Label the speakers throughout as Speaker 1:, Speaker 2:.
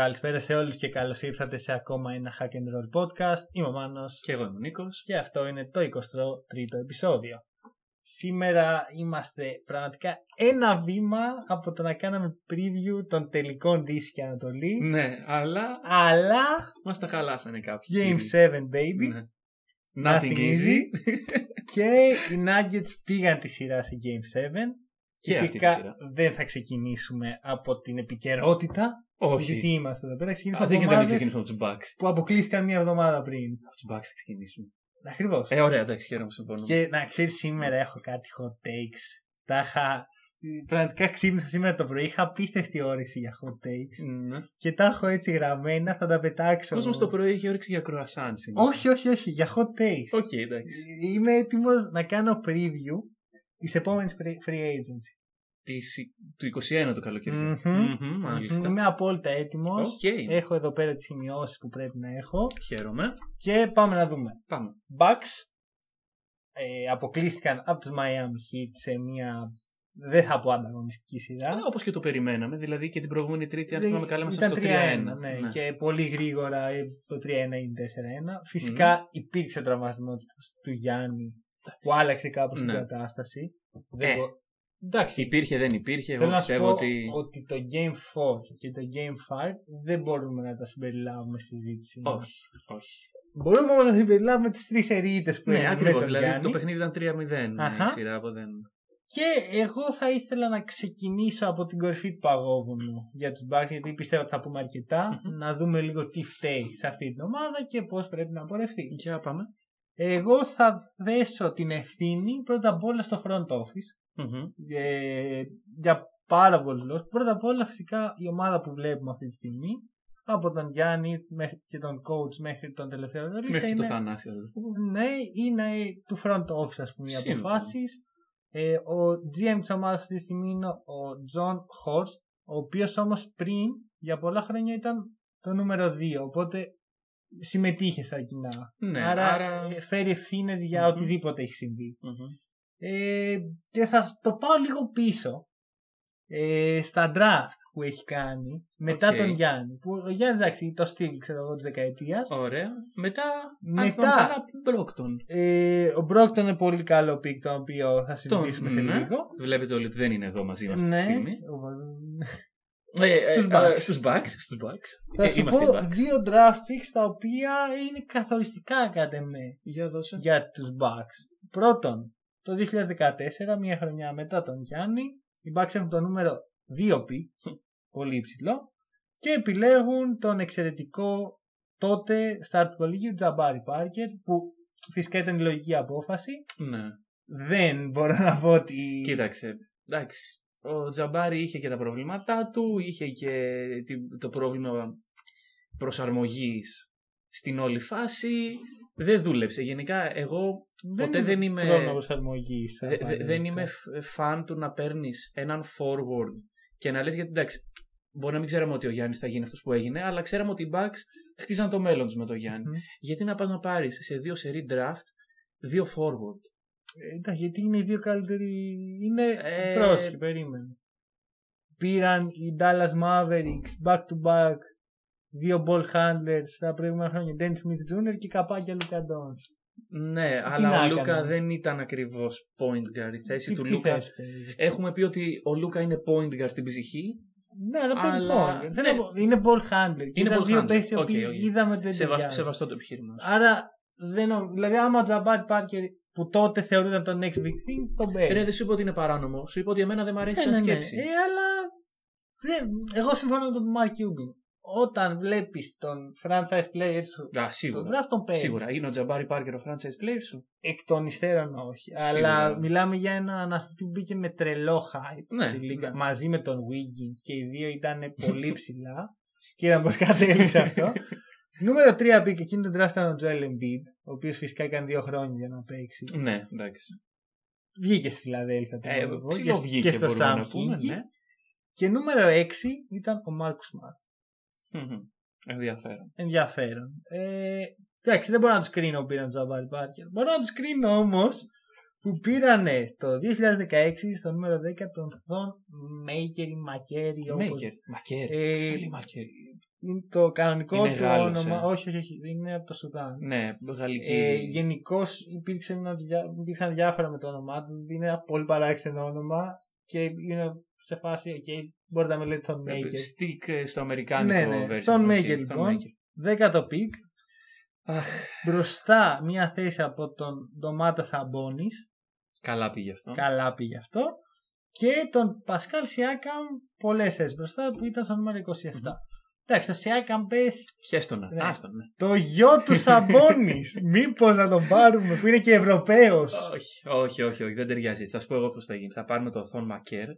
Speaker 1: Καλησπέρα σε όλους και καλώς ήρθατε σε ακόμα ένα Hack and Roll podcast. Είμαι ο Μάνος
Speaker 2: Και εγώ είμαι ο Νίκος.
Speaker 1: και αυτό είναι το 23ο επεισόδιο. Σήμερα είμαστε πραγματικά ένα βήμα από το να κάναμε preview των τελικών Δύση και Ανατολή,
Speaker 2: Ναι, αλλά
Speaker 1: αλλά
Speaker 2: μας τα χαλάσανε κάποιοι.
Speaker 1: Game 7 baby
Speaker 2: Ναι. Nothing
Speaker 1: Nothing
Speaker 2: easy.
Speaker 1: και οι Nuggets πήγαν τη σειρά σε Game 7.
Speaker 2: Και αυτή τη
Speaker 1: Φυσικά
Speaker 2: σειρά.
Speaker 1: δεν θα ξεκινήσουμε από την επικαιρότητα. Γιατί
Speaker 2: Όχι.
Speaker 1: είμαστε εδώ πέρα, ξεκινήσουμε
Speaker 2: Α,
Speaker 1: από
Speaker 2: δεν και δεν
Speaker 1: ομάδες
Speaker 2: ξεκινήσουμε από τους Bucks.
Speaker 1: που αποκλείστηκαν μια εβδομάδα πριν.
Speaker 2: Από τους Bucks θα ξεκινήσουμε.
Speaker 1: Ακριβώς.
Speaker 2: Ε, ωραία, εντάξει, χαίρομαι, συμφωνώ.
Speaker 1: Και να ξέρεις, σήμερα έχω κάτι hot takes. Τα είχα. Πραγματικά ξύπνησα σήμερα το πρωί. Είχα απίστευτη όρεξη για hot takes.
Speaker 2: Ναι.
Speaker 1: Και τα έχω έτσι γραμμένα, θα τα πετάξω.
Speaker 2: Ο κόσμος το πρωί είχε όρεξη για κρουασάν σήμερα.
Speaker 1: Όχι, όχι, όχι, για hot takes.
Speaker 2: Οκ, εντάξει.
Speaker 1: Είμαι έτοιμος να κάνω preview της επόμενης free agency.
Speaker 2: Της- Του 21 το καλοκαίρι.
Speaker 1: Μμμ. Ε.
Speaker 2: Μμμ, Μάλιστα.
Speaker 1: Είμαι απόλυτα έτοιμος.
Speaker 2: Οκ.
Speaker 1: Έχω εδώ πέρα τις σημειώσεις που πρέπει να έχω.
Speaker 2: Χαίρομαι.
Speaker 1: Και πάμε να δούμε.
Speaker 2: Πάμε.
Speaker 1: Bucks ε, αποκλείστηκαν από τους Miami Heat σε μια δεν θα πω ανταγωνιστική σειρά.
Speaker 2: Όπω Ε, και το περιμέναμε, δηλαδή και την προηγούμενη Τρίτη, αν
Speaker 1: Δεν-
Speaker 2: θυμάμαι καλά, μέσα
Speaker 1: Ε, ήταν
Speaker 2: στο
Speaker 1: 3-1,
Speaker 2: 3-1.
Speaker 1: ναι, και πολύ γρήγορα ε, το 3-1 είναι 4-1. Φυσικά υπήρξε ο τραυματισμός του Γιάννη που άλλαξε κάπως
Speaker 2: Ναι.
Speaker 1: την κατάσταση.
Speaker 2: Ε,
Speaker 1: Δεν μπο- Εντάξει,
Speaker 2: Υπήρχε, δεν υπήρχε. Εγώ
Speaker 1: θέλω να σου πω ότι...
Speaker 2: πιστεύω ότι.
Speaker 1: το Game 4 και το Game 5 δεν μπορούμε να τα συμπεριλάβουμε στη συζήτηση. μας.
Speaker 2: Όχι, όχι.
Speaker 1: Μπορούμε όμως να συμπεριλάβουμε τις τρεις ερείτες που
Speaker 2: Ναι,
Speaker 1: έγιναν με
Speaker 2: ακριβώς.
Speaker 1: τον
Speaker 2: Δηλαδή
Speaker 1: Γιάννη.
Speaker 2: το παιχνίδι ήταν 3-0
Speaker 1: Αχα.
Speaker 2: η σειρά ναι. από δεν.
Speaker 1: Και εγώ θα ήθελα να ξεκινήσω από την κορυφή του παγόβουνου για τους Bucks γιατί πιστεύω ότι θα πούμε αρκετά.
Speaker 2: Μμμ.
Speaker 1: Να δούμε λίγο τι φταίει σε αυτή την ομάδα και πώς πρέπει να πορευτεί.
Speaker 2: Για πάμε.
Speaker 1: Εγώ θα δέσω την ευθύνη πρώτα απ' όλα στο front office
Speaker 2: Μμμ.
Speaker 1: ε, για πάρα πολλούς λόγους. Πρώτα απ' όλα φυσικά η ομάδα που βλέπουμε αυτή τη στιγμή από τον Γιάννη μέχρι και τον coach μέχρι τον τελευταίο ρολίστα
Speaker 2: Μέχρι το
Speaker 1: είναι
Speaker 2: θανάσιο. δηλαδή.
Speaker 1: ναι, είναι ε, του front office, ας πούμε, οι
Speaker 2: Σίγουρα.
Speaker 1: αποφάσεις. Ε, ο GM της ομάδας αυτή τη στιγμή είναι ο John Horst, ο οποίος όμως πριν, για πολλά χρόνια ήταν το νούμερο 2, οπότε συμμετείχε στα κοινά.
Speaker 2: Ναι,
Speaker 1: άρα,
Speaker 2: άρα.
Speaker 1: ε, φέρει ευθύνες για
Speaker 2: Μμμ.
Speaker 1: οτιδήποτε έχει συμβεί.
Speaker 2: Μμμ.
Speaker 1: Ε, και θα σ- το πάω λίγο πίσω ε, στα draft που έχει κάνει μετά
Speaker 2: Οκ.
Speaker 1: τον Γιάννη. Που ο Γιάννης, εντάξει, το στυλ, ξέρω εγώ, της δεκαετίας.
Speaker 2: Ωραία. Μετά.
Speaker 1: Μετά.
Speaker 2: Μετά. Μπρόκτον.
Speaker 1: Ε, ο Μπρόκτον είναι πολύ καλό πικ, τον οποίο θα συζητήσουμε σε
Speaker 2: ναι.
Speaker 1: λίγο.
Speaker 2: Βλέπετε όλοι ότι δεν είναι εδώ μαζί μας αυτή τη στιγμή.
Speaker 1: Ναι. Ε,
Speaker 2: Ε,
Speaker 1: Στους Bucks.
Speaker 2: Στους Bucks. Στους Bucks.
Speaker 1: Θα
Speaker 2: Ε,
Speaker 1: σου
Speaker 2: Είμαστε οι
Speaker 1: πω
Speaker 2: Bucks.
Speaker 1: δύο draft picks τα οποία είναι καθοριστικά κατά με
Speaker 2: Για δώσε.
Speaker 1: για τους Bucks. Πρώτον, το 2014, μία χρονιά μετά τον Γιάννη, οι Bucks έχουν το νούμερο 2 πικ, πολύ υψηλό, και επιλέγουν τον εξαιρετικό τότε start κολίγιο Τζαμπάρι Πάρκερ, που φυσικά ήταν η λογική απόφαση.
Speaker 2: Ναι.
Speaker 1: Δεν μπορώ να πω ότι...
Speaker 2: Κοίταξε. Εντάξει. Ο Τζαμπάρι είχε και τα προβλήματά του, είχε και τη- το πρόβλημα προσαρμογής στην όλη φάση. Δεν δούλεψε. Γενικά, εγώ ποτέ δεν είμαι-
Speaker 1: Χρόνος προσαρμογής,
Speaker 2: δε- δε- δεν
Speaker 1: απαραίτητα.
Speaker 2: είμαι φ- φαν του να παίρνεις έναν forward και να λες γιατί εντάξει, μπορεί να μην ξέραμε ότι ο Γιάννης θα γίνει αυτός που έγινε, αλλά ξέραμε ότι οι Bucks χτίζαν το μέλλον τους με τον Γιάννη.
Speaker 1: Μμμ.
Speaker 2: Γιατί να πας να πάρεις σε δύο σερή draft δύο forward.
Speaker 1: Ε, Εντάξει, γιατί είναι οι δύο καλύτεροι. Είναι.
Speaker 2: Ε,
Speaker 1: Πρόσεχε, περίμενε. Πήραν οι Dallas Mavericks back to back δύο ball handlers τα προηγούμενα χρόνια. Dennis Smith Jr. και καπάκια Luka Doncic.
Speaker 2: Ναι,
Speaker 1: να
Speaker 2: αλλά ο Λούκα
Speaker 1: έκαναν.
Speaker 2: δεν ήταν ακριβώς point guard. Η θέση
Speaker 1: Τι-
Speaker 2: Ε, του
Speaker 1: τι
Speaker 2: Λούκα.
Speaker 1: θέση παίζει?
Speaker 2: Έχουμε πει ότι ο Λούκα είναι point guard στην ψυχή.
Speaker 1: Ναι, αλλά παίζει
Speaker 2: αλλά-
Speaker 1: ball. Δεν
Speaker 2: ναι.
Speaker 1: έχω- Είναι ball handler. Και
Speaker 2: Είναι
Speaker 1: ήταν
Speaker 2: ball
Speaker 1: δύο
Speaker 2: handler.
Speaker 1: παίχτες οι
Speaker 2: Οκ,
Speaker 1: οποίοι
Speaker 2: οκ.
Speaker 1: είδαμε ότι δεν
Speaker 2: Σεβα...
Speaker 1: ταιριάζουν.
Speaker 2: Σεβαστό το επιχείρημα. σου.
Speaker 1: Άρα, δεν, νο- δηλαδή, άμα ο Τζαμπάρ Πάρκερ που τότε θεωρούνταν το next big thing, τον παίρνει.
Speaker 2: Ρε, δεν σου είπα ότι είναι παράνομο. Σου είπα ότι εμένα δεν μου αρέσει
Speaker 1: Ναι,
Speaker 2: σαν
Speaker 1: ναι, ναι.
Speaker 2: σκέψη.
Speaker 1: Ε, αλλά δεν- εγώ συμφωνώ με τον Mark Cuban. Όταν βλέπεις τον franchise player σου
Speaker 2: Α,
Speaker 1: τον
Speaker 2: σίγουρα.
Speaker 1: draft τον παίρνει.
Speaker 2: Σίγουρα. Είναι ο Τζαμπάρι Πάρκερ ο franchise player σου.
Speaker 1: Εκ των υστέρων όχι.
Speaker 2: Σίγουρα.
Speaker 1: Αλλά μιλάμε για έναν αθλητή που μπήκε με τρελό hype
Speaker 2: Ναι,
Speaker 1: στη λίγα,
Speaker 2: ναι.
Speaker 1: μαζί με τον Wiggins και οι δύο ήταν πολύ ψηλά. και είδαμε πώς κατέληξε αυτό. Νούμερο 3 πήγε εκείνη τον draft ήταν ο Joel Embiid, ο οποίος φυσικά έκανε δύο χρόνια για να παίξει.
Speaker 2: Ναι, εντάξει.
Speaker 1: Βγήκε στη Φιλαδέλφια το
Speaker 2: Ε,
Speaker 1: νούμερο δύο,
Speaker 2: ψηλό
Speaker 1: και-
Speaker 2: βγήκε
Speaker 1: και στο
Speaker 2: μπορούμε
Speaker 1: Sam
Speaker 2: να πούμε.
Speaker 1: Hinkie.
Speaker 2: Ναι.
Speaker 1: Και νούμερο 6 ήταν ο Marcus Smart.
Speaker 2: Μμμ. Ενδιαφέρον.
Speaker 1: ενδιαφέρον. Ε, εντάξει, δεν μπορώ να τους κρίνω που πήραν Τζαμπάρι Πάρκερ. Μπορώ να τους κρίνω όμως που πήρανε το 2016 στο νούμερο 10 τον Θον Μέικερ ή Μακέρι. όπως-
Speaker 2: Μέικερ. Μακέρ.
Speaker 1: Ε,
Speaker 2: Πώς το λέει Μακέρ.
Speaker 1: είναι το κανονικό
Speaker 2: Είναι
Speaker 1: του
Speaker 2: Γάλλος,
Speaker 1: όνομα.
Speaker 2: ε.
Speaker 1: Όχι, όχι, όχι, είναι από το Σουδάν.
Speaker 2: Ναι, γαλλική.
Speaker 1: Ε, Γενικώς υπήρχαν διάφορα με το όνομά τους. Είναι ένα πολύ παράξενο όνομα και είναι σε φάση, okay, μπορείτε να με λέτε τον
Speaker 2: Ε,
Speaker 1: Μέικερ.
Speaker 2: Stick ε, στο αμερικάνικο
Speaker 1: Ναι, ναι,
Speaker 2: version.
Speaker 1: Thon
Speaker 2: Οκ,
Speaker 1: Maker,
Speaker 2: Thon
Speaker 1: λοιπόν.
Speaker 2: Maker.
Speaker 1: Δέκατο πικ.
Speaker 2: Αχ.
Speaker 1: Μπροστά μια θέση από τον Ντομάτα Σαμπόνη.
Speaker 2: Καλά πήγε αυτό.
Speaker 1: Καλά πήγε αυτό. Και τον Πασκάλ Σιάκαμ πολλές θέσεις μπροστά που ήταν στο νούμερο 27. Εντάξει, το Σιάκαμ πες
Speaker 2: Χέστονα.
Speaker 1: Ναι.
Speaker 2: Άστον, ναι.
Speaker 1: το γιο του Σαμπόνη. Μήπως να τον πάρουμε που είναι και Ευρωπαίος.
Speaker 2: Όχι, όχι, όχι, όχι, δεν ταιριάζει έτσι. Θα σου πω εγώ πώς θα γίνει. Θα πάρουμε τον Θον Μακέρ,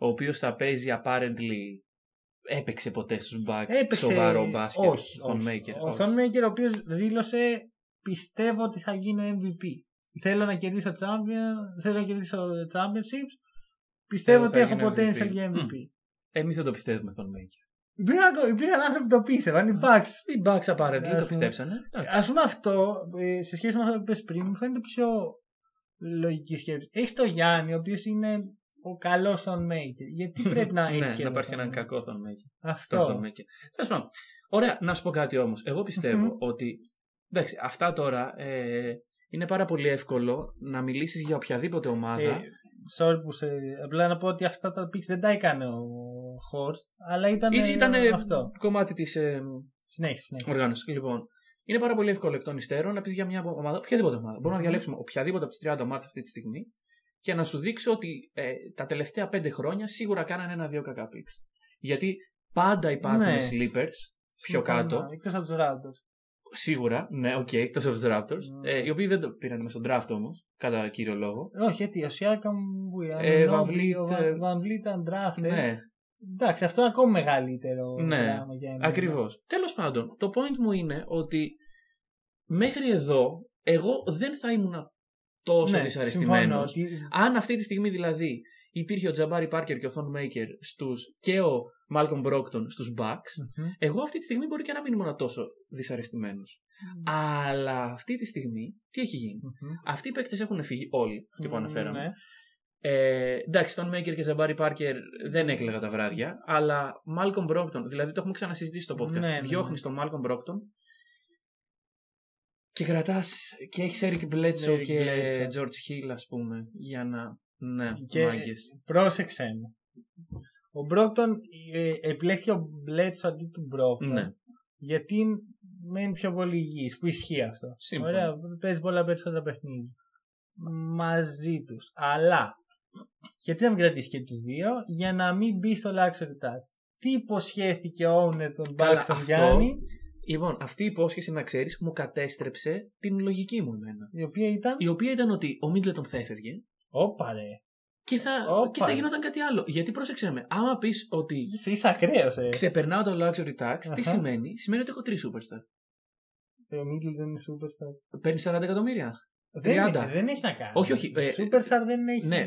Speaker 2: ο οποίος θα παίζει apparently. Έπαιξε ποτέ στους Bucks σοβαρό μπάσκετ.
Speaker 1: Όχι,
Speaker 2: Thon
Speaker 1: όχι.
Speaker 2: Maker,
Speaker 1: Ο
Speaker 2: όχι.
Speaker 1: Thon Maker, ο οποίος δήλωσε πιστεύω ότι θα γίνω MVP. Θέλω να κερδίσω champion, θέλω να κερδίσω championships. Πιστεύω
Speaker 2: Ε,
Speaker 1: ότι
Speaker 2: θα
Speaker 1: έχω
Speaker 2: γίνω
Speaker 1: potential
Speaker 2: MVP.
Speaker 1: για MVP.
Speaker 2: Εμείς δεν το πιστεύουμε Thon Maker.
Speaker 1: Υπήρχαν, υπήρχαν άνθρωποι που το πίστευαν, οι Bucks.
Speaker 2: Οι Bucks apparently
Speaker 1: Ας
Speaker 2: το
Speaker 1: πούμε.
Speaker 2: πιστέψανε. Εντάξει.
Speaker 1: Ας πούμε αυτό, ε, σε σχέση με αυτό που είπες πριν, μου φαίνεται πιο λογική σκέψη. Έχει το Γιάννη, ο οποίος είναι ο καλός των Maker. Γιατί πρέπει να έχει
Speaker 2: Ναι,
Speaker 1: και
Speaker 2: να
Speaker 1: εδώ
Speaker 2: υπάρχει
Speaker 1: τον-
Speaker 2: έναν κακό Thon Maker.
Speaker 1: Αυτό.
Speaker 2: Τον Thon Maker. Τέλος πάντων. Ωραία, να σου πω κάτι όμως. Εγώ πιστεύω ότι. Εντάξει, αυτά τώρα ε, είναι πάρα πολύ εύκολο να μιλήσεις για οποιαδήποτε ομάδα.
Speaker 1: Ε, sorry που σε. Απλά να πω ότι αυτά τα picks δεν τα έκανε ο Χόρτ, αλλά ήταν.
Speaker 2: Ή- ήτανε
Speaker 1: ναι, Αυτό.
Speaker 2: κομμάτι της ε,
Speaker 1: Συνέχισε, συνέχισε.
Speaker 2: οργάνωσης. Λοιπόν, είναι πάρα πολύ εύκολο εκ των υστέρων να πεις για μια ομάδα, οποιαδήποτε ομάδα. Μπορούμε να
Speaker 1: Μμμ.
Speaker 2: διαλέξουμε οποιαδήποτε από τις 30 ομάδες αυτή τη στιγμή και να σου δείξω ότι ε, τα τελευταία 5 χρόνια σίγουρα κάνανε ένα-δύο κακά picks. Γιατί πάντα υπάρχουν
Speaker 1: Ναι.
Speaker 2: sleepers πιο κάτω,
Speaker 1: Εκτός από τους Ράπτορ.
Speaker 2: σίγουρα, ναι, οκ, okay, εκτός από τους Raptors,
Speaker 1: Μμ.
Speaker 2: ε, οι οποίοι δεν το πήραν με στον draft όμως, κατά κύριο λόγο.
Speaker 1: Όχι, γιατί ο Σιάκα μου βουλιάζει.
Speaker 2: Ε, Van Vliet, ε,
Speaker 1: Ο Βανβλή ήταν draft.
Speaker 2: Ναι,
Speaker 1: Εντάξει, αυτό είναι ακόμα μεγαλύτερο.
Speaker 2: Ναι,
Speaker 1: πράγμα για εμένα.
Speaker 2: Ακριβώς. Τέλος πάντων, το point μου είναι ότι μέχρι εδώ εγώ δεν θα ήμουν τόσο ναι,
Speaker 1: συμφωνώ
Speaker 2: δυσαρεστημένο.
Speaker 1: ότι-
Speaker 2: Αν αυτή τη στιγμή δηλαδή υπήρχε ο Τζαμπάρι Πάρκερ και ο Θον Μέικερ στους, και ο Μάλκομ Μπρόκτον στους Bucks,
Speaker 1: Μμμ.
Speaker 2: εγώ αυτή τη στιγμή μπορεί και να μην ήμουν τόσο δυσαρεστημένος. Αλλά αυτή τη στιγμή τι έχει γίνει.
Speaker 1: Μμμ.
Speaker 2: Αυτοί οι παίκτες έχουν φύγει όλοι, αυτοί που
Speaker 1: Μμμ,
Speaker 2: αναφέραμε.
Speaker 1: ναι.
Speaker 2: Ε, εντάξει, τον Μέικερ και Ζαμπάρι Πάρκερ δεν έκλαιγα τα βράδια, αλλά Μάλκομ Μπρόκτον, δηλαδή το έχουμε ξανασυζητήσει στο podcast.
Speaker 1: Ναι, ναι, ναι.
Speaker 2: Διώχνεις τον Μάλκομ Μπρόκτον και κρατάς και έχεις Έρικ Μπλέτσο
Speaker 1: Eric
Speaker 2: και
Speaker 1: Bledsoe.
Speaker 2: George Χίλ, ας πούμε, για να. Ναι,
Speaker 1: Και-
Speaker 2: και...
Speaker 1: Πρόσεξε με. Ο Μπρόκτον ε, επιλέχθηκε ο Μπλέτσο αντί του Μπρόκτον.
Speaker 2: Ναι.
Speaker 1: Γιατί είναι- μένει πιο πολύ υγιής, που ισχύει αυτό.
Speaker 2: Σύμφωνα.
Speaker 1: Ωραία, παίζει πολλά περισσότερα παιχνίδια. Μαζί τους. Αλλά γιατί να μην κρατήσει και τους δύο, για να μην μπει στο luxury tax. Τι υποσχέθηκε ο owner των
Speaker 2: Καλά,
Speaker 1: Bucks τον
Speaker 2: αυτό-
Speaker 1: Γιάννη,
Speaker 2: Λοιπόν, αυτή η υπόσχεση, να ξέρεις, μου κατέστρεψε την λογική μου εμένα.
Speaker 1: η οποία ήταν.
Speaker 2: Η οποία ήταν ότι ο Μίτλετον θα έφευγε
Speaker 1: Όπα ρε.
Speaker 2: και θα,
Speaker 1: Όπα.
Speaker 2: και θα γινόταν κάτι άλλο. Γιατί πρόσεξε με, άμα πεις ότι
Speaker 1: Είσαι, είσαι ακραίος, ε.
Speaker 2: ξεπερνάω το luxury tax, τι
Speaker 1: Αχα.
Speaker 2: σημαίνει, σημαίνει ότι έχω τρεις superstar.
Speaker 1: Ο Μίτλ δεν είναι superstar.
Speaker 2: Παίρνεις 40 εκατομμύρια.
Speaker 1: Δεν, ε,
Speaker 2: 30.
Speaker 1: δεν έχει να κάνει.
Speaker 2: Όχι, όχι, ε,
Speaker 1: Superstar δεν έχεις.
Speaker 2: ναι.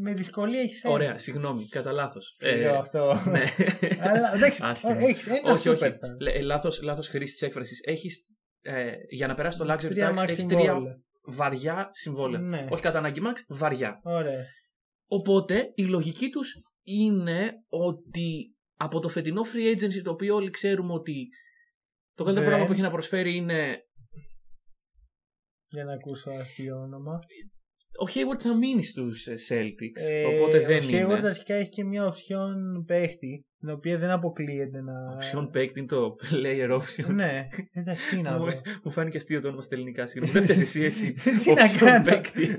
Speaker 1: Με δυσκολία έχεις ένα.
Speaker 2: Ωραία, συγγνώμη, κατά λάθος.
Speaker 1: Σκληρό Ε. αυτό.
Speaker 2: ναι.
Speaker 1: Αλλά εντάξει,
Speaker 2: Άσχημα.
Speaker 1: έχεις ένα
Speaker 2: όχι, όχι.
Speaker 1: superstar.
Speaker 2: Λάθος λάθος χρήση της έκφρασης. Έχεις, ε, για να περάσει το luxury
Speaker 1: Τρία
Speaker 2: tax, έχεις
Speaker 1: maximum
Speaker 2: τρία
Speaker 1: ball.
Speaker 2: βαριά συμβόλαια.
Speaker 1: Ναι.
Speaker 2: Όχι κατά ανάγκη max, βαριά.
Speaker 1: Ωραία.
Speaker 2: Οπότε η λογική τους είναι ότι από το φετινό free agency το οποίο όλοι ξέρουμε ότι το καλύτερο
Speaker 1: Ναι.
Speaker 2: πράγμα που έχει να προσφέρει είναι
Speaker 1: Για να ακούσω αστείο όνομα.
Speaker 2: ο Hayward θα μείνει στους ε, Celtics.
Speaker 1: Ε,
Speaker 2: οπότε δεν
Speaker 1: ο
Speaker 2: είναι.
Speaker 1: Hayward αρχικά έχει και μια οψιόν παίχτη, την οποία δεν αποκλείεται να.
Speaker 2: Option παίκτη είναι το player option.
Speaker 1: Ναι, εντάξει, τι να
Speaker 2: Μου,
Speaker 1: πω.
Speaker 2: μου φάνηκε αστείο το όνομα στα ελληνικά. Συγγνώμη, δεν φταίει εσύ έτσι.
Speaker 1: Τι να
Speaker 2: Option
Speaker 1: κάνω.
Speaker 2: παίκτη.
Speaker 1: Ε,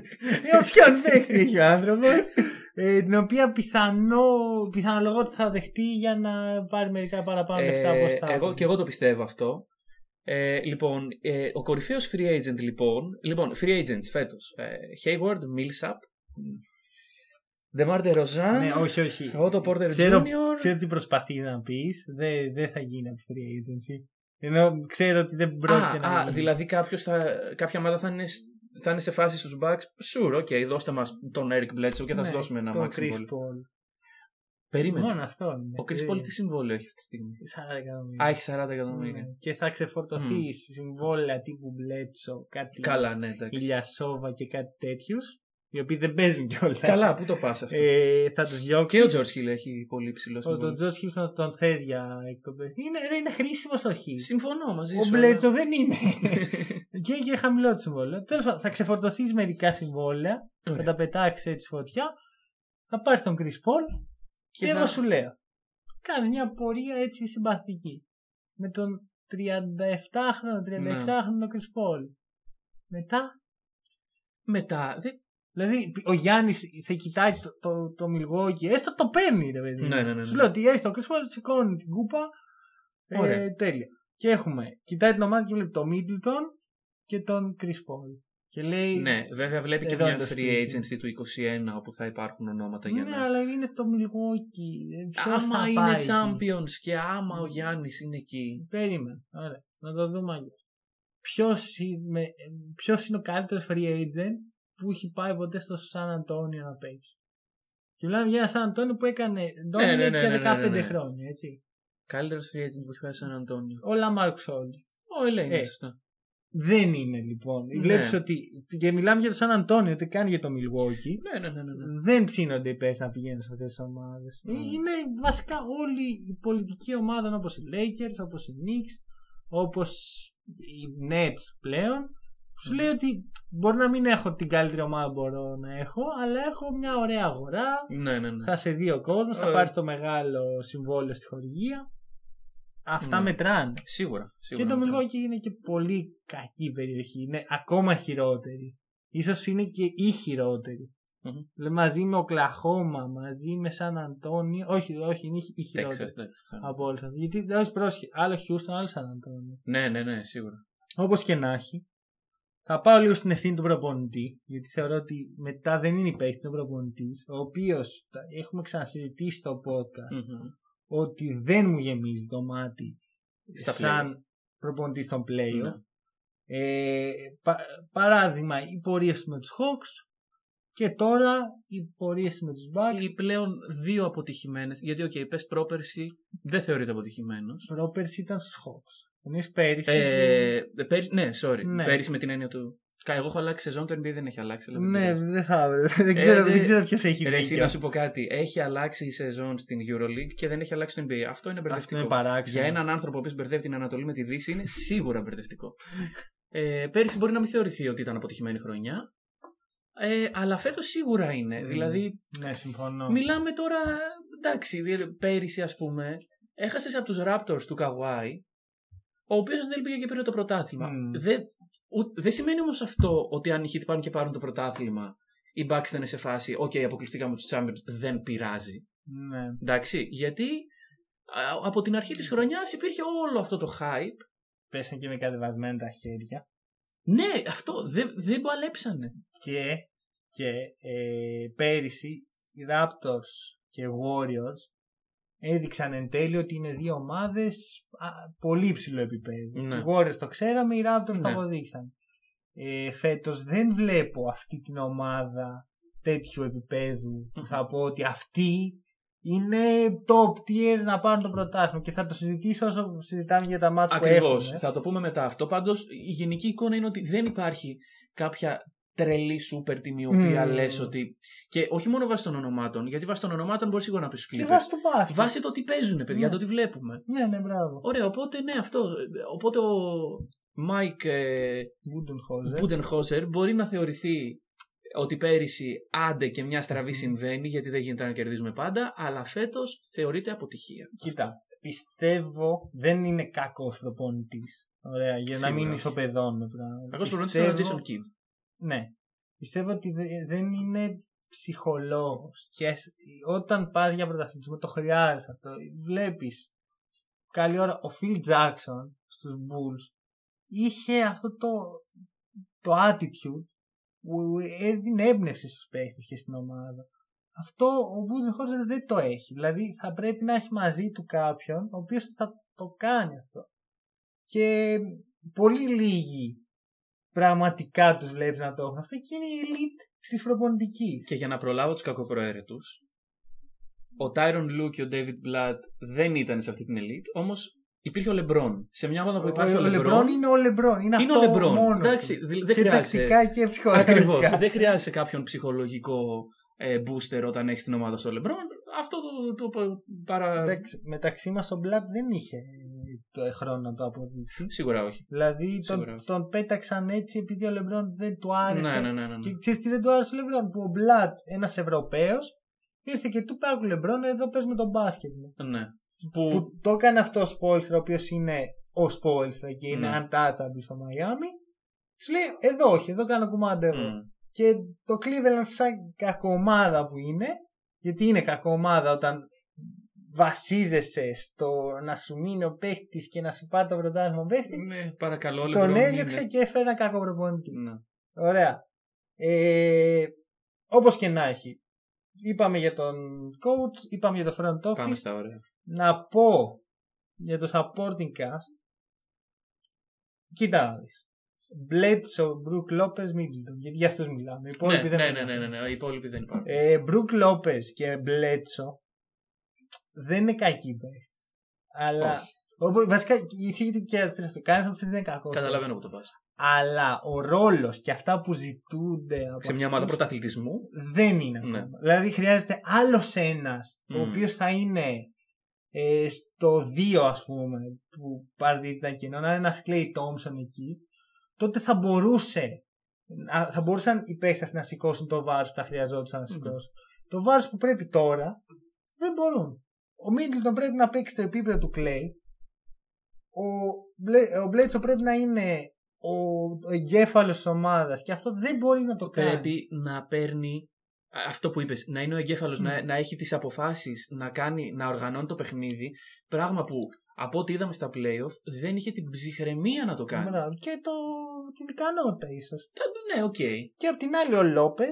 Speaker 1: Όποιον παίχτη έχει ο άνθρωπος. την οποία πιθανό, πιθανολογώ ότι θα δεχτεί για να πάρει μερικά παραπάνω λεφτά από
Speaker 2: Ε,
Speaker 1: στα.
Speaker 2: εγώ και εγώ το πιστεύω αυτό. Ε, λοιπόν, ε, ο κορυφαίος free agent λοιπόν. Λοιπόν, free agent φέτος. Ε, Hayward, Millsap, Demar DeRozan,
Speaker 1: Ναι, όχι, όχι.
Speaker 2: Otto Porter
Speaker 1: Ξέρω,
Speaker 2: Jr.
Speaker 1: ξέρω τι προσπαθεί να πεις. Δεν δε θα γίνει από τη free agency. Ενώ ξέρω ότι δεν πρόκειται να
Speaker 2: α, α,
Speaker 1: γίνει.
Speaker 2: δηλαδή κάποιος θα, κάποια ομάδα θα είναι, σ- θα είναι σε φάση στους Bucks. Sure, ok, δώστε μας τον Eric Bledsoe και θα
Speaker 1: Ναι,
Speaker 2: σας δώσουμε ένα
Speaker 1: τον
Speaker 2: Max
Speaker 1: Chris
Speaker 2: Ball.
Speaker 1: Paul.
Speaker 2: Περίμενε.
Speaker 1: Μόνο ναι. αυτό είναι.
Speaker 2: Ο Chris Paul τι συμβόλαιο έχει αυτή τη στιγμή.
Speaker 1: 40 εκατομμύρια.
Speaker 2: Α, έχει 40 εκατομμύρια.
Speaker 1: Ναι. Και θα ξεφορτωθεί συμβόλαια τύπου Μπλέτσο, κάτι
Speaker 2: Καλά, ναι, εντάξει.
Speaker 1: ηλιασόβα και κάτι τέτοιους. οι οποίοι δεν παίζουν κιόλας.
Speaker 2: Καλά, πού το πας αυτό.
Speaker 1: Ε, θα τους διώξεις.
Speaker 2: και ο George Hill έχει πολύ ψηλό
Speaker 1: Ο,
Speaker 2: συμβόλαιο.
Speaker 1: τον Τζορτ Χίλ θα τον θες για εκπομπέ. Είναι, ρε, είναι χρήσιμος ο Χίλ.
Speaker 2: Συμφωνώ μαζί
Speaker 1: Ο
Speaker 2: σου.
Speaker 1: Μπλέτσο δεν είναι. και για χαμηλό το συμβόλαιο. Τέλος πάντων, θα ξεφορτωθείς μερικά συμβόλαια,
Speaker 2: Ωραία.
Speaker 1: θα τα πετάξεις έτσι φωτιά, θα πάρεις τον Κρι Πολ και,
Speaker 2: Και
Speaker 1: εγώ
Speaker 2: να-
Speaker 1: σου λέω. Κάνει μια πορεία έτσι συμπαθητική. Με τον 37χρονο,
Speaker 2: Ναι.
Speaker 1: 36χρονο Κρι Πολ. Μετά,
Speaker 2: Μετά. δε-
Speaker 1: δηλαδή ο Γιάννης θα κοιτάει το, το, το Milwaukee, έστω το παίρνει ρε παιδί. μου.
Speaker 2: Ναι, ναι, ναι, ναι.
Speaker 1: Σου λέω ότι έρχεται ο Κρι Πολ, σηκώνει την κούπα. Ε,
Speaker 2: Ωραία.
Speaker 1: τέλεια. Και έχουμε, κοιτάει την ομάδα και βλέπει τον Middleton και τον Chris Paul. Και λέει,
Speaker 2: Ναι, βέβαια βλέπει και
Speaker 1: Εδώ
Speaker 2: μια
Speaker 1: είναι το
Speaker 2: free
Speaker 1: σπίτι.
Speaker 2: agency του 21 όπου θα υπάρχουν ονόματα για
Speaker 1: ναι,
Speaker 2: να.
Speaker 1: αλλά είναι στο Milwaukee. Ποιος
Speaker 2: Άμα
Speaker 1: θα
Speaker 2: είναι
Speaker 1: πάει εκεί?»
Speaker 2: champions και άμα ο Γιάννης είναι εκεί.
Speaker 1: Περίμενε. Ωραία. Να το δούμε αλλιώς. Ποιος είναι, ποιος είναι ο καλύτερος free agent που έχει πάει ποτέ στο Σαν Αντώνιο να παίξει. Και μιλάμε για ένα Σαν Αντώνιο που έκανε
Speaker 2: ναι,
Speaker 1: Ντόνιο
Speaker 2: ναι, ναι, ναι,
Speaker 1: για 15
Speaker 2: ναι, ναι.
Speaker 1: χρόνια, έτσι.
Speaker 2: Καλύτερος free agent που έχει πάει σαν Αντώνιο.
Speaker 1: Ο Λαμάρκ Σόλτ.
Speaker 2: Ο Ελένη,
Speaker 1: Ε.
Speaker 2: σωστά.
Speaker 1: Δεν είναι λοιπόν.
Speaker 2: Ναι.
Speaker 1: Βλέπεις ότι. Και μιλάμε για το Σαν Αντώνιο, ότι κάνει για το Milwaukee.
Speaker 2: Ναι, ναι, ναι, ναι. ναι.
Speaker 1: δεν ψήνονται οι παίκτες να πηγαίνουν σε αυτές τις ομάδες.
Speaker 2: Mm.
Speaker 1: Ε, Είναι βασικά όλη η πολιτική ομάδα όπως οι Lakers, όπως οι Knicks, όπως οι Nets πλέον. που Σου
Speaker 2: Mm.
Speaker 1: λέει ότι μπορεί να μην έχω την καλύτερη ομάδα που μπορώ να έχω, αλλά έχω μια ωραία αγορά.
Speaker 2: Ναι, ναι, ναι.
Speaker 1: Θα σε δει ο κόσμος, θα
Speaker 2: Ε.
Speaker 1: πάρει το μεγάλο συμβόλαιο στη χορηγία. Αυτά
Speaker 2: Ναι.
Speaker 1: μετράνε.
Speaker 2: Σίγουρα.
Speaker 1: Και
Speaker 2: σίγουρα
Speaker 1: το
Speaker 2: ναι.
Speaker 1: Milwaukee είναι και πολύ κακή περιοχή. Είναι ακόμα χειρότερη. Ίσως είναι και η χειροτερη
Speaker 2: Μμμ.
Speaker 1: Μαζί με Οκλαχώμα, μαζί με Σαν Αντώνιο. Όχι, όχι, είναι η χειρότερη.
Speaker 2: Τέξας, Τέξας, ναι.
Speaker 1: Από όλες αυτές. Γιατί δεν έχει πρόσχε. Άλλο Χιούστον, άλλο Σαν Αντώνιο.
Speaker 2: Ναι, ναι, ναι, σίγουρα.
Speaker 1: Όπως και να έχει. Θα πάω λίγο στην ευθύνη του προπονητή. Γιατί θεωρώ ότι μετά δεν είναι υπέχτη ο προπονητής. Ο οποίος έχουμε ξανασυζητήσει στο podcast
Speaker 2: Μμμ.
Speaker 1: ότι δεν μου γεμίζει το μάτι
Speaker 2: Στα
Speaker 1: σαν
Speaker 2: play-off.
Speaker 1: προπονητή στον playoff.
Speaker 2: Ναι.
Speaker 1: Ε, πα- παράδειγμα, οι πορείες του με τους Hawks και τώρα οι πορείες του με τους Bucks.
Speaker 2: Οι πλέον δύο αποτυχημένες. Γιατί, οκ, okay, πες πρόπερση δεν θεωρείται αποτυχημένος.
Speaker 1: Πρόπερση ήταν στους Hawks. Εμείς πέρυσι...
Speaker 2: Ε, πέρυσι- ναι, sorry.
Speaker 1: Ναι.
Speaker 2: Πέρυσι με την έννοια του. Κα, εγώ έχω αλλάξει σεζόν, το NBA δεν έχει αλλάξει. αλλά δεν
Speaker 1: ναι,
Speaker 2: πειράζει.
Speaker 1: δεν θα δεν ξέρω,
Speaker 2: ε, δε-
Speaker 1: δεν ξέρω ποιος έχει
Speaker 2: Ρε, εσύ
Speaker 1: δίκιο.
Speaker 2: να σου πω κάτι. Έχει αλλάξει η σεζόν στην Euroleague και δεν έχει αλλάξει το NBA. Αυτό είναι
Speaker 1: Αυτό
Speaker 2: μπερδευτικό.
Speaker 1: είναι παράξενο.
Speaker 2: Για έναν άνθρωπο που μπερδεύει την Ανατολή με τη Δύση είναι σίγουρα μπερδευτικό. ε, πέρυσι μπορεί να μην θεωρηθεί ότι ήταν αποτυχημένη χρονιά. Ε, αλλά φέτος σίγουρα είναι.
Speaker 1: Mm.
Speaker 2: Δηλαδή,
Speaker 1: Ναι, συμφωνώ.
Speaker 2: μιλάμε τώρα. Εντάξει, δηλαδή, πέρυσι ας πούμε, έχασες από τους Raptors του Καβάη, ο οποίος δεν πήγε και πήρε το πρωτάθλημα.
Speaker 1: Mm.
Speaker 2: Δεν ου- δεν σημαίνει όμως αυτό ότι αν οι Heat πάνε και πάρουν το πρωτάθλημα, οι Bucks θα είναι σε φάση, οκ, αποκλειστήκαμε τους Champions, δεν πειράζει.
Speaker 1: Ναι.
Speaker 2: Εντάξει, γιατί α, από την αρχή της χρονιάς υπήρχε όλο αυτό το hype.
Speaker 1: Πέσαν και με κατεβασμένα τα χέρια.
Speaker 2: Ναι, αυτό δεν, δεν παλέψανε.
Speaker 1: Και, και ε, πέρυσι οι Raptors και Warriors έδειξαν εν τέλει ότι είναι δύο ομάδες α, πολύ ψηλό επίπεδο.
Speaker 2: Ναι.
Speaker 1: Οι Warriors το ξέραμε, οι Raptors το
Speaker 2: Ναι.
Speaker 1: αποδείξαν. Ε, φέτος δεν βλέπω αυτή την ομάδα τέτοιου επίπεδου που θα πω ότι αυτοί είναι top tier να πάρουν το πρωτάθλημα και θα το συζητήσω όσο συζητάμε για τα μάτια που
Speaker 2: Ακριβώς.
Speaker 1: έχουμε.
Speaker 2: Θα το πούμε μετά αυτό. Πάντως, η γενική εικόνα είναι ότι δεν υπάρχει κάποια τρελή σούπερ τιμή, η οποία
Speaker 1: Mm.
Speaker 2: λες ότι. Και όχι μόνο βάσει των ονομάτων, γιατί βάσει των ονομάτων μπορείς σίγουρα να πεις
Speaker 1: Και
Speaker 2: κλείπε.
Speaker 1: βάσει το μπάσκετ.
Speaker 2: Βάσει το τι παίζουν, παιδιά,
Speaker 1: Ναι.
Speaker 2: το τι βλέπουμε.
Speaker 1: Ναι, ναι, μπράβο.
Speaker 2: Ωραία, οπότε ναι, αυτό. Οπότε ο Μάικ ε,
Speaker 1: Budenholzer.
Speaker 2: Μπούντενχόζερ μπορεί να θεωρηθεί ότι πέρυσι άντε και μια στραβή συμβαίνει γιατί δεν γίνεται να κερδίζουμε πάντα, αλλά φέτος θεωρείται αποτυχία.
Speaker 1: Κοίτα, πιστεύω δεν είναι κακό προπονητή. Ωραία, για να
Speaker 2: Σίγουρα
Speaker 1: μην
Speaker 2: όχι.
Speaker 1: ισοπεδώνουμε πράγματα.
Speaker 2: Κακό προπονητή
Speaker 1: Πιστεύω-
Speaker 2: ήταν ο Jason Kidd.
Speaker 1: Ναι. Πιστεύω ότι δε- δεν είναι ψυχολόγος. Και σ- όταν πας για πρωταθλητισμό, το χρειάζεσαι αυτό. Βλέπεις. Καλή ώρα. Ο Φιλ Τζάξον στους Bulls είχε αυτό το, το attitude που έδινε έμπνευση στους παίχτες και στην ομάδα. Αυτό ο Μπούντενχόλτζερ δεν το έχει. Δηλαδή θα πρέπει να έχει μαζί του κάποιον ο οποίος θα το κάνει αυτό. Και πολύ λίγοι πραγματικά τους βλέπεις να το έχουν αυτό και είναι η elite της προπονητικής.
Speaker 2: Και για να προλάβω τους κακοπροαίρετους, ο Tyron Lue και ο David Blatt δεν ήταν σε αυτή την elite, όμως υπήρχε ο Λεμπρόν. Σε μια ομάδα που υπάρχει
Speaker 1: ε, Ο
Speaker 2: ο,
Speaker 1: Λεμπρόν
Speaker 2: Λεμπρόν.
Speaker 1: είναι ο Λεμπρόν. Είναι,
Speaker 2: Είναι
Speaker 1: αυτό
Speaker 2: ο Λεμπρόν.
Speaker 1: μόνος
Speaker 2: Εντάξει,
Speaker 1: του.
Speaker 2: δε- δεν
Speaker 1: και
Speaker 2: χρειάζεται.
Speaker 1: τακτικά και ψυχολογικά.
Speaker 2: Ακριβώς. Δεν χρειάζεσαι κάποιον ψυχολογικό ε, booster όταν έχεις την ομάδα στο Λεμπρόν. Αυτό το, το, πα- παρα...
Speaker 1: Εντάξει, μεταξύ μας ο Μπλατ δεν είχε ε, το χρόνο να το αποδείξει.
Speaker 2: Σίγουρα όχι.
Speaker 1: Δηλαδή
Speaker 2: Σίγουρα.
Speaker 1: τον, τον πέταξαν έτσι επειδή ο Λεμπρόν δεν του
Speaker 2: Ναι,
Speaker 1: άρεσε.
Speaker 2: ναι, ναι. ναι, ναι.
Speaker 1: Και ξέρεις τι δεν του άρεσε ο Λεμπρόν. Που ο Μπλατ, ένας Ευρωπαίος, ήρθε και του πάγου Λεμπρόν, ε, εδώ παίζουμε τον μπάσκετ. μου».
Speaker 2: ναι. Που...
Speaker 1: Που το έκανε αυτό ο Σπόλστρα, ο οποίος είναι ο Σπόλστρα και είναι
Speaker 2: Ναι.
Speaker 1: untouchable στο Μαϊάμι. Τους λέει: Εδώ όχι, εδώ κάνω κουμάντα εγώ.
Speaker 2: Μμ.
Speaker 1: Και το Cleveland σαν κακομάδα που είναι, γιατί είναι κακομάδα όταν βασίζεσαι στο να σου μείνει ο παίχτη και να σου πάρει το πρωτάθλημα ο παίχτη,
Speaker 2: Ναι, παρακαλώ. ο
Speaker 1: τον
Speaker 2: Λεμπρόν
Speaker 1: έδιωξε
Speaker 2: είναι-
Speaker 1: και έφερε ένα κακό προπονητή.
Speaker 2: Ναι.
Speaker 1: Ωραία. Ε, Όπως και να έχει. Είπαμε για τον coach, είπαμε για το front office.
Speaker 2: Πάμε στα ωραία.
Speaker 1: Να πω για το supporting cast. Κοίτα να δεις. Bledsoe, Brook Lopez, Middleton. Γιατί για αυτούς μιλάμε. Οι
Speaker 2: Ναι,
Speaker 1: υπόλοιποι
Speaker 2: ναι,
Speaker 1: δεν
Speaker 2: ναι, ναι,
Speaker 1: μιλάμε.
Speaker 2: ναι, ναι, Οι υπόλοιποι δεν υπάρχουν.
Speaker 1: Ε, Brook Lopez και Bledsoe δεν είναι κακοί παίκτες. Αλλά
Speaker 2: Όχι.
Speaker 1: όπως, βασικά ισχύει και αυτό. Κανένας από αυτούς δεν είναι κακός.
Speaker 2: Καταλαβαίνω που το πας.
Speaker 1: Αλλά ο ρόλος και αυτά που ζητούνται από
Speaker 2: Σε μια ομάδα πρωταθλητισμού.
Speaker 1: δεν είναι αυτό.
Speaker 2: Ναι.
Speaker 1: Δηλαδή χρειάζεται άλλος ένας ο
Speaker 2: Μμμ.
Speaker 1: οποίος θα είναι ε, στο 2, ας πούμε, που πάρει τα κοινό, να είναι ένας Clay Thompson εκεί, τότε θα μπορούσε. να- Θα μπορούσαν οι παίχτε να σηκώσουν το βάρος που θα χρειαζόταν να
Speaker 2: Μμμ.
Speaker 1: σηκώσουν. Το βάρος που πρέπει τώρα δεν μπορούν. Ο Μίτλτον πρέπει να παίξει στο επίπεδο του Clay. Ο, Μπλε, ο Μπλέτσο πρέπει να είναι ο, ο εγκέφαλος της ομάδας και αυτό δεν μπορεί να το κάνει.
Speaker 2: πρέπει να παίρνει α, αυτό που είπες, να είναι ο εγκέφαλος,
Speaker 1: Mm.
Speaker 2: να, να έχει τις αποφάσεις, να, κάνει, να οργανώνει το παιχνίδι, πράγμα που από ό,τι είδαμε στα playoff δεν είχε την ψυχραιμία να το κάνει.
Speaker 1: Μπράβο. Και το, την ικανότητα ίσως.
Speaker 2: Τα- Ναι, οκ.
Speaker 1: Και απ' την άλλη ο Λόπες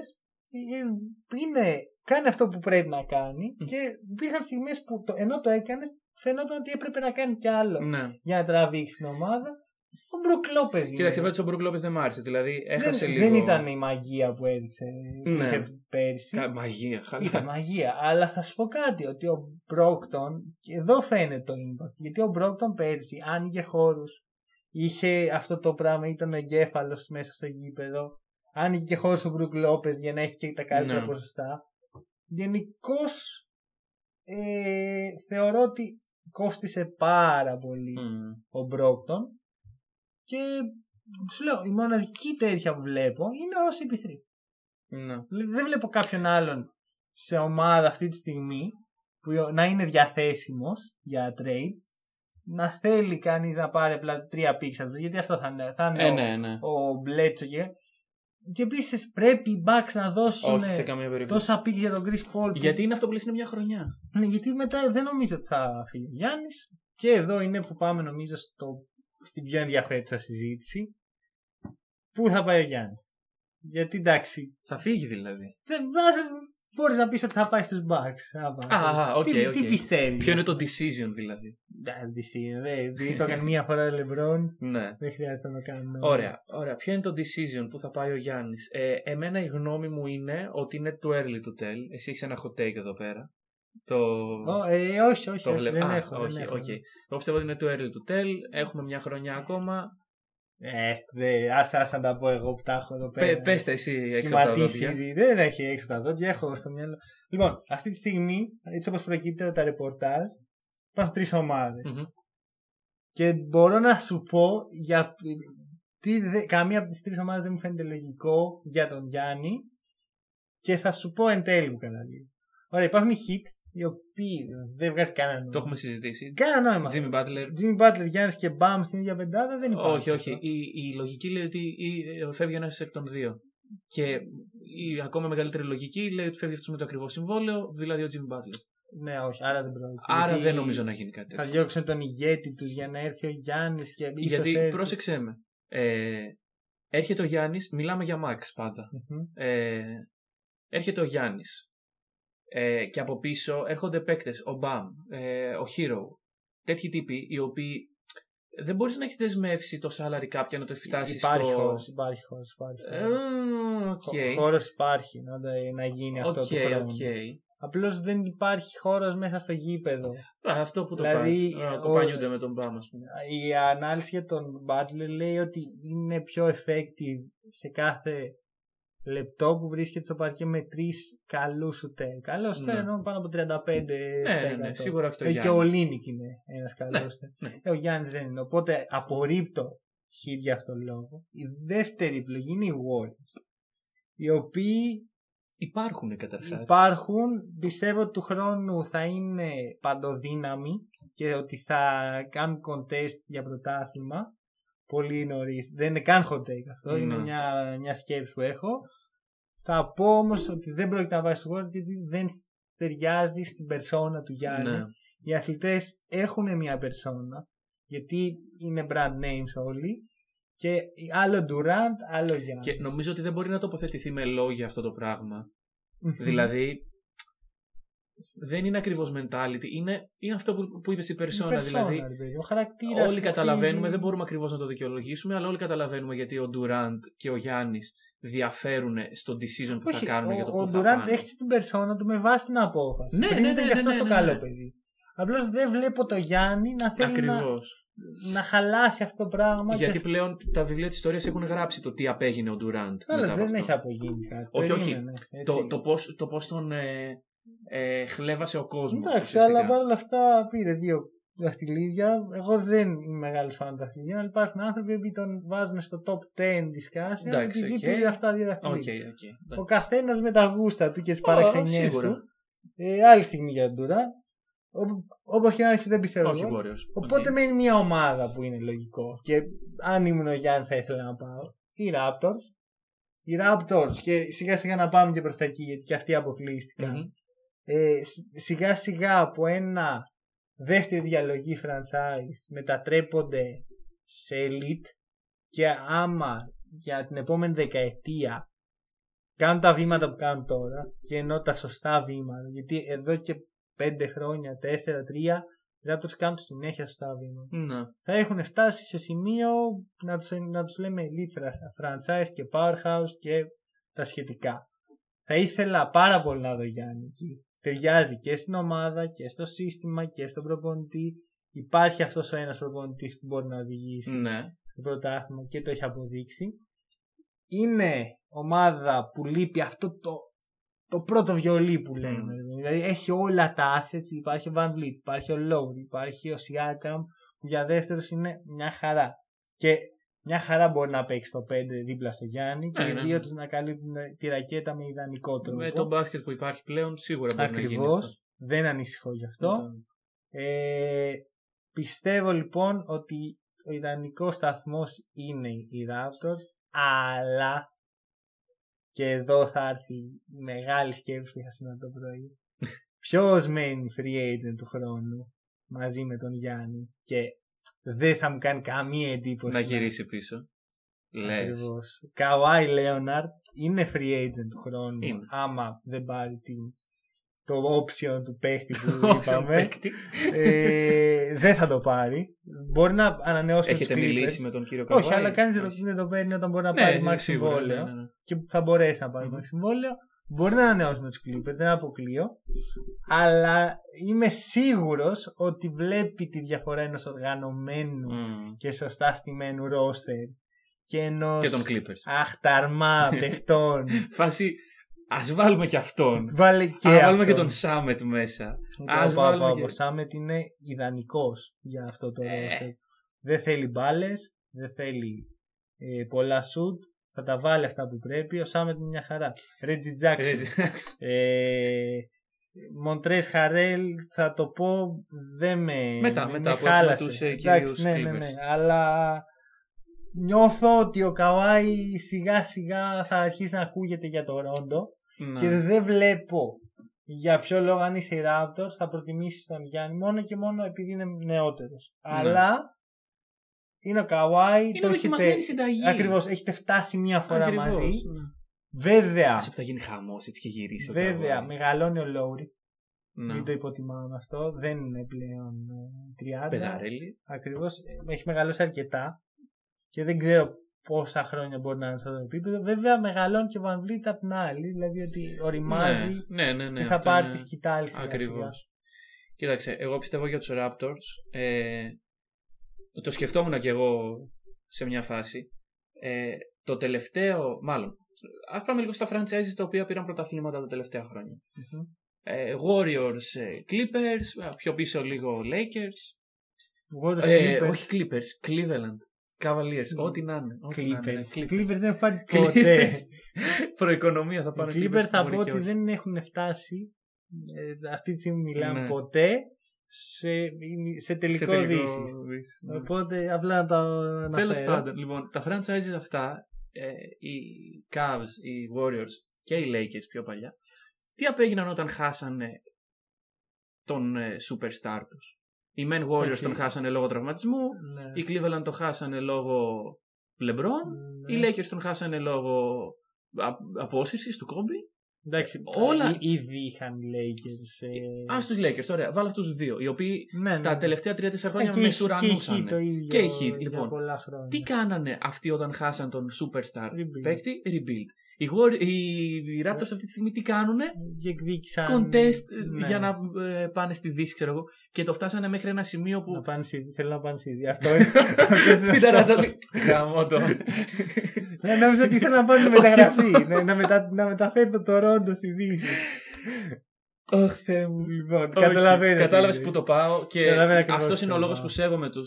Speaker 1: είναι, κάνει αυτό που πρέπει να κάνει
Speaker 2: Μμ.
Speaker 1: και υπήρχαν στιγμές που το, ενώ το έκανες φαινόταν ότι έπρεπε να κάνει κι άλλο
Speaker 2: Ναι.
Speaker 1: για να τραβήξεις την ομάδα. Ο Μπρουκ Λόπες είναι.
Speaker 2: Κοίταξε, φέτος ο Μπρουκ Λόπες δεν μ' άρεσε, δηλαδή έχασε
Speaker 1: δεν,
Speaker 2: λίγο...
Speaker 1: δεν ήταν η μαγεία που έδειξε που
Speaker 2: Ναι.
Speaker 1: είχε πέρσι.
Speaker 2: Κα- Μαγεία, χαλά.
Speaker 1: Ήταν μαγεία. Αλλά θα σου πω κάτι, ότι ο Μπρόκτον, και εδώ φαίνεται το impact, γιατί ο Μπρόκτον πέρσι άνοιγε χώρους, είχε αυτό το πράγμα, ήταν ο εγκέφαλος μέσα στο γήπεδο, άνοιγε και χώρους ο Μπρουκ Λόπες για να έχει και τα καλύτερα
Speaker 2: Ναι.
Speaker 1: ποσοστά. Γενικώς ε, θεωρώ ότι κόστησε πάρα πολύ
Speaker 2: Μμ.
Speaker 1: ο Μπρόκτον και σου λέω, η μοναδική τέτοια που βλέπω είναι ο CP3.
Speaker 2: Ναι.
Speaker 1: Δηλαδή, δεν βλέπω κάποιον άλλον σε ομάδα αυτή τη στιγμή που να είναι διαθέσιμος για trade να θέλει κανείς να πάρει απλά τρία πίξ από τους, γιατί αυτό θα είναι, θα είναι
Speaker 2: Ε,
Speaker 1: ο,
Speaker 2: ναι, ναι.
Speaker 1: ο Μπλέτσο και και επίσης πρέπει οι Bucks να δώσουν
Speaker 2: Όχι σε καμία περίπτωση.
Speaker 1: τόσα πίξ για τον Chris Paul που-
Speaker 2: Γιατί είναι αυτό που λες είναι μια χρονιά.
Speaker 1: Ναι, γιατί μετά δεν νομίζω ότι θα φύγει ο Γιάννης και εδώ είναι που πάμε νομίζω στο, στην πιο ενδιαφέρουσα συζήτηση πού θα πάει ο Γιάννης γιατί εντάξει
Speaker 2: Θα φύγει δηλαδή.
Speaker 1: δεν μπορείς να πεις ότι θα πάει στους Bucks. άμα.
Speaker 2: Α, οκ,
Speaker 1: τι,
Speaker 2: οκ.
Speaker 1: τι πιστεύεις.
Speaker 2: Ποιο είναι το decision δηλαδή.
Speaker 1: Επειδή το έκανε μία φορά ο Λεμπρόν,
Speaker 2: Ναι.
Speaker 1: δεν χρειάζεται να το κάνω.
Speaker 2: Ωραία, ωραία. Ποιο είναι το decision που θα πάει ο Γιάννης. Ε, εμένα η γνώμη μου είναι ότι είναι too early to tell. Εσύ έχεις ένα hot take εδώ πέρα. Το.
Speaker 1: Ω, ε, όχι, όχι,
Speaker 2: το
Speaker 1: όχι,
Speaker 2: βλέπω.
Speaker 1: δεν
Speaker 2: Α,
Speaker 1: έχω.
Speaker 2: όχι,
Speaker 1: δεν έχω. ναι.
Speaker 2: οκ. Εγώ πιστεύω ότι είναι too early to tell. Έχουμε μια χρονιά ακόμα.
Speaker 1: Ε, δε, άσε, άσε να τα πω εγώ που τα έχω εδώ πέρα.
Speaker 2: Πες τα εσύ έξω από τα
Speaker 1: Σχηματίσει
Speaker 2: δόντια.
Speaker 1: ήδη. Δεν έχει έξω τα δόντια, έχω στο μυαλό. Λοιπόν, αυτή τη στιγμή, έτσι όπως προκύπτει από τα ρεπορτάζ, υπάρχουν τρεις ομάδες.
Speaker 2: Μμμ.
Speaker 1: Και μπορώ να σου πω για τι δε- καμία από τις τρεις ομάδες δεν μου φαίνεται λογικό για τον Γιάννη και θα σου πω εν τέλει που καταλήγει. Ωραία, υπάρχουν οι hit οι οποίοι δεν βγάζει κανένα νόημα.
Speaker 2: Το έχουμε συζητήσει.
Speaker 1: Κανένα νόημα.
Speaker 2: Jimmy Butler.
Speaker 1: Jimmy Butler, Γιάννης και Μπαμ στην ίδια πεντάδα δεν υπάρχει.
Speaker 2: Όχι, όχι. Η, η λογική λέει ότι ή- ε, φεύγει ένας εκ των δύο. Και η ακόμα μεγαλύτερη λογική λέει ότι φεύγει αυτός με το ακριβό συμβόλαιο, δηλαδή ο Jimmy Butler.
Speaker 1: Ναι, όχι, άρα δεν πρόκειται.
Speaker 2: Άρα
Speaker 1: Γιατί
Speaker 2: δεν νομίζω να γίνει κάτι τέτοιο.
Speaker 1: Θα διώξουν τον ηγέτη τους για να έρθει ο Γιάννης και ίσως
Speaker 2: Γιατί
Speaker 1: έρθει.
Speaker 2: πρόσεξε με. Ε, έρχεται ο Γιάννης, μιλάμε για Max πάντα.
Speaker 1: Μμμ.
Speaker 2: Ε, έρχεται ο Γιάννης. Ε, και από πίσω έρχονται παίκτες, ο Μπαμ, ε, ο Hero. Τέτοιοι τύποι οι οποίοι δεν μπορείς να έχεις δεσμεύσει το salary κάποια να το φτάσει
Speaker 1: Υπάρχει
Speaker 2: στο.
Speaker 1: χώρος, υπάρχει χώρος, υπάρχει
Speaker 2: Ε,
Speaker 1: χώρος.
Speaker 2: οκ.
Speaker 1: Χώρος υπάρχει να, να γίνει αυτό
Speaker 2: Οκ,
Speaker 1: το χρόνο.
Speaker 2: οκ.
Speaker 1: Απλώς δεν υπάρχει χώρος μέσα στο γήπεδο.
Speaker 2: Α, αυτό που το
Speaker 1: Δηλαδή,
Speaker 2: πας, να
Speaker 1: ο-
Speaker 2: κοπανιούνται με τον Μπάμ, ας πούμε.
Speaker 1: Η ανάλυση για τον Butler λέει ότι είναι πιο effective σε κάθε λεπτό που βρίσκεται στο παρκέ με τρεις καλούς σουτέρ. Καλό σουτέρ
Speaker 2: Ναι.
Speaker 1: εννοώ πάνω από 35.
Speaker 2: Ναι, ναι, ναι, σίγουρα όχι το
Speaker 1: Ε, και ο
Speaker 2: Γιάννη.
Speaker 1: Λίνικ είναι ένας καλός
Speaker 2: Ναι,
Speaker 1: σουτέρ.
Speaker 2: ναι.
Speaker 1: Ε, ο Γιάννης δεν είναι. Οπότε απορρίπτω χιτ για αυτόν τον λόγο. Η δεύτερη επιλογή είναι οι Warriors. Οι οποίοι
Speaker 2: Υπάρχουν καταρχάς.
Speaker 1: Υπάρχουν. Πιστεύω ότι του χρόνου θα είναι παντοδύναμοι και ότι θα κάνουν contest για πρωτάθλημα. Πολύ νωρίς. Δεν είναι καν hot take αυτό.
Speaker 2: Ναι.
Speaker 1: Είναι μια, μια σκέψη που έχω. Θα πω όμως ότι δεν πρόκειται να πάει στο World γιατί δεν ταιριάζει στην περσόνα του Γιάννη.
Speaker 2: Ναι.
Speaker 1: Οι αθλητές έχουν μια περσόνα γιατί είναι brand names όλοι. Και άλλο Durant, άλλο Γιάννη.
Speaker 2: Και νομίζω ότι δεν μπορεί να τοποθετηθεί με λόγια αυτό το πράγμα.
Speaker 1: Μμμ.
Speaker 2: Δηλαδή, δεν είναι ακριβώς mentality. Είναι, είναι αυτό που, που είπες η
Speaker 1: Η
Speaker 2: περσόνα.
Speaker 1: persona,
Speaker 2: Δηλαδή,
Speaker 1: ρε παιδί, ο χαρακτήρας
Speaker 2: όλοι
Speaker 1: που
Speaker 2: καταλαβαίνουμε,
Speaker 1: χτίζει.
Speaker 2: δεν μπορούμε ακριβώς να το δικαιολογήσουμε, αλλά όλοι καταλαβαίνουμε γιατί ο Ντουραντ και ο Γιάννης διαφέρουν στον decision που
Speaker 1: Όχι,
Speaker 2: θα κάνουμε
Speaker 1: ο,
Speaker 2: για το
Speaker 1: ο
Speaker 2: που θα
Speaker 1: Ντουράντ
Speaker 2: πάνε.
Speaker 1: έχτισε την περσόνα του με βάση την απόφαση.
Speaker 2: Ναι,
Speaker 1: Πριν
Speaker 2: ναι,
Speaker 1: ήταν
Speaker 2: ναι,
Speaker 1: και αυτό
Speaker 2: ναι,
Speaker 1: το
Speaker 2: ναι,
Speaker 1: καλό
Speaker 2: ναι.
Speaker 1: παιδί. Απλώς δεν βλέπω το Γιάννη να θέλει να,
Speaker 2: Ακριβώς.
Speaker 1: να χαλάσει αυτό το πράγμα.
Speaker 2: Γιατί
Speaker 1: και...
Speaker 2: πλέον τα βιβλία της ιστορίας έχουν γράψει το τι απέγινε ο Ντουραντ.
Speaker 1: Καλά, δεν έχει απογίνει κάτι.
Speaker 2: Όχι, όχι.
Speaker 1: Περίμενε, έτσι.
Speaker 2: Το, το πώς το πώς τον ε, ε, χλέβασε ο κόσμος.
Speaker 1: Εντάξει, αλλά παρόλα αυτά πήρε δύο δαχτυλίδια. Εγώ δεν είμαι μεγάλος φαν δαχτυλίδιων, αλλά υπάρχουν άνθρωποι που τον βάζουν στο top 10 της κάση.
Speaker 2: Εντάξει,
Speaker 1: Επειδή
Speaker 2: οκ.
Speaker 1: πήρε αυτά δύο
Speaker 2: Οκ,
Speaker 1: δαχτυλίδια.
Speaker 2: οκ.
Speaker 1: Ο καθένας με τα γούστα του και τις
Speaker 2: Ω,
Speaker 1: παραξενιές
Speaker 2: Ναι. σίγουρα.
Speaker 1: του. Ε, άλλη στιγμή για τον Τουράν. Όπως και να έχει, δεν πιστεύω.
Speaker 2: Όχι
Speaker 1: εγώ.
Speaker 2: Warriors.
Speaker 1: Οπότε
Speaker 2: Οκ.
Speaker 1: μένει μια ομάδα που είναι λογικό. Και αν ήμουν ο Γιάννης, θα ήθελα να πάω. Οι Raptors. Οι Raptors. Και σιγά σιγά να πάμε και προς τα εκεί, γιατί και αυτοί αποκλείστηκαν.
Speaker 2: Μμμ.
Speaker 1: Ε, σ- σιγά σιγά από ένα δεύτερη διαλογή franchise μετατρέπονται σε elite και άμα για την επόμενη δεκαετία κάνουν τα βήματα που κάνουν τώρα και ενώ τα σωστά βήματα γιατί εδώ και πέντε χρόνια, τέσσερα, τρία οι Raptors κάνουν συνέχεια σωστά βήματα
Speaker 2: Ναι.
Speaker 1: θα έχουν φτάσει σε σημείο να τους, να τους λέμε elite fra- franchise και powerhouse και τα σχετικά. Θα ήθελα πάρα πολύ να δω Γιάννη εκεί. Ταιριάζει και στην ομάδα και στο σύστημα και στον προπονητή. Υπάρχει αυτός ο ένας προπονητής που μπορεί να οδηγήσει
Speaker 2: Ναι.
Speaker 1: στο πρωτάθλημα και το έχει αποδείξει. Είναι ομάδα που λείπει αυτό το, το πρώτο βιολί που
Speaker 2: Mm.
Speaker 1: λέμε. Δηλαδή έχει όλα τα assets. Υπάρχει ο Van Vliet, υπάρχει ο Lowry, υπάρχει ο Siakam που για δεύτερος είναι μια χαρά. Και μια χαρά μπορεί να παίξει το 5 δίπλα στο Γιάννη και
Speaker 2: Ναι,
Speaker 1: οι
Speaker 2: ναι,
Speaker 1: δύο
Speaker 2: ναι.
Speaker 1: τους να καλύπτουν τη ρακέτα με ιδανικό τρόπο.
Speaker 2: Με το μπάσκετ που υπάρχει πλέον σίγουρα μπορεί να γίνει αυτό. Ναι,
Speaker 1: Ακριβώς. Δεν ανησυχώ γι' αυτό. Ε, πιστεύω λοιπόν ότι ο ιδανικός σταθμός είναι οι Raptors, αλλά και εδώ θα έρθει η μεγάλη σκέψη που είχα σήμερα το πρωί. Ποιος μένει free agent του χρόνου μαζί με τον Γιάννη και δεν θα μου κάνει καμία εντύπωση.
Speaker 2: Να γυρίσει πίσω. Λες.
Speaker 1: Ακριβώς. Καουάι Λέοναρτ είναι free agent του χρόνου.
Speaker 2: Είναι.
Speaker 1: Άμα δεν πάρει την, το option του παίχτη που είπαμε ε, δεν θα το πάρει. Μπορεί να ανανεώσει με τους
Speaker 2: Έχετε
Speaker 1: Clippers.
Speaker 2: μιλήσει με τον κύριο Καβάη.
Speaker 1: Όχι, αλλά κανεί
Speaker 2: Όχι.
Speaker 1: δεν το παίρνει όταν μπορεί να
Speaker 2: Ναι,
Speaker 1: πάρει
Speaker 2: ναι,
Speaker 1: max
Speaker 2: σίγουρα, ναι,
Speaker 1: συμβόλαιο.
Speaker 2: ναι, ναι.
Speaker 1: Και θα μπορέσει να πάρει
Speaker 2: Μμμ.
Speaker 1: max συμβόλαιο. Μπορεί να ανανεώσει με τους Clippers, δεν αποκλείω. Αλλά είμαι σίγουρος ότι βλέπει τη διαφορά ενός οργανωμένου
Speaker 2: Μμμ.
Speaker 1: και σωστά στημένου ρόστερ και ενός
Speaker 2: Και τον Clippers.
Speaker 1: αχταρμά παιχτών.
Speaker 2: Φάση, ας βάλουμε και αυτόν.
Speaker 1: Βάλε και
Speaker 2: Ας βάλουμε και
Speaker 1: αυτόν.
Speaker 2: τον Σάμετ μέσα.
Speaker 1: Α
Speaker 2: Ας
Speaker 1: βάλουμε.
Speaker 2: βάλουμε
Speaker 1: Ο
Speaker 2: και-
Speaker 1: Σάμετ είναι ιδανικός για αυτό το
Speaker 2: Ε.
Speaker 1: ρόστερ. Δεν θέλει μπάλες, δεν θέλει ε, πολλά σουτ. Θα τα βάλει αυτά που πρέπει. Ο Σάμετ είναι μια χαρά. Ρέτζι Τζάξον. Ε, Μοντρέ Χαρέλ, θα το πω, δεν με.
Speaker 2: Μετά,
Speaker 1: με,
Speaker 2: μετά
Speaker 1: με
Speaker 2: που έχουμε
Speaker 1: χάλασες.
Speaker 2: τους, ε,
Speaker 1: Εντάξει,
Speaker 2: κυρίους
Speaker 1: ναι, ναι, ναι,
Speaker 2: Clippers.
Speaker 1: αλλά νιώθω ότι ο Καουάι σιγά σιγά θα αρχίσει να ακούγεται για το Ρόντο.
Speaker 2: Ναι.
Speaker 1: Και δεν βλέπω για ποιο λόγο αν είσαι οι Raptors θα προτιμήσεις τον Γιάννη μόνο και μόνο επειδή είναι νεότερος. Αλλά είναι ο Καουάι,
Speaker 2: Ναι. Είναι
Speaker 1: το έχετε.
Speaker 2: δοκιμασμένη συνταγή.
Speaker 1: Ακριβώς, έχετε φτάσει μία φορά
Speaker 2: Ακριβώς,
Speaker 1: μαζί.
Speaker 2: ναι.
Speaker 1: Βέβαια,
Speaker 2: Άσε που θα γίνει χαμός έτσι και γυρίσει. ο
Speaker 1: βέβαια,
Speaker 2: Καβάη.
Speaker 1: μεγαλώνει ο Λόουρι.
Speaker 2: Ναι.
Speaker 1: Μην το υποτιμάμε αυτό. Δεν είναι πλέον ε, 30.
Speaker 2: Πεδαρέλη.
Speaker 1: Ακριβώς, έχει μεγαλώσει αρκετά και δεν ξέρω πόσα χρόνια μπορεί να είναι σε αυτό το επίπεδο. Βέβαια, μεγαλώνει και ο Van Vliet απ' την άλλη. Δηλαδή ότι οριμάζει
Speaker 2: ναι, ναι, ναι,
Speaker 1: και θα
Speaker 2: αυτό
Speaker 1: πάρει
Speaker 2: είναι-
Speaker 1: τη σκητάλη σιγά
Speaker 2: Ακριβώ.
Speaker 1: σιγά.
Speaker 2: Κοίταξε, εγώ πιστεύω για τους Raptors. Ε, το σκεφτόμουν κι εγώ σε μια φάση. Ε, το τελευταίο, μάλλον. Ας πάμε λίγο στα franchises τα οποία πήραν πρωταθλήματα τα τελευταία χρόνια.
Speaker 1: Μμμ.
Speaker 2: Ε, Warriors, ε, Clippers, ε, πιο πίσω λίγο Lakers.
Speaker 1: Warriors,
Speaker 2: Ε,
Speaker 1: Clippers.
Speaker 2: όχι Clippers, Cleveland. Cavaliers,
Speaker 1: Mm.
Speaker 2: ό,τι να είναι. ό,τι να είναι,
Speaker 1: Clippers.
Speaker 2: Clippers.
Speaker 1: Clippers δεν έχουν πάρει
Speaker 2: Clippers.
Speaker 1: ποτέ.
Speaker 2: Προοικονομία θα πάνε.
Speaker 1: Οι Clippers θα
Speaker 2: μπορεί
Speaker 1: πω
Speaker 2: και
Speaker 1: ότι
Speaker 2: όχι.
Speaker 1: δεν έχουν φτάσει ε, αυτή τη στιγμή μιλάμε
Speaker 2: Ναι.
Speaker 1: ποτέ σε, σε
Speaker 2: Σε
Speaker 1: τελικό,
Speaker 2: τελικό
Speaker 1: δύσεις.
Speaker 2: δύσεις, ναι.
Speaker 1: Οπότε απλά να το αναφέρω.
Speaker 2: Τέλος πάντων, λοιπόν, τα franchises αυτά, ε, οι Cavs, οι Warriors και οι Lakers πιο παλιά, τι απέγιναν όταν χάσανε τον ε, superstar τους. Οι Men Warriors
Speaker 1: Όχι.
Speaker 2: τον χάσανε λόγω τραυματισμού,
Speaker 1: Ναι.
Speaker 2: οι Cleveland τον χάσανε λόγω LeBron,
Speaker 1: Ναι.
Speaker 2: οι Lakers τον χάσανε λόγω α- απόσυρσης του Kobe.
Speaker 1: Εντάξει,
Speaker 2: όλα-
Speaker 1: ή- ήδη είχαν οι Lakers. ε,
Speaker 2: Α τους Lakers, ωραία, βάλω αυτούς τους δύο, οι οποίοι
Speaker 1: ναι, ναι.
Speaker 2: τα τελευταία 3-4
Speaker 1: Ε,
Speaker 2: χρόνια
Speaker 1: και οι-
Speaker 2: μεσουρανούσαν.
Speaker 1: Και οι Heat το ίδιο
Speaker 2: Και οι Heat,
Speaker 1: για
Speaker 2: λοιπόν.
Speaker 1: πολλά χρόνια.
Speaker 2: Τι κάνανε αυτοί όταν χάσαν τον superstar
Speaker 1: Rebuild.
Speaker 2: παίκτη, rebuild. Οι, Warri- οι- οι Raptors αυτή τη στιγμή τι κάνουνε,
Speaker 1: Διεκδίκησαν...
Speaker 2: contest
Speaker 1: ναι,
Speaker 2: για να ε, πάνε στη Δύση, ξέρω εγώ. Και το φτάσανε μέχρι ένα σημείο
Speaker 1: να
Speaker 2: που.
Speaker 1: πάνε στη- Θέλω να πάνε στη Αυτό είναι. αυτός είναι ο
Speaker 2: Στην
Speaker 1: στόχος.
Speaker 2: Ανατολή. Γαμώ το.
Speaker 1: Ναι, νόμιζα ότι ήθελα να πάρει μεταγραφή. ναι, να, μετα... να μεταφέρει το Τορόντο στη Δύση.
Speaker 2: Αχ, Θεέ μου.
Speaker 1: Λοιπόν, καταλαβαίνετε.
Speaker 2: Κατάλαβες που το πάω και
Speaker 1: Καταλαβαίνω ακριβώς
Speaker 2: αυτός είναι ο
Speaker 1: που
Speaker 2: λόγος
Speaker 1: πάω.
Speaker 2: που σέβομαι τους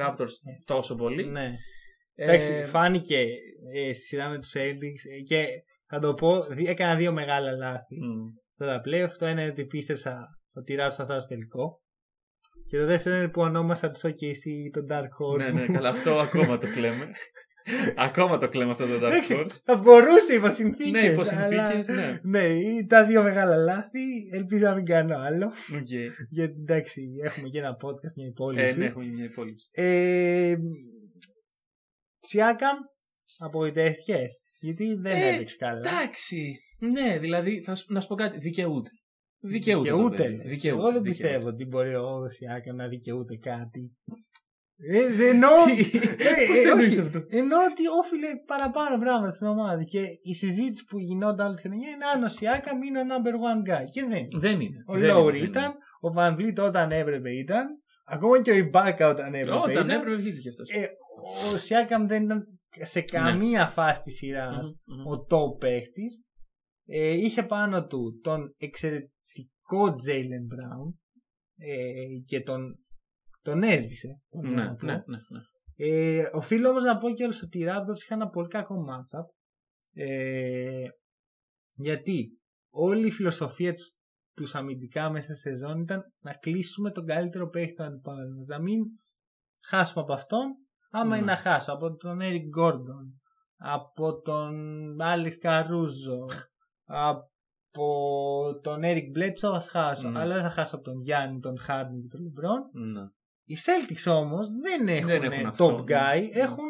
Speaker 2: Raptors τόσο πολύ.
Speaker 1: Ναι.
Speaker 2: Ε,
Speaker 1: Εντάξει, φάνηκε ε, στη σειρά με τους Celtics ε, και θα το πω, δι- έκανα δύο μεγάλα λάθη
Speaker 2: μ,
Speaker 1: στα τα playoff. Το ένα είναι ότι πίστεψα ότι οι Raptors θα φτάσουν στο τελικό. Και το δεύτερο είναι που ονόμασα τους OKC τον Dark Horse.
Speaker 2: Ναι, ναι,
Speaker 1: μου.
Speaker 2: καλά, αυτό ακόμα το κλαίμε. Ακόμα το κλαίμε αυτό το Dark
Speaker 1: Εντάξει,
Speaker 2: Horse.
Speaker 1: θα μπορούσε υπό συνθήκε.
Speaker 2: Ναι, υπό συνθήκε, ναι.
Speaker 1: Ναι, ήταν δύο μεγάλα λάθη. Ελπίζω να μην κάνω άλλο.
Speaker 2: Okay.
Speaker 1: Γιατί εντάξει, έχουμε και ένα podcast, μια υπόλοιψη.
Speaker 2: Ε, ναι, έχουμε μια υπόλοιψη.
Speaker 1: Ε, Τσιάκαμ, απογοητεύτηκες. Γιατί δεν
Speaker 2: Ε,
Speaker 1: έπαιξε καλά.
Speaker 2: Εντάξει. Ναι, δηλαδή θα σου, να σου πω κάτι. Δικαιούται. Δικαιούται. το παιδί.
Speaker 1: λες.
Speaker 2: δικαιούται
Speaker 1: Εγώ δεν
Speaker 2: δικαιούται.
Speaker 1: πιστεύω ότι μπορεί ο Τσιάκαμ να δικαιούται κάτι. Ε, δεν εννοώ.
Speaker 2: Τι-
Speaker 1: Ε,
Speaker 2: Πώς
Speaker 1: ε,
Speaker 2: το
Speaker 1: όχι.
Speaker 2: εννοείς αυτό.
Speaker 1: Εννοώ ότι όφιλε παραπάνω πράγματα στην ομάδα και η συζήτηση που γινόταν όλη τη χρονιά είναι αν ο Σιάκαμ είναι ο number one guy. Και δεν. είναι.
Speaker 2: Δεν είναι.
Speaker 1: Ο
Speaker 2: δεν είναι,
Speaker 1: Λόουρι
Speaker 2: δεν
Speaker 1: ήταν,
Speaker 2: είναι.
Speaker 1: ο Βαν Βλίτ όταν έπρεπε ήταν, ακόμα και ο Ιμπάκα όταν έπρεπε.
Speaker 2: Όταν ναι,
Speaker 1: ήταν.
Speaker 2: έπρεπε Ναι. βγήκε κι αυτός.
Speaker 1: Ε, ο Σιάκαμ δεν ήταν σε καμία φάση της σειράς ο top παίχτη. Ε, είχε πάνω του τον εξαιρετικό Τζέιλεν Μπράουν ε, και τον, τον έσβησε. μπορώ
Speaker 2: Ναι,
Speaker 1: να πω.
Speaker 2: ναι, ναι. ναι.
Speaker 1: Ε, οφείλω όμως να πω και όλους ότι οι Raptors είχαν ένα πολύ κακό matchup. Ε, γιατί όλη η φιλοσοφία τους, τους αμυντικά μέσα στη σεζόν ήταν να κλείσουμε τον καλύτερο παίχτη του αντιπάλου μας. Να μην χάσουμε από αυτόν, άμα
Speaker 2: Ναι.
Speaker 1: είναι να χάσω από τον Eric Gordon, από τον Alex Caruso, από τον Eric Bledsoe, ας χάσω.
Speaker 2: Ναι.
Speaker 1: Αλλά δεν θα χάσω από τον Γιάννη, τον Harden και τον LeBron.
Speaker 2: ναι.
Speaker 1: Οι Celtics όμως δεν έχουν,
Speaker 2: Δεν έχουν
Speaker 1: top
Speaker 2: αυτό, ναι.
Speaker 1: guy,
Speaker 2: Ναι.
Speaker 1: έχουν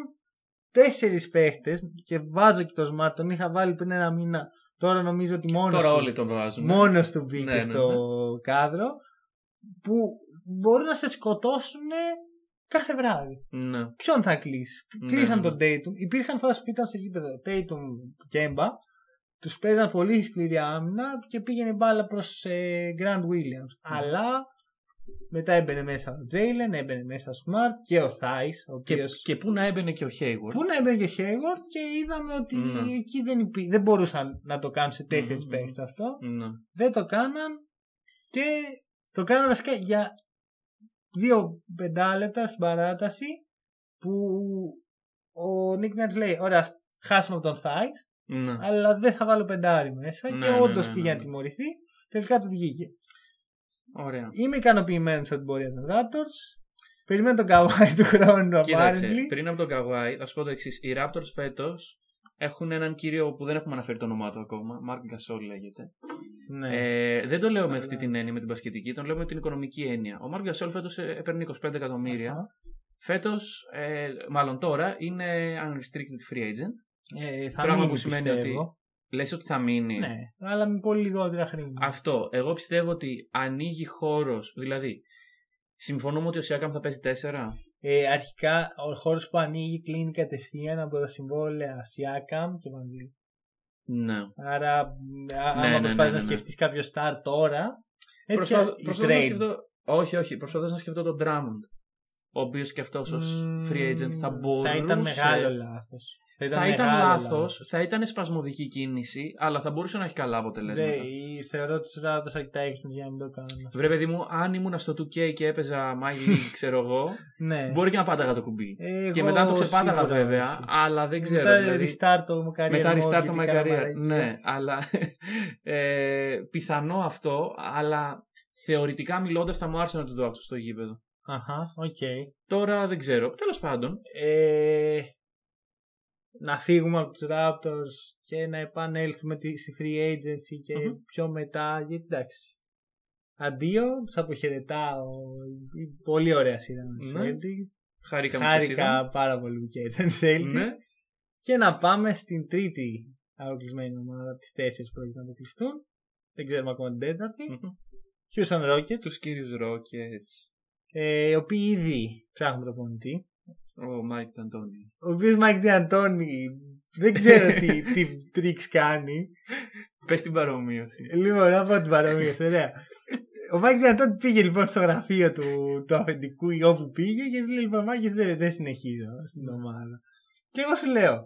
Speaker 1: τέσσερις παίχτες και βάζω και το Smart, τον είχα βάλει πριν ένα μήνα, τώρα νομίζω ότι μόνος
Speaker 2: Τώρα
Speaker 1: του,
Speaker 2: όλοι τον βάζουν.
Speaker 1: μόνος του μπήκε
Speaker 2: Ναι, ναι,
Speaker 1: στο κάδρο που μπορούν να σε σκοτώσουν κάθε βράδυ.
Speaker 2: Ναι.
Speaker 1: Ποιον θα κλείσει.
Speaker 2: Ναι,
Speaker 1: Κλείσαν
Speaker 2: ναι.
Speaker 1: τον Tatum. Υπήρχαν φάσεις που ήταν στο γήπεδο Tatum Κέμπα. Τους παίζαν πολύ σκληρή άμυνα και πήγαινε η μπάλα προς ε, Grand Williams.
Speaker 2: Ναι.
Speaker 1: Αλλά μετά έμπαινε μέσα ο Jalen, έμπαινε μέσα ο Smart και ο Thais, ο
Speaker 2: Και,
Speaker 1: οποίος...
Speaker 2: και πού να έμπαινε και ο Hayward.
Speaker 1: Πού να έμπαινε και ο Hayward και είδαμε ότι
Speaker 2: Ναι.
Speaker 1: εκεί δεν, υπή... δεν μπορούσαν να το κάνουν σε τέσσερις
Speaker 2: Μμμ.
Speaker 1: παίκτες αυτό.
Speaker 2: Ναι.
Speaker 1: Δεν το κάναν και το κάναν βασικά για δύο πεντάλεπτα στην παράταση που ο Νίκ Νάτς λέει ωραία ας χάσουμε από τον Θάις
Speaker 2: Ναι.
Speaker 1: αλλά δεν θα βάλω πεντάρι μέσα
Speaker 2: Ναι,
Speaker 1: και
Speaker 2: ναι,
Speaker 1: όντως
Speaker 2: ναι, ναι,
Speaker 1: πήγε
Speaker 2: ναι.
Speaker 1: να τιμωρηθεί τελικά του βγήκε.
Speaker 2: Ωραία.
Speaker 1: Είμαι ικανοποιημένος από την πορεία των Raptors. Περιμένω τον καβάι του χρόνου
Speaker 2: Κοίταξε,
Speaker 1: apparently.
Speaker 2: πριν από τον Καβάη, θα σου πω το εξής. Οι Raptors φέτος έχουν έναν κύριο που δεν έχουμε αναφέρει το όνομά του ακόμα. Μάρκ Γκασόλ λέγεται.
Speaker 1: Ναι.
Speaker 2: Ε, δεν το λέω με
Speaker 1: Αλλά-
Speaker 2: αυτή την έννοια, με την πασχετική, τον λέω με την οικονομική έννοια. Ο Μάρκ Γκασόλ φέτος ε, έπαιρνε 25 εκατομμύρια.
Speaker 1: Αχα.
Speaker 2: Φέτος, ε, μάλλον τώρα, είναι unrestricted free agent.
Speaker 1: Ε, θα
Speaker 2: πράγμα
Speaker 1: μείνει,
Speaker 2: που σημαίνει
Speaker 1: πιστεύω.
Speaker 2: Λες ότι θα μείνει.
Speaker 1: Ναι, αλλά με πολύ λιγότερα χρήματα.
Speaker 2: Αυτό. Εγώ πιστεύω ότι ανοίγει χώρος. Δηλαδή, συμφωνούμε ότι ο Σιάκαμ θα παίζει 4.
Speaker 1: Ε, αρχικά, ο χώρος που ανοίγει κλείνει κατευθείαν από τα συμβόλαια Siakam και Van
Speaker 2: Ναι.
Speaker 1: Άρα, α-
Speaker 2: Ναι, ναι,
Speaker 1: άμα
Speaker 2: ναι,
Speaker 1: προσπαθείς
Speaker 2: ναι,
Speaker 1: να
Speaker 2: ναι.
Speaker 1: σκεφτείς κάποιο star τώρα. Έτσι
Speaker 2: Προσπαθώ-
Speaker 1: και η
Speaker 2: Προσπαθώ να
Speaker 1: trade.
Speaker 2: σκεφτώ. Όχι, όχι. Προσπαθώ να σκεφτώ τον Drummond. Ο οποίος και αυτός ως
Speaker 1: Μμμ,
Speaker 2: free agent θα μπορούσε.
Speaker 1: Θα ήταν μεγάλο λάθος. Θα
Speaker 2: Θα ήταν
Speaker 1: μεγάλο
Speaker 2: λάθος, θα ήταν σπασμωδική κίνηση, αλλά θα μπορούσε να έχει καλά αποτελέσματα.
Speaker 1: Δε, Ναι, η- θεωρώ ότι του ράδο αρκετά έξυπνοι για να μην το κάνουν.
Speaker 2: Βρε, παιδί μου, αν ήμουν στο 2K και έπαιζα Magic League, ξέρω εγώ,
Speaker 1: Ναι. Ε,
Speaker 2: μπορεί και να πάταγα το κουμπί.
Speaker 1: Εγώ
Speaker 2: και μετά το ξεπάταγα
Speaker 1: σίγουρα
Speaker 2: βέβαια,
Speaker 1: όχι.
Speaker 2: αλλά δεν ξέρω.
Speaker 1: Μετά
Speaker 2: δηλαδή,
Speaker 1: restart το μου καριέρα.
Speaker 2: μετά
Speaker 1: μου,
Speaker 2: restart
Speaker 1: γιατί
Speaker 2: my
Speaker 1: κάνα
Speaker 2: career.
Speaker 1: μαλακία.
Speaker 2: Ναι, αλλά ε, πιθανό αυτό, αλλά θεωρητικά μιλώντας θα μου άρεσε να τους δω αυτό στο γήπεδο.
Speaker 1: Αχα, οκ.
Speaker 2: Τώρα δεν ξέρω. Τέλος πάντων,
Speaker 1: Ε, να φύγουμε από τους Raptors και να επανέλθουμε τη- στη free agency και
Speaker 2: Μμμ.
Speaker 1: πιο μετά, γιατί εντάξει. Αντίο, τους αποχαιρετάω. Η- Πολύ ωραία σειρά με τους
Speaker 2: Ναι.
Speaker 1: Celtics.
Speaker 2: χαρήκαμε που σας είδαμε.
Speaker 1: Χάρηκα πάρα πολύ που κέρδισαν οι Celtics.
Speaker 2: Ναι.
Speaker 1: Και να πάμε στην τρίτη αποκλεισμένη ομάδα από τις τέσσερις που πρόκειται να αποκλειστούν. Δεν ξέρουμε ακόμα την τέταρτη. Houston Rockets,
Speaker 2: Τους κύριους Rockets.
Speaker 1: ε, οι οποίοι ήδη ψάχνουν προπονητή.
Speaker 2: Ο Μάικ του Αντώνη.
Speaker 1: Ο οποίος Μάικ Ντιαντώνη δεν ξέρω τι, τι τρίξ κάνει.
Speaker 2: Πες την παρομοίωση.
Speaker 1: Λοιπόν, να πω την παρομοίωση. Ωραία. Ο Μάικ Ντιαντώνη πήγε λοιπόν στο γραφείο του, του αφεντικού ή όπου πήγε και του λέει: Λοιπόν, Μάικ, δεν, δεν συνεχίζω στην ομάδα. Και εγώ σου λέω,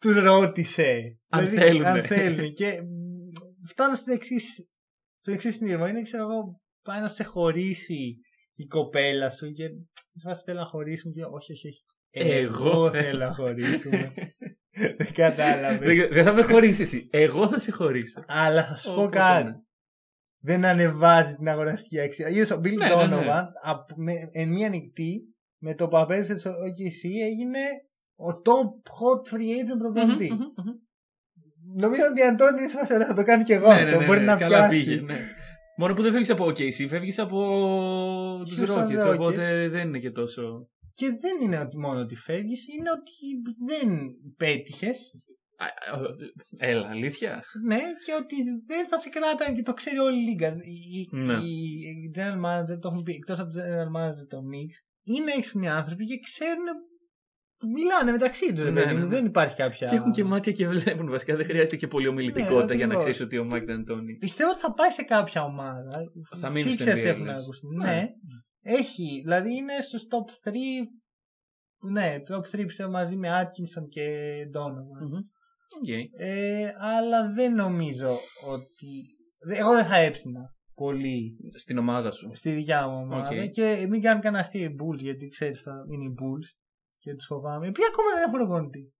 Speaker 1: του ρώτησε. Δηλαδή,
Speaker 2: Αν θέλουνε.
Speaker 1: Αν θέλουν. και μ, φτάνω στην εξής- στο εξής συνειδημό. Είναι, ξέρω εγώ, πάει να σε χωρίσει η κοπέλα σου και σε φάση θέλω να χωρίσουμε και όχι, όχι, όχι.
Speaker 2: Εγώ
Speaker 1: θέλω να χωρίσουμε. Δεν κατάλαβες.
Speaker 2: Δεν δεν θα με χωρίσεις εσύ. Εγώ θα σε χωρίσω.
Speaker 1: Αλλά θα σου πω
Speaker 2: Οπότε,
Speaker 1: κάτι.
Speaker 2: ναι.
Speaker 1: Δεν ανεβάζει την αγοραστική αξία. Είδες ο Bill
Speaker 2: Ναι, ναι,
Speaker 1: Donovan
Speaker 2: ναι.
Speaker 1: απ- με- εν μία νυχτή με το που απέριψε το OKC έγινε ο top hot free agent προπονητής.
Speaker 2: Μμμ, μμμ, μμμ.
Speaker 1: Νομίζω ότι η Αντώνη είναι σε φάση, «Ωραία, θα το κάνει και εγώ
Speaker 2: Ναι,
Speaker 1: αυτό.
Speaker 2: ναι, ναι,
Speaker 1: μπορεί
Speaker 2: ναι,
Speaker 1: να
Speaker 2: καλά
Speaker 1: πιάσει.
Speaker 2: πήγε, ναι. Μόνο που δεν φεύγεις από OKC, φεύγεις από τους
Speaker 1: Houston
Speaker 2: Rockets.
Speaker 1: Rockets.
Speaker 2: Οπότε δεν είναι και τόσο.
Speaker 1: Και δεν είναι ότι μόνο ότι φεύγεις, είναι ότι δεν πέτυχες.
Speaker 2: Α, α, Έλα, αλήθεια.
Speaker 1: Ναι, και ότι δεν θα σε κράτανε και το ξέρει όλη η Λίγκα. Οι,
Speaker 2: Ναι.
Speaker 1: οι general manager, το έχουν πει, εκτός από του general manager των Knicks, είναι έξυπνοι άνθρωποι και ξέρουν. Μιλάνε μεταξύ τους,
Speaker 2: Ναι, ναι, ναι.
Speaker 1: δεν υπάρχει κάποια.
Speaker 2: Και έχουν και μάτια και βλέπουν. Βασικά δεν χρειάζεται και πολύ ομιλητικότητα
Speaker 1: Ναι,
Speaker 2: για να
Speaker 1: ακριβώς.
Speaker 2: ξέρεις ότι ο Μάικ Νταντώνη.
Speaker 1: Πιστεύω ότι θα πάει σε κάποια ομάδα.
Speaker 2: Θα μείνει στο
Speaker 1: Sixers
Speaker 2: NBA,
Speaker 1: έχουν
Speaker 2: λες.
Speaker 1: ακούσει.
Speaker 2: Ναι.
Speaker 1: Ναι. Έχει, δηλαδή είναι στους top 3. Ναι, top 3 πιστεύω μαζί με Atkinson και Donovan.
Speaker 2: Μμμ. Οκ.
Speaker 1: Ε, αλλά δεν νομίζω ότι. δε- Εγώ δεν θα έψηνα πολύ
Speaker 2: Στην ομάδα σου.
Speaker 1: στη δικιά μου ομάδα.
Speaker 2: Οκ.
Speaker 1: Και μην κάνει κανένα αστείο οι Bulls, γιατί ξέρεις θα είναι οι Bulls και τους φοβάμαι. Οι οποίοι ακόμα δεν έχουν προπονητή.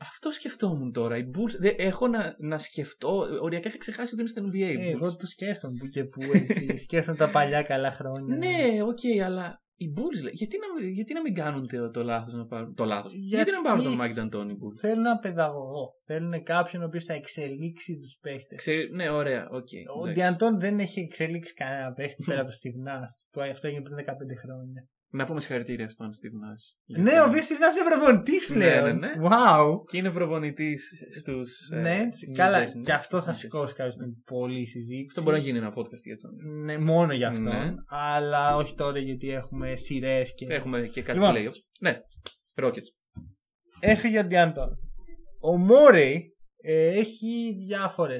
Speaker 2: Αυτό σκεφτόμουν τώρα. Οι Bulls, δε, έχω να, να σκεφτώ. Οριακά είχα ξεχάσει ότι είναι στην NBA.
Speaker 1: Ε,
Speaker 2: οι Bulls.
Speaker 1: εγώ του σκέφτομαι που και που έτσι. σκέφτομαι τα παλιά καλά χρόνια.
Speaker 2: Ναι, οκ, αλλά οι Bulls, λέει, γιατί να, γιατί να μην κάνουν το, το λάθος να πάρουν. Το λάθος. Γιατί...
Speaker 1: Γιατί-
Speaker 2: να πάρουν τον Μάικ Νταντώνη οι Bulls.
Speaker 1: Θέλουν έναν παιδαγωγό. Θέλουν κάποιον ο οποίος θα εξελίξει τους παίχτες.
Speaker 2: Ξέρει, ναι, ωραία, οκ.
Speaker 1: Ο
Speaker 2: εντάξει.
Speaker 1: Ντιαντών δεν έχει εξελίξει κανένα παίχτη πέρα από το Στιβνά. Που αυτό έγινε πριν 15 χρόνια.
Speaker 2: Να πούμε συγχαρητήρια στον Steve Nash.
Speaker 1: Ναι, ο οποίος Στιβνά είναι προπονητής
Speaker 2: Λοιπόν. Ναι,
Speaker 1: πλέον.
Speaker 2: ναι, ναι.
Speaker 1: Wow.
Speaker 2: Και είναι ε, προπονητής στους.
Speaker 1: Ναι, έτσι. καλά. Και αυτό θα σηκώσει κάποια στιγμή πολύ συζήτηση.
Speaker 2: Αυτό μπορεί να γίνει ένα podcast για τον.
Speaker 1: Ναι, μόνο για αυτό.
Speaker 2: Ναι.
Speaker 1: Αλλά όχι τώρα γιατί έχουμε σειρές και.
Speaker 2: Έχουμε και κάτι
Speaker 1: Λοιπόν.
Speaker 2: playoffs. Ναι, Rockets.
Speaker 1: Έφυγε ο Ντιάντον. Ο Μόρεϊ ε, έχει διάφορες.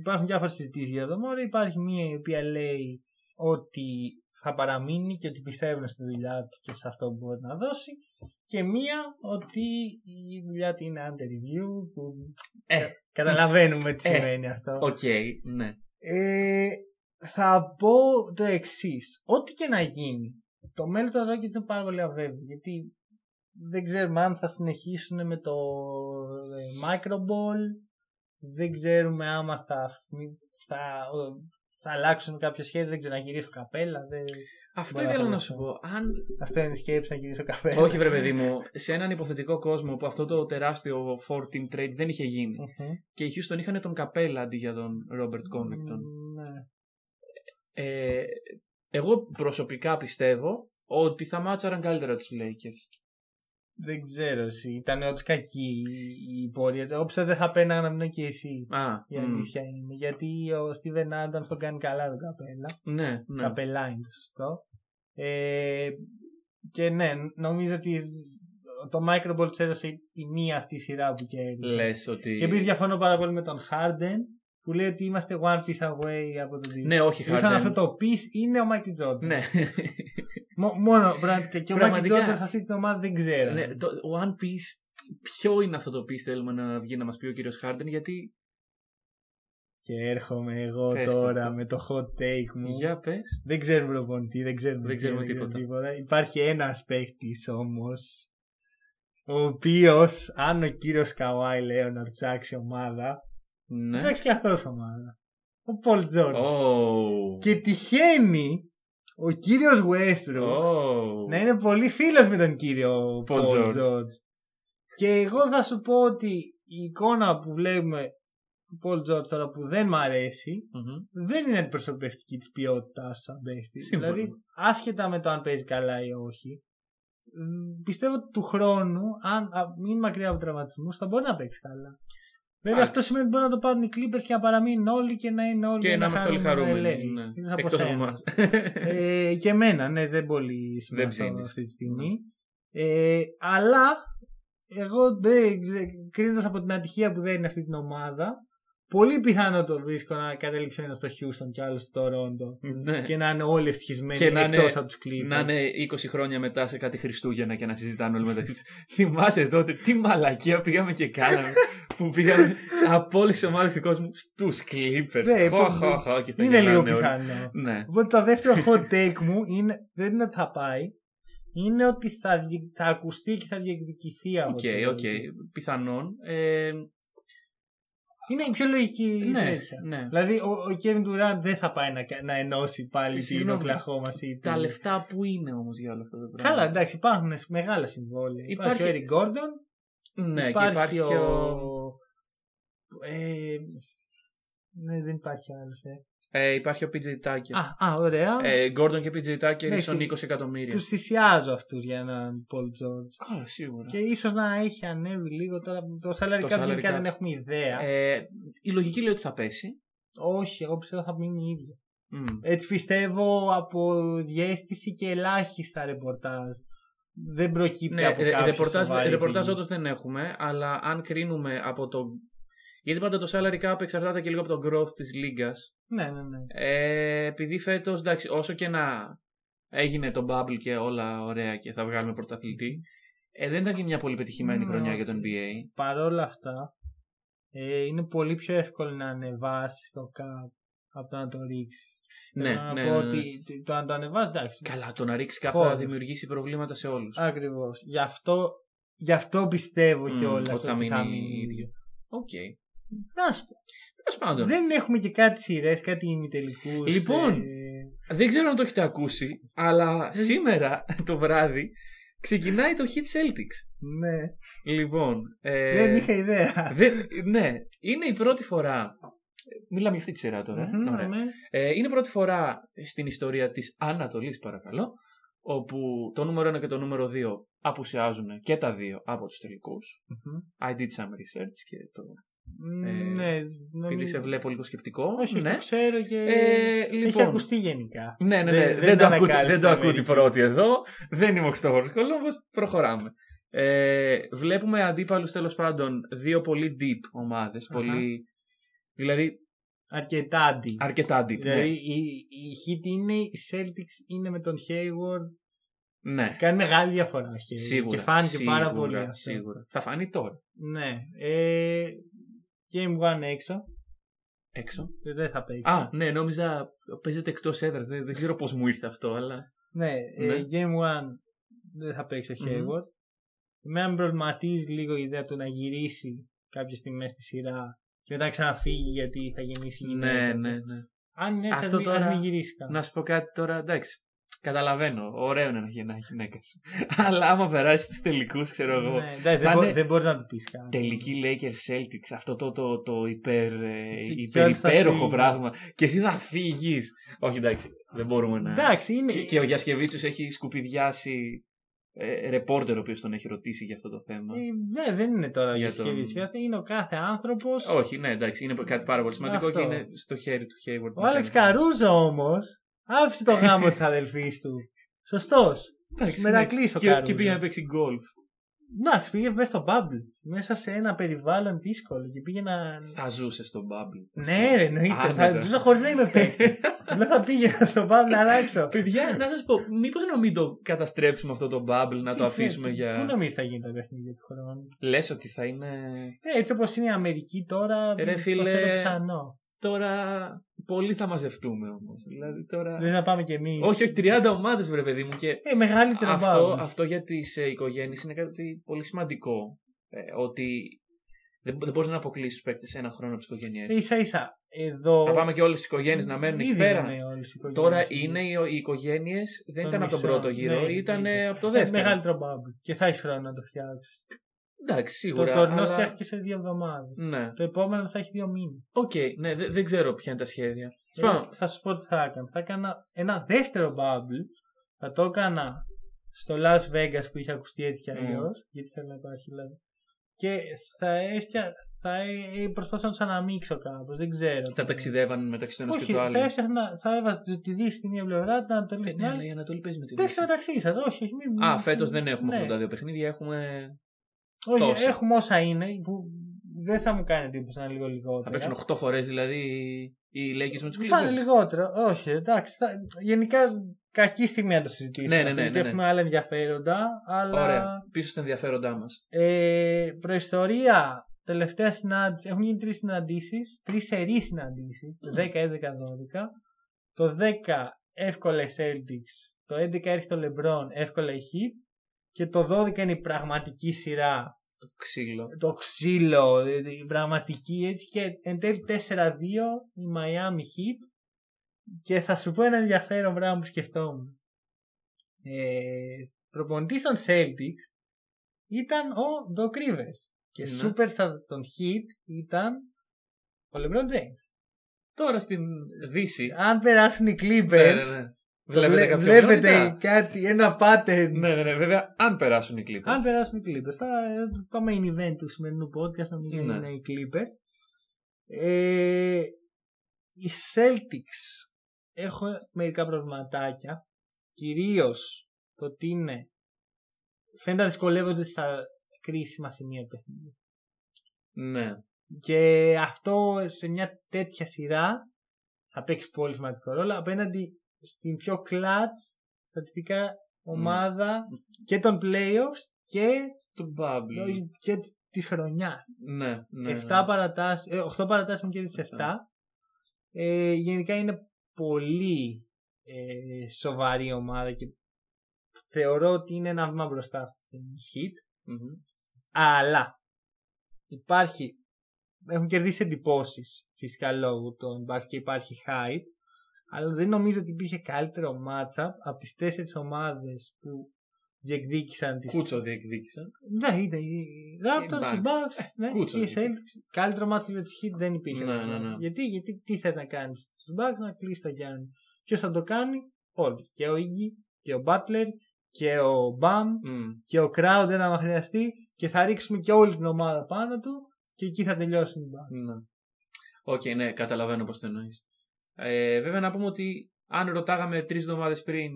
Speaker 1: υπάρχουν διάφορες συζητήσεις για τον Μόρεϊ. Υπάρχει μία η οποία λέει ότι θα παραμείνει και ότι πιστεύουν στη δουλειά του και σε αυτό που μπορεί να δώσει. Και μία ότι η δουλειά του είναι under review. Που...
Speaker 2: Ε.
Speaker 1: Καταλαβαίνουμε τι
Speaker 2: Ε.
Speaker 1: σημαίνει αυτό.
Speaker 2: Οκ, ναι.
Speaker 1: Ε, θα πω το εξής. Ό,τι και να γίνει, το μέλλον των Rockets είναι πάρα πολύ αβέβαιο. Γιατί δεν ξέρουμε αν θα συνεχίσουν με το ε, Microball. Δεν ξέρουμε άμα θα, θα, θα αλλάξουν κάποιο σχέδιο. Δεν ξέρω να γυρίσω καπέλα. Δεν...
Speaker 2: Αυτό
Speaker 1: Μπορεί να
Speaker 2: ήθελα να
Speaker 1: φανταστώ.
Speaker 2: σου πω. Αν
Speaker 1: Αυτό είναι η σκέψη να γυρίσω καπέλα.
Speaker 2: Όχι, βρε παιδί μου, σε έναν υποθετικό κόσμο που αυτό το τεράστιο 4-team trade δεν είχε γίνει
Speaker 1: Μμμ.
Speaker 2: και οι Houston είχαν τον Καπέλα αντί για τον Robert Covington.
Speaker 1: Ναι.
Speaker 2: Ε, εγώ προσωπικά πιστεύω ότι θα μάτσαραν καλύτερα τους Lakers.
Speaker 1: Δεν ξέρω εσύ. Ήταν όντως κακή η- η πορεία. Εγώ πιστεύω δεν θα παίρναγαν να και εσύ.
Speaker 2: Α,
Speaker 1: Η
Speaker 2: μμ.
Speaker 1: αλήθεια είναι. Γιατί ο Στίβεν Άνταμ τον κάνει καλά τον καπέλα.
Speaker 2: ναι, ναι.
Speaker 1: Καπελά είναι το σωστό. Ε, Και ναι, νομίζω ότι το Microball του έδωσε η μία αυτή σειρά που κέρδισε.
Speaker 2: Λες ότι.
Speaker 1: Και επειδή διαφωνώ πάρα πολύ με τον Harden που λέει ότι είμαστε one piece away από τον Disney.
Speaker 2: Ναι, όχι,
Speaker 1: Σαν
Speaker 2: Harden.
Speaker 1: αυτό το piece είναι ο Michael Jordan.
Speaker 2: Ναι.
Speaker 1: Μο- μόνο πραγματικά. Και ο Michael
Speaker 2: Πραγματικά.
Speaker 1: Jordan σε αυτή την ομάδα δεν ξέρω.
Speaker 2: ναι, το One Piece. Ποιο είναι αυτό το piece θέλουμε να βγει να μας πει ο κύριος Χάρντεν, γιατί.
Speaker 1: Και έρχομαι εγώ
Speaker 2: Πες το,
Speaker 1: τώρα
Speaker 2: πες.
Speaker 1: με το hot take μου.
Speaker 2: Για πες.
Speaker 1: Δεν ξέρουμε προπονητή, δεν ξέρουμε,
Speaker 2: Δεν
Speaker 1: τι,
Speaker 2: ξέρουμε τίποτα.
Speaker 1: Υπάρχει ένα παίχτη όμως, ο οποίος, αν ο κύριος Καουάι Λέοναρ ψάξει ομάδα,
Speaker 2: Ναι.
Speaker 1: ψάξει και αυτός ομάδα. Ο Πολ Τζόρτ.
Speaker 2: Oh.
Speaker 1: Και τυχαίνει ο κύριος Westbrook να
Speaker 2: Oh.
Speaker 1: Ναι, είναι πολύ φίλος με τον κύριο
Speaker 2: Paul
Speaker 1: Πολ
Speaker 2: George.
Speaker 1: Τζόρτ. Και εγώ θα σου πω ότι η εικόνα που βλέπουμε του Πολ Τζόρτ τώρα που δεν μ' αρέσει
Speaker 2: Μμμ.
Speaker 1: δεν είναι αντιπροσωπευτική της ποιότητά του σαν παίχτη.
Speaker 2: Σύμφωνα.
Speaker 1: Δηλαδή, άσχετα με το αν παίζει καλά ή όχι, μ, πιστεύω ότι του χρόνου, αν α, μην μακριά από τραυματισμούς, θα μπορεί να παίξει καλά. Βέβαια,
Speaker 2: Εντάξει.
Speaker 1: αυτό σημαίνει ότι μπορεί να το πάρουν οι Clippers και να παραμείνουν όλοι και να είναι όλοι
Speaker 2: Και να είμαστε όλοι χαρούμενοι.
Speaker 1: Ναι.
Speaker 2: ναι. Εκτός από εμάς.
Speaker 1: Ε, και εμένα, ναι, δεν πολύ συμμετέχω
Speaker 2: ψήνεις. Ναι.
Speaker 1: αυτή τη στιγμή. Ε, αλλά εγώ δεν κρίνοντας από την ατυχία που δεν είναι αυτή την ομάδα, πολύ πιθανό το βρίσκω να καταλήξει ο ένας στο Χιούστον και άλλος στο Ρόντο
Speaker 2: Ναι.
Speaker 1: και να είναι όλοι ευτυχισμένοι
Speaker 2: Και να είναι-
Speaker 1: εκτός από τους Clippers.
Speaker 2: Να είναι 20 χρόνια μετά σε κάτι Χριστούγεννα και να συζητάνε όλοι μεταξύ τους. Θυμάσαι τότε τι μαλακία πήγαμε και κάναμε που πήγαμε σε- από όλες τις ομάδες του κόσμου στους Clippers.
Speaker 1: Ναι,
Speaker 2: Χω,
Speaker 1: που-
Speaker 2: χω, χω, και θα
Speaker 1: είναι λίγο
Speaker 2: γελάνε όλοι.
Speaker 1: πιθανό.
Speaker 2: Ναι.
Speaker 1: Οπότε το δεύτερο hot take μου είναι, δεν είναι ότι θα πάει, είναι ότι θα, διε- θα ακουστεί και θα διεκδικηθεί από
Speaker 2: Οκ,
Speaker 1: τους
Speaker 2: οκ.
Speaker 1: Clippers.
Speaker 2: Πιθανόν. Ε,
Speaker 1: Είναι η πιο λογική
Speaker 2: ναι,
Speaker 1: τέτοια.
Speaker 2: ναι.
Speaker 1: Δηλαδή ο, ο Kevin Durant δεν θα πάει να, κα- να ενώσει πάλι την
Speaker 2: Συγγνώμη.
Speaker 1: Οκλαχώμα City.
Speaker 2: Τα λεφτά που είναι όμως για όλα αυτά τα πράγματα.
Speaker 1: Καλά, εντάξει, υπάρχουν σ- μεγάλα συμβόλαια. Υπάρχει, ο
Speaker 2: Υπάρχει-
Speaker 1: Eric Gordon.
Speaker 2: Ναι, και υπάρχει και ο.
Speaker 1: Ε, ναι, δεν υπάρχει άλλος. Ε.
Speaker 2: Ε, υπάρχει ο PJ Tucker.
Speaker 1: Α, α, ωραία.
Speaker 2: Ε, Gordon και PJ Tucker
Speaker 1: Ναι,
Speaker 2: ίσον
Speaker 1: εσύ-
Speaker 2: 20 εκατομμύρια.
Speaker 1: Τους θυσιάζω αυτούς για έναν Paul George.
Speaker 2: Καλά, σίγουρα.
Speaker 1: Και ίσως να έχει ανέβει λίγο τώρα. Το salary
Speaker 2: Το
Speaker 1: cap γενικά
Speaker 2: salary cap.
Speaker 1: δεν έχουμε ιδέα.
Speaker 2: Ε, η λογική λέει ότι θα πέσει.
Speaker 1: Όχι, εγώ πιστεύω θα μείνει ίδιο.
Speaker 2: Μμ.
Speaker 1: Έτσι πιστεύω από διέστηση και ελάχιστα ρεπορτάζ. Δεν προκύπτει
Speaker 2: Ναι,
Speaker 1: από
Speaker 2: ρε-
Speaker 1: κάποιο
Speaker 2: ρεπορτάζ,
Speaker 1: σοβαρή
Speaker 2: ρεπορτάζ
Speaker 1: πηγή.
Speaker 2: όντως δεν έχουμε, αλλά αν κρίνουμε από το. Γιατί πάντα το salary cap εξαρτάται και λίγο από το growth της λίγα.
Speaker 1: Ναι, ναι, ναι.
Speaker 2: Ε, επειδή φέτος, εντάξει, όσο και να έγινε το bubble και όλα ωραία και θα βγάλουμε πρωταθλητή, ε, δεν ήταν και μια πολύ πετυχημένη
Speaker 1: Ναι,
Speaker 2: χρονιά
Speaker 1: όχι.
Speaker 2: για τον NBA.
Speaker 1: Παρόλα αυτά, ε, είναι πολύ πιο εύκολο να ανεβάσεις το cap από το να το ρίξεις.
Speaker 2: Ναι,
Speaker 1: να
Speaker 2: ναι,
Speaker 1: πω
Speaker 2: ναι, ναι.
Speaker 1: ότι το- το να το ανεβάσει, εντάξει.
Speaker 2: Καλά, το να ρίξεις κάπου
Speaker 1: Χώρος.
Speaker 2: θα δημιουργήσει προβλήματα σε όλους.
Speaker 1: Ακριβώς. Γι' αυτό, γι' αυτό πιστεύω
Speaker 2: Μμμ,
Speaker 1: κιόλας
Speaker 2: ότι θα μείνει ίδιο. Οκ.
Speaker 1: Να σου πω,
Speaker 2: Τέλος πάντων.
Speaker 1: δεν έχουμε και κάτι σειρές, κάτι ημιτελικούς.
Speaker 2: Λοιπόν,
Speaker 1: ε,
Speaker 2: Δεν ξέρω αν το έχετε ακούσει, αλλά σήμερα το βράδυ ξεκινάει το Hit Celtics.
Speaker 1: ναι.
Speaker 2: Λοιπόν, ε,
Speaker 1: δεν είχα ιδέα.
Speaker 2: δεν- ναι, είναι η πρώτη φορά. Μιλάμε για αυτή τη σειρά τώρα.
Speaker 1: Μμμ,
Speaker 2: Ωραία.
Speaker 1: ναι.
Speaker 2: Ε, είναι η πρώτη φορά στην ιστορία της Ανατολής, παρακαλώ, όπου το νούμερο 1 και το νούμερο 2 απουσιάζουν και τα δύο από τους τελικούς.
Speaker 1: Μμμ.
Speaker 2: I did some research και το... Ε,
Speaker 1: Ναι,
Speaker 2: Επειδή
Speaker 1: νομίζω-
Speaker 2: σε βλέπω λίγο σκεπτικό.
Speaker 1: Όχι,
Speaker 2: ναι.
Speaker 1: το ξέρω και.
Speaker 2: Ε,
Speaker 1: Έχει
Speaker 2: λοιπόν,
Speaker 1: ακουστεί γενικά.
Speaker 2: Ναι, ναι, ναι.
Speaker 1: Δεν-
Speaker 2: Δεν,
Speaker 1: δεν
Speaker 2: το,
Speaker 1: ανακάλυψε
Speaker 2: ακούτε, δεν το
Speaker 1: η
Speaker 2: ακούτε
Speaker 1: Αμερική.
Speaker 2: πρώτοι εδώ. Δεν είμαι ο Χριστόφορος Κολόμβος. Προχωράμε. Ε, βλέπουμε αντίπαλους τέλος πάντων δύο πολύ deep ομάδες.
Speaker 1: Αχα.
Speaker 2: Πολύ... Δηλαδή
Speaker 1: Αρκετά αντί.
Speaker 2: αρκετά deep. ναι.
Speaker 1: Δηλαδή η, η Heat είναι, η Celtics είναι με τον Hayward.
Speaker 2: ναι. ναι.
Speaker 1: Κάνει μεγάλη διαφορά ο Hayward.
Speaker 2: Σίγουρα.
Speaker 1: Και φάνηκε
Speaker 2: σίγουρα,
Speaker 1: πάρα πολύ. αυτό.
Speaker 2: Σίγουρα. Θα φανεί τώρα.
Speaker 1: Ναι. Ε, game one έξω.
Speaker 2: Έξω.
Speaker 1: Ε, Δεν θα παίξει.
Speaker 2: Α, ναι, νόμιζα παίζεται εκτός έδρας. Δεν, δεν ξέρω πώς μου ήρθε αυτό, αλλά.
Speaker 1: Ναι, ε,
Speaker 2: ναι.
Speaker 1: game one δεν θα παίξει ο
Speaker 2: Μμμ.
Speaker 1: Hayward. Εμένα με προβληματίζει λίγο η ιδέα του να γυρίσει κάποια στιγμή στη σειρά και μετά ξαναφύγει γιατί θα γεννήσει γυναίκα.
Speaker 2: Ναι, ναι, ναι.
Speaker 1: Αν είναι έτσι,
Speaker 2: Αυτό
Speaker 1: ας μην-
Speaker 2: τώρα-
Speaker 1: ας μην γυρίσει καν.
Speaker 2: Να σου πω κάτι τώρα, εντάξει. Καταλαβαίνω, ωραίο είναι να γεννάει γυναίκα σου. Αλλά άμα περάσει τους τελικούς, ξέρω εγώ.
Speaker 1: Ναι, εντάξει,
Speaker 2: Θα
Speaker 1: δεν, μπο-
Speaker 2: είναι
Speaker 1: δεν μπορείς να το πεις κάτι.
Speaker 2: Τελική Lakers Celtics, αυτό το, το, το υπερ, ε,
Speaker 1: Και- και
Speaker 2: υπερ-
Speaker 1: όλοι θα
Speaker 2: υπέροχο
Speaker 1: φύγουν.
Speaker 2: πράγμα. Και εσύ θα φύγεις. Όχι, εντάξει, δεν μπορούμε να.
Speaker 1: Εντάξει, είναι.
Speaker 2: Και, και ο Γιασκεβίτσιος έχει σκουπιδιάσει ε, ρεπόρτερ ο οποίος τον έχει ρωτήσει για αυτό το θέμα.
Speaker 1: Ε, ναι, δεν είναι τώρα
Speaker 2: Για
Speaker 1: για
Speaker 2: τον-
Speaker 1: σχέδιο κάθε, είναι ο κάθε άνθρωπος.
Speaker 2: Όχι, ναι, εντάξει, είναι κάτι πάρα πολύ σημαντικό
Speaker 1: Αυτό.
Speaker 2: και είναι στο χέρι του Hayward.
Speaker 1: Ο Άλεξ Καρούζο όμως άφησε το γάμο της αδελφής του. Σωστός.
Speaker 2: Εντάξει, ναι.
Speaker 1: Μερακλής ο
Speaker 2: και,
Speaker 1: Καρούζο.
Speaker 2: και πήγε να παίξει γκολφ.
Speaker 1: Εντάξει, πήγε μέσα στο bubble. Μέσα σε ένα περιβάλλον δύσκολο και πήγε να.
Speaker 2: Θα ζούσε στον Bubble.
Speaker 1: Ναι, ρε, εννοείται. Θα
Speaker 2: Άνετα.
Speaker 1: ζούσα χωρίς να είμαι παίκτη. Απλά θα πήγαινα στο bubble να αλλάξω.
Speaker 2: Παιδιά, να σας πω, μήπως να μην το καταστρέψουμε αυτό το Bubble, να το
Speaker 1: Ναι. Τι,
Speaker 2: αφήσουμε
Speaker 1: ναι,
Speaker 2: για.
Speaker 1: Πού νομίζει θα γίνει τα παιχνίδια του χρόνου.
Speaker 2: Λες ότι θα είναι.
Speaker 1: Ε, έτσι όπως είναι η Αμερική τώρα.
Speaker 2: Ρε,
Speaker 1: το
Speaker 2: φίλε.
Speaker 1: θέλω πιθανό.
Speaker 2: Τώρα πολύ θα μαζευτούμε όμως. Δηλαδή τώρα.
Speaker 1: Δεν θα πάμε κι εμείς.
Speaker 2: όχι, όχι, 30 ομάδες, βρε παιδί μου. Και
Speaker 1: Ε, μεγαλύτερο
Speaker 2: αυτό,
Speaker 1: bubble.
Speaker 2: αυτό για τις ε, οικογένειες είναι κάτι πολύ σημαντικό. Ε, ότι δεν, δεν μπορείς να αποκλείσεις τους παίκτες ένα χρόνο από τις οικογένειές
Speaker 1: Ε, ίσα ίσα. Εδώ.
Speaker 2: Θα πάμε και όλες τις οικογένειες να μένουν εκεί
Speaker 1: Ήδη
Speaker 2: πέρα.
Speaker 1: είναι όλες οι οικογένειες. ναι.
Speaker 2: Τώρα είναι οι, οι οικογένειες, δεν
Speaker 1: Το
Speaker 2: ήταν από τον
Speaker 1: μισό.
Speaker 2: πρώτο γύρο,
Speaker 1: Ναι,
Speaker 2: ήταν
Speaker 1: ναι.
Speaker 2: από το
Speaker 1: Ε,
Speaker 2: δεύτερο.
Speaker 1: Μεγαλύτερο bubble. Και θα έχει χρόνο να το φτιάξεις.
Speaker 2: Εντάξει,
Speaker 1: Το
Speaker 2: σίγουρα.
Speaker 1: τωρινό
Speaker 2: αλλά-
Speaker 1: φτιάχτηκε σε δύο εβδομάδες.
Speaker 2: Ναι.
Speaker 1: Το επόμενο θα έχει δύο μήνες.
Speaker 2: Οκ, ναι, δε- δεν ξέρω ποια είναι τα σχέδια.
Speaker 1: Εγώ
Speaker 2: Σπα-
Speaker 1: Ε, θα σου πω τι θα έκανα. Θα έκανα ένα δεύτερο bubble. Θα το έκανα στο Las Vegas που είχε ακουστεί έτσι κι
Speaker 2: Mm.
Speaker 1: αλλιώς. Γιατί θέλω να υπάρχει δηλαδή. Και θα, έφτια, θα ε, ε, προσπαθώ να του αναμίξω κάπως. Δεν ξέρω.
Speaker 2: Θα ταξιδεύαν μεταξύ του ενό και
Speaker 1: ε- Όχι,
Speaker 2: του άλλου.
Speaker 1: θα, έφτιαχνα, θα έβαζα τη Δύση στην μία πλευρά, την Ανατολή
Speaker 2: Ε,
Speaker 1: στην
Speaker 2: Ναι, αλλά
Speaker 1: άλλη.
Speaker 2: η Ανατολή παίζει με τη
Speaker 1: Παίξτε
Speaker 2: Δύση.
Speaker 1: μεταξύ σα. Όχι, όχι. Μην,
Speaker 2: Α,
Speaker 1: μην-
Speaker 2: φέτος δεν έχουμε
Speaker 1: ναι.
Speaker 2: 82 παιχνίδια, έχουμε.
Speaker 1: Όχι,
Speaker 2: τόσα.
Speaker 1: έχουμε όσα είναι που δεν θα μου κάνει εντύπωση να είναι λίγο λιγότερο.
Speaker 2: Θα παίξουν 8 φορές δηλαδή οι Lakers με τους
Speaker 1: Θα είναι
Speaker 2: Clippers.
Speaker 1: λιγότερο. Όχι, εντάξει. θα- Γενικά κακή στιγμή να το συζητήσουμε.
Speaker 2: Ναι, ναι, ναι,
Speaker 1: γιατί
Speaker 2: ναι, ναι.
Speaker 1: Έχουμε άλλα ενδιαφέροντα, αλλά.
Speaker 2: Ωραία. Πίσω στα ενδιαφέροντά μας.
Speaker 1: Ε, προϊστορία. Τελευταία συνάντηση. Έχουν γίνει τρεις συναντήσεις. Τρεις σερείς συναντήσεις.
Speaker 2: Μμμ.
Speaker 1: 10, 11, 12. Το 10 εύκολα οι Celtics. Το 11 έρχεται το LeBron. Εύκολα η Heat. Και το 12 είναι η πραγματική σειρά.
Speaker 2: Το ξύλο.
Speaker 1: Το ξύλο. ε, Η πραγματική έτσι. Και εν τέλει 4-2 η Miami Heat. Και θα σου πω ένα ενδιαφέρον πράγμα που σκεφτόμουν. Ε, προπονητής των Celtics ήταν ο Doc Rivers. Και
Speaker 2: Ναι.
Speaker 1: superstar των Heat ήταν ο LeBron James.
Speaker 2: Τώρα στην Δύση.
Speaker 1: Αν περάσουν οι Clippers,
Speaker 2: Ναι, ναι, ναι.
Speaker 1: το
Speaker 2: Βλέπετε
Speaker 1: βλέ-
Speaker 2: κάποια
Speaker 1: βλέπετε
Speaker 2: ενότητα?
Speaker 1: κάτι, ένα pattern.
Speaker 2: Ναι, ναι, ναι, βέβαια, αν περάσουν οι Clippers.
Speaker 1: Αν περάσουν οι Clippers. Θα, ε, το main event του σημερινού podcast νομίζω
Speaker 2: Ναι.
Speaker 1: είναι οι Clippers. Ε, οι Celtics έχω μερικά προβληματάκια. Κυρίως το ότι είναι φαίνεται να δυσκολεύονται στα κρίσιμα σημεία του παιχνιδιού.
Speaker 2: Ναι.
Speaker 1: Και αυτό σε μια τέτοια σειρά θα παίξει πολύ σημαντικό ρόλο απέναντι στην πιο clutch στατιστικά ομάδα και των playoffs και
Speaker 2: Του Bubble.
Speaker 1: Λέω και της χρονιάς.
Speaker 2: Ναι, ναι.
Speaker 1: 7
Speaker 2: ναι.
Speaker 1: παρατάσει, 8 παρατάσει μου κέρδισε 7.
Speaker 2: Εφτά.
Speaker 1: Ε, γενικά είναι πολύ ε, σοβαρή ομάδα και θεωρώ ότι είναι ένα βήμα μπροστά αυτή τη στιγμή. η Heat.
Speaker 2: Μμμ.
Speaker 1: Αλλά υπάρχει, έχουν κερδίσει εντυπώσεις φυσικά λόγω των Bucks και υπάρχει hype. Αλλά δεν νομίζω ότι υπήρχε καλύτερο matchup από τις τέσσερις ομάδες που διεκδίκησαν τις
Speaker 2: Κούτσο διεκδίκησαν.
Speaker 1: ναι, ήταν οι Raptors,
Speaker 2: Bucks.
Speaker 1: οι Bucks, ναι,
Speaker 2: Ε, κούτσο
Speaker 1: και οι
Speaker 2: ήταν.
Speaker 1: Celtics. Καλύτερο μάτι για τους Heat δεν υπήρχε.
Speaker 2: Ναι, ναι, ναι.
Speaker 1: Γιατί, γιατί τι θες να κάνεις στου Bucks, να κλείσει το Γιάννη. Ποιος θα το κάνει, Όλοι. Και ο Iggy, και ο Butler, και ο Bam,
Speaker 2: Μμ.
Speaker 1: και ο Crowder άμα χρειαστεί. Και θα ρίξουμε και όλη την ομάδα πάνω του και εκεί θα τελειώσουν οι Bucks.
Speaker 2: Ναι. Οκ, ναι, καταλαβαίνω πώς το εννοείς. Ε, βέβαια να πούμε ότι αν ρωτάγαμε τρεις εβδομάδες πριν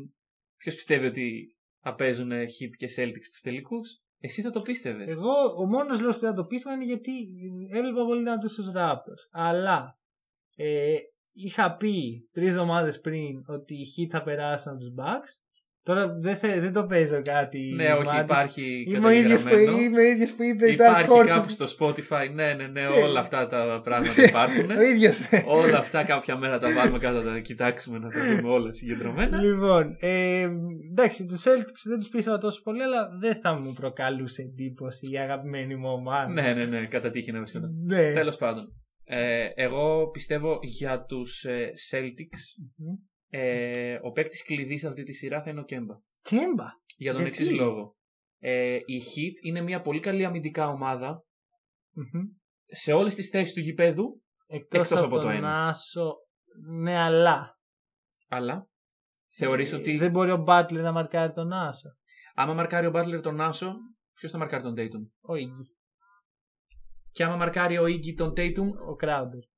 Speaker 2: ποιος πιστεύει ότι θα παίζουν Hit και Celtics στου τελικούς, εσύ θα το πίστευες.
Speaker 1: Εγώ, ο μόνος λόγος που δεν το πίστευα είναι γιατί έβλεπα πολύ να τους στου Raptors. Αλλά ε, είχα πει τρεις εβδομάδες πριν ότι οι Heat θα περάσουν από τους Bucks. Τώρα δεν, θε, δεν το παίζω κάτι.
Speaker 2: Ναι, όχι,
Speaker 1: μάτις.
Speaker 2: υπάρχει
Speaker 1: Είμαι ο ίδιος που,
Speaker 2: καταγεγραμμένο.
Speaker 1: είμαι ο ίδιος που είπε η Dark
Speaker 2: Υπάρχει
Speaker 1: Horse.
Speaker 2: κάπου στο Spotify, ναι, ναι,
Speaker 1: Ναι.
Speaker 2: ναι, όλα αυτά τα πράγματα υπάρχουν.
Speaker 1: Ο ναι. ίδιο.
Speaker 2: όλα αυτά κάποια μέρα τα βάλουμε κάτω, να τα κοιτάξουμε, να τα δούμε όλα συγκεντρωμένα.
Speaker 1: λοιπόν, ε, εντάξει, τους Celtics δεν τους πίστευα τόσο πολύ, αλλά δεν θα μου προκαλούσε εντύπωση η αγαπημένη μου ομάδα.
Speaker 2: ναι, ναι, ναι, κατά τύχη να βρίσκονται.
Speaker 1: Ναι.
Speaker 2: Τέλος πάντων. Ε, εγώ πιστεύω για τους ε, Celtics
Speaker 1: Μμμ.
Speaker 2: ε, ο παίκτης κλειδί σε αυτή τη σειρά θα είναι ο Κέμπα.
Speaker 1: Κέμπα.
Speaker 2: Για τον
Speaker 1: Γιατί?
Speaker 2: εξή λόγο. Ε, η Heat είναι μια πολύ καλή αμυντικά ομάδα
Speaker 1: Μμμ.
Speaker 2: σε όλες τις θέσεις του γηπέδου,
Speaker 1: Εκτός,
Speaker 2: Εκτός
Speaker 1: από,
Speaker 2: από το
Speaker 1: τον
Speaker 2: ένα.
Speaker 1: Άσο, ναι, αλλά.
Speaker 2: αλλά θεωρείς
Speaker 1: ε,
Speaker 2: ότι
Speaker 1: Δεν μπορεί ο Μπάτλερ να μαρκάρει τον Άσο.
Speaker 2: άμα μαρκάρει ο Butler τον Άσο, ποιος θα μαρκάρει τον Tatum.
Speaker 1: Ο Iggy,
Speaker 2: Και άμα μαρκάρει ο Iggy τον Tatum,
Speaker 1: ο Κράουντερ.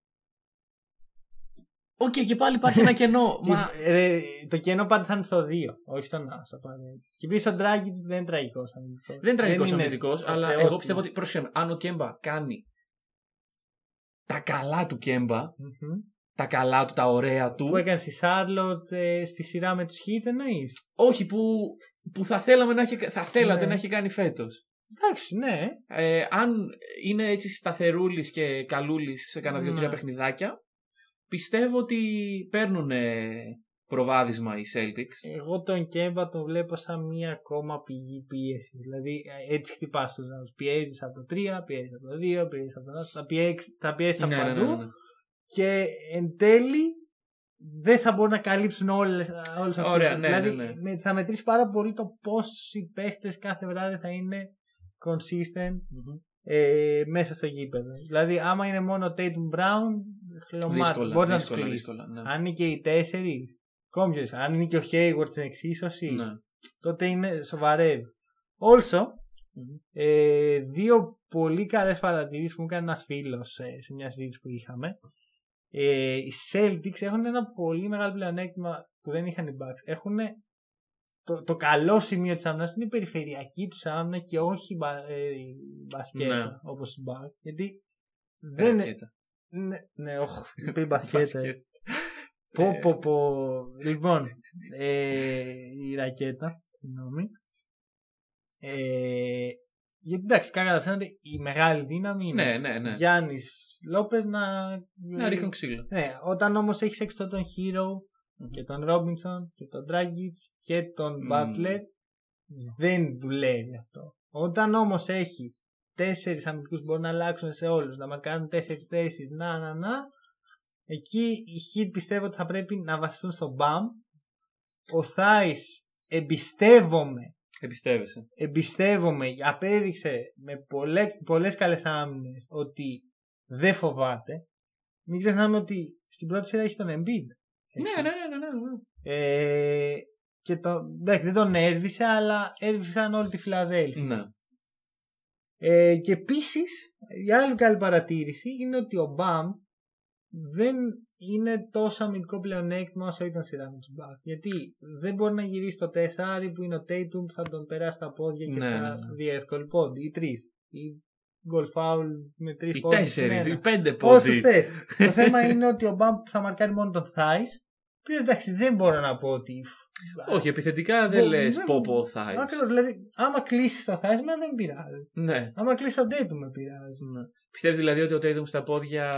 Speaker 2: Οκ, και πάλι υπάρχει ένα κενό. Μα
Speaker 1: Ε, ε, το κενό πάντα θα είναι στο 2, όχι στον Άσο. Και επίσης ο Ντράγκη δεν είναι τραγικός.
Speaker 2: δεν είναι τραγικό αμυντικό, αλλά εγώ πιστεύω ότι. Πρόσεχε, αν ο Κέμπα κάνει τα καλά του Κέμπα, τα καλά του, τα ωραία του.
Speaker 1: Που έκανε στη Σάρλοτ ε, στη σειρά με τους Χιτ, εννοείς.
Speaker 2: Όχι, που, που θα, θέλαμε να έχει, θα θέλατε
Speaker 1: Ναι.
Speaker 2: να έχει κάνει φέτος.
Speaker 1: Εντάξει, ναι.
Speaker 2: Ε, αν είναι έτσι σταθερούλης και καλούλης σε κανένα δύο-τρία
Speaker 1: Ναι.
Speaker 2: παιχνιδάκια, πιστεύω ότι παίρνουν προβάδισμα οι Celtics.
Speaker 1: Εγώ τον Κέμπα τον βλέπω σαν μία ακόμα πηγή πίεση. Δηλαδή ε, έτσι χτυπάς τους δρόμου. Πιέζεις από το 3, πιέζεις από το 2, πιέζεις από το 1. Θα πιέξεις θα
Speaker 2: Ναι,
Speaker 1: πιέσεις Ε, από παντού. Και εν τέλει δεν θα μπορούν να καλύψουν όλες αυτέ
Speaker 2: Ωραία, ναι,
Speaker 1: Δηλαδή
Speaker 2: ναι, ναι.
Speaker 1: με- θα μετρήσεις πάρα πολύ το πόσοι παίχτες κάθε βράδυ θα είναι consistent ε, μέσα στο γήπεδο. Δηλαδή, άμα είναι μόνο ο Tatum Brown, χλωμάτι.
Speaker 2: Δύσκολα,
Speaker 1: Μπορείς να τους
Speaker 2: δύσκολα,
Speaker 1: κλείσεις.
Speaker 2: δύσκολα, ναι.
Speaker 1: Αν είναι και οι τέσσερις, ακόμη πιο δύσκολα. Αν είναι και ο Hayward στην εξίσωση,
Speaker 2: Ναι.
Speaker 1: τότε είναι σοβαρεύει. Also, ε, δύο πολύ καλές παρατηρήσεις που μου έκανε ένας φίλος σε, σε μια συζήτηση που είχαμε. Ε, οι Celtics έχουν ένα πολύ μεγάλο πλεονέκτημα που δεν είχαν οι Bucks. Έχουν το, το καλό σημείο της άμυνας είναι η περιφερειακή τους άμυνα και όχι η μπα- ε, η μπασκέτα
Speaker 2: Ναι.
Speaker 1: όπω οι Bucks. Γιατί
Speaker 2: Δεν
Speaker 1: δεν. Ναι, ναι, οχ, πριν μπασκέτα.
Speaker 2: Μπασκέτα.
Speaker 1: Πω,
Speaker 2: Ε.
Speaker 1: πω, πω. Λοιπόν, ε, η ρακέτα, συγγνώμη. Ε, γιατί εντάξει, καλά φαίνεται η μεγάλη δύναμη είναι
Speaker 2: Ναι, ναι, ναι.
Speaker 1: Γιάννης Λόπες να.
Speaker 2: Να ρίχνουν ξύλο.
Speaker 1: Ναι, όταν όμως έχεις έξω τον Hero και τον Ρόμπινσον και τον Dragic και τον
Speaker 2: Μμμ.
Speaker 1: Butler δεν δουλεύει αυτό. Όταν όμως έχεις τέσσερις αμυντικούς που μπορούν να αλλάξουν σε όλους, να μακάρουν τέσσερις θέσεις, να, να, να. Εκεί οι Χιτ πιστεύω ότι θα πρέπει να βασιστούν στο μπαμ. Ο Θάη εμπιστεύομαι
Speaker 2: Εμπιστεύεσαι.
Speaker 1: εμπιστεύομαι, απέδειξε με πολλέ, πολλές καλές άμυνες ότι δεν φοβάται. Μην ξεχνάμε ότι στην πρώτη σειρά έχει τον Embiid. έτσι.
Speaker 2: Ναι, ναι, ναι, ναι, ναι.
Speaker 1: Ε, και το, εντάξει, δεν τον έσβησε, αλλά έσβησαν όλη τη Φιλαδέλφια.
Speaker 2: ναι. Ναι.
Speaker 1: Ε, και επίσης, η άλλη καλή παρατήρηση είναι ότι ο Μπαμ δεν είναι τόσο αμυντικό πλεονέκτημα όσο ήταν σειρά με του Μπακ. Γιατί δεν μπορεί να γυρίσει το 4 που είναι ο Tatum που θα τον περάσει τα πόδια και
Speaker 2: Ναι,
Speaker 1: θα
Speaker 2: ναι, ναι.
Speaker 1: δει εύκολη πόντι. Ή τρει. Ή γκολ φάουλ με Ναι, τρεις
Speaker 2: Οι
Speaker 1: πόντους.
Speaker 2: τέσσερις, οι πέντε
Speaker 1: Πόσε
Speaker 2: πόντι.
Speaker 1: θες. το θέμα είναι ότι ο Μπαμ θα μαρκάρει μόνο τον Θάι. Ποιος εντάξει, δεν μπορώ να πω ότι.
Speaker 2: Όχι, επιθετικά δεν
Speaker 1: Μπο-
Speaker 2: λες
Speaker 1: δεν-
Speaker 2: πω πω θα
Speaker 1: Ακριβώς, δηλαδή, άμα κλείσεις το Θάι, δεν πειράζει.
Speaker 2: Ναι.
Speaker 1: Άμα κλείσεις τον Tatum, με πειράζει.
Speaker 2: Πιστεύεις δηλαδή ότι ο Tatum στα πόδια.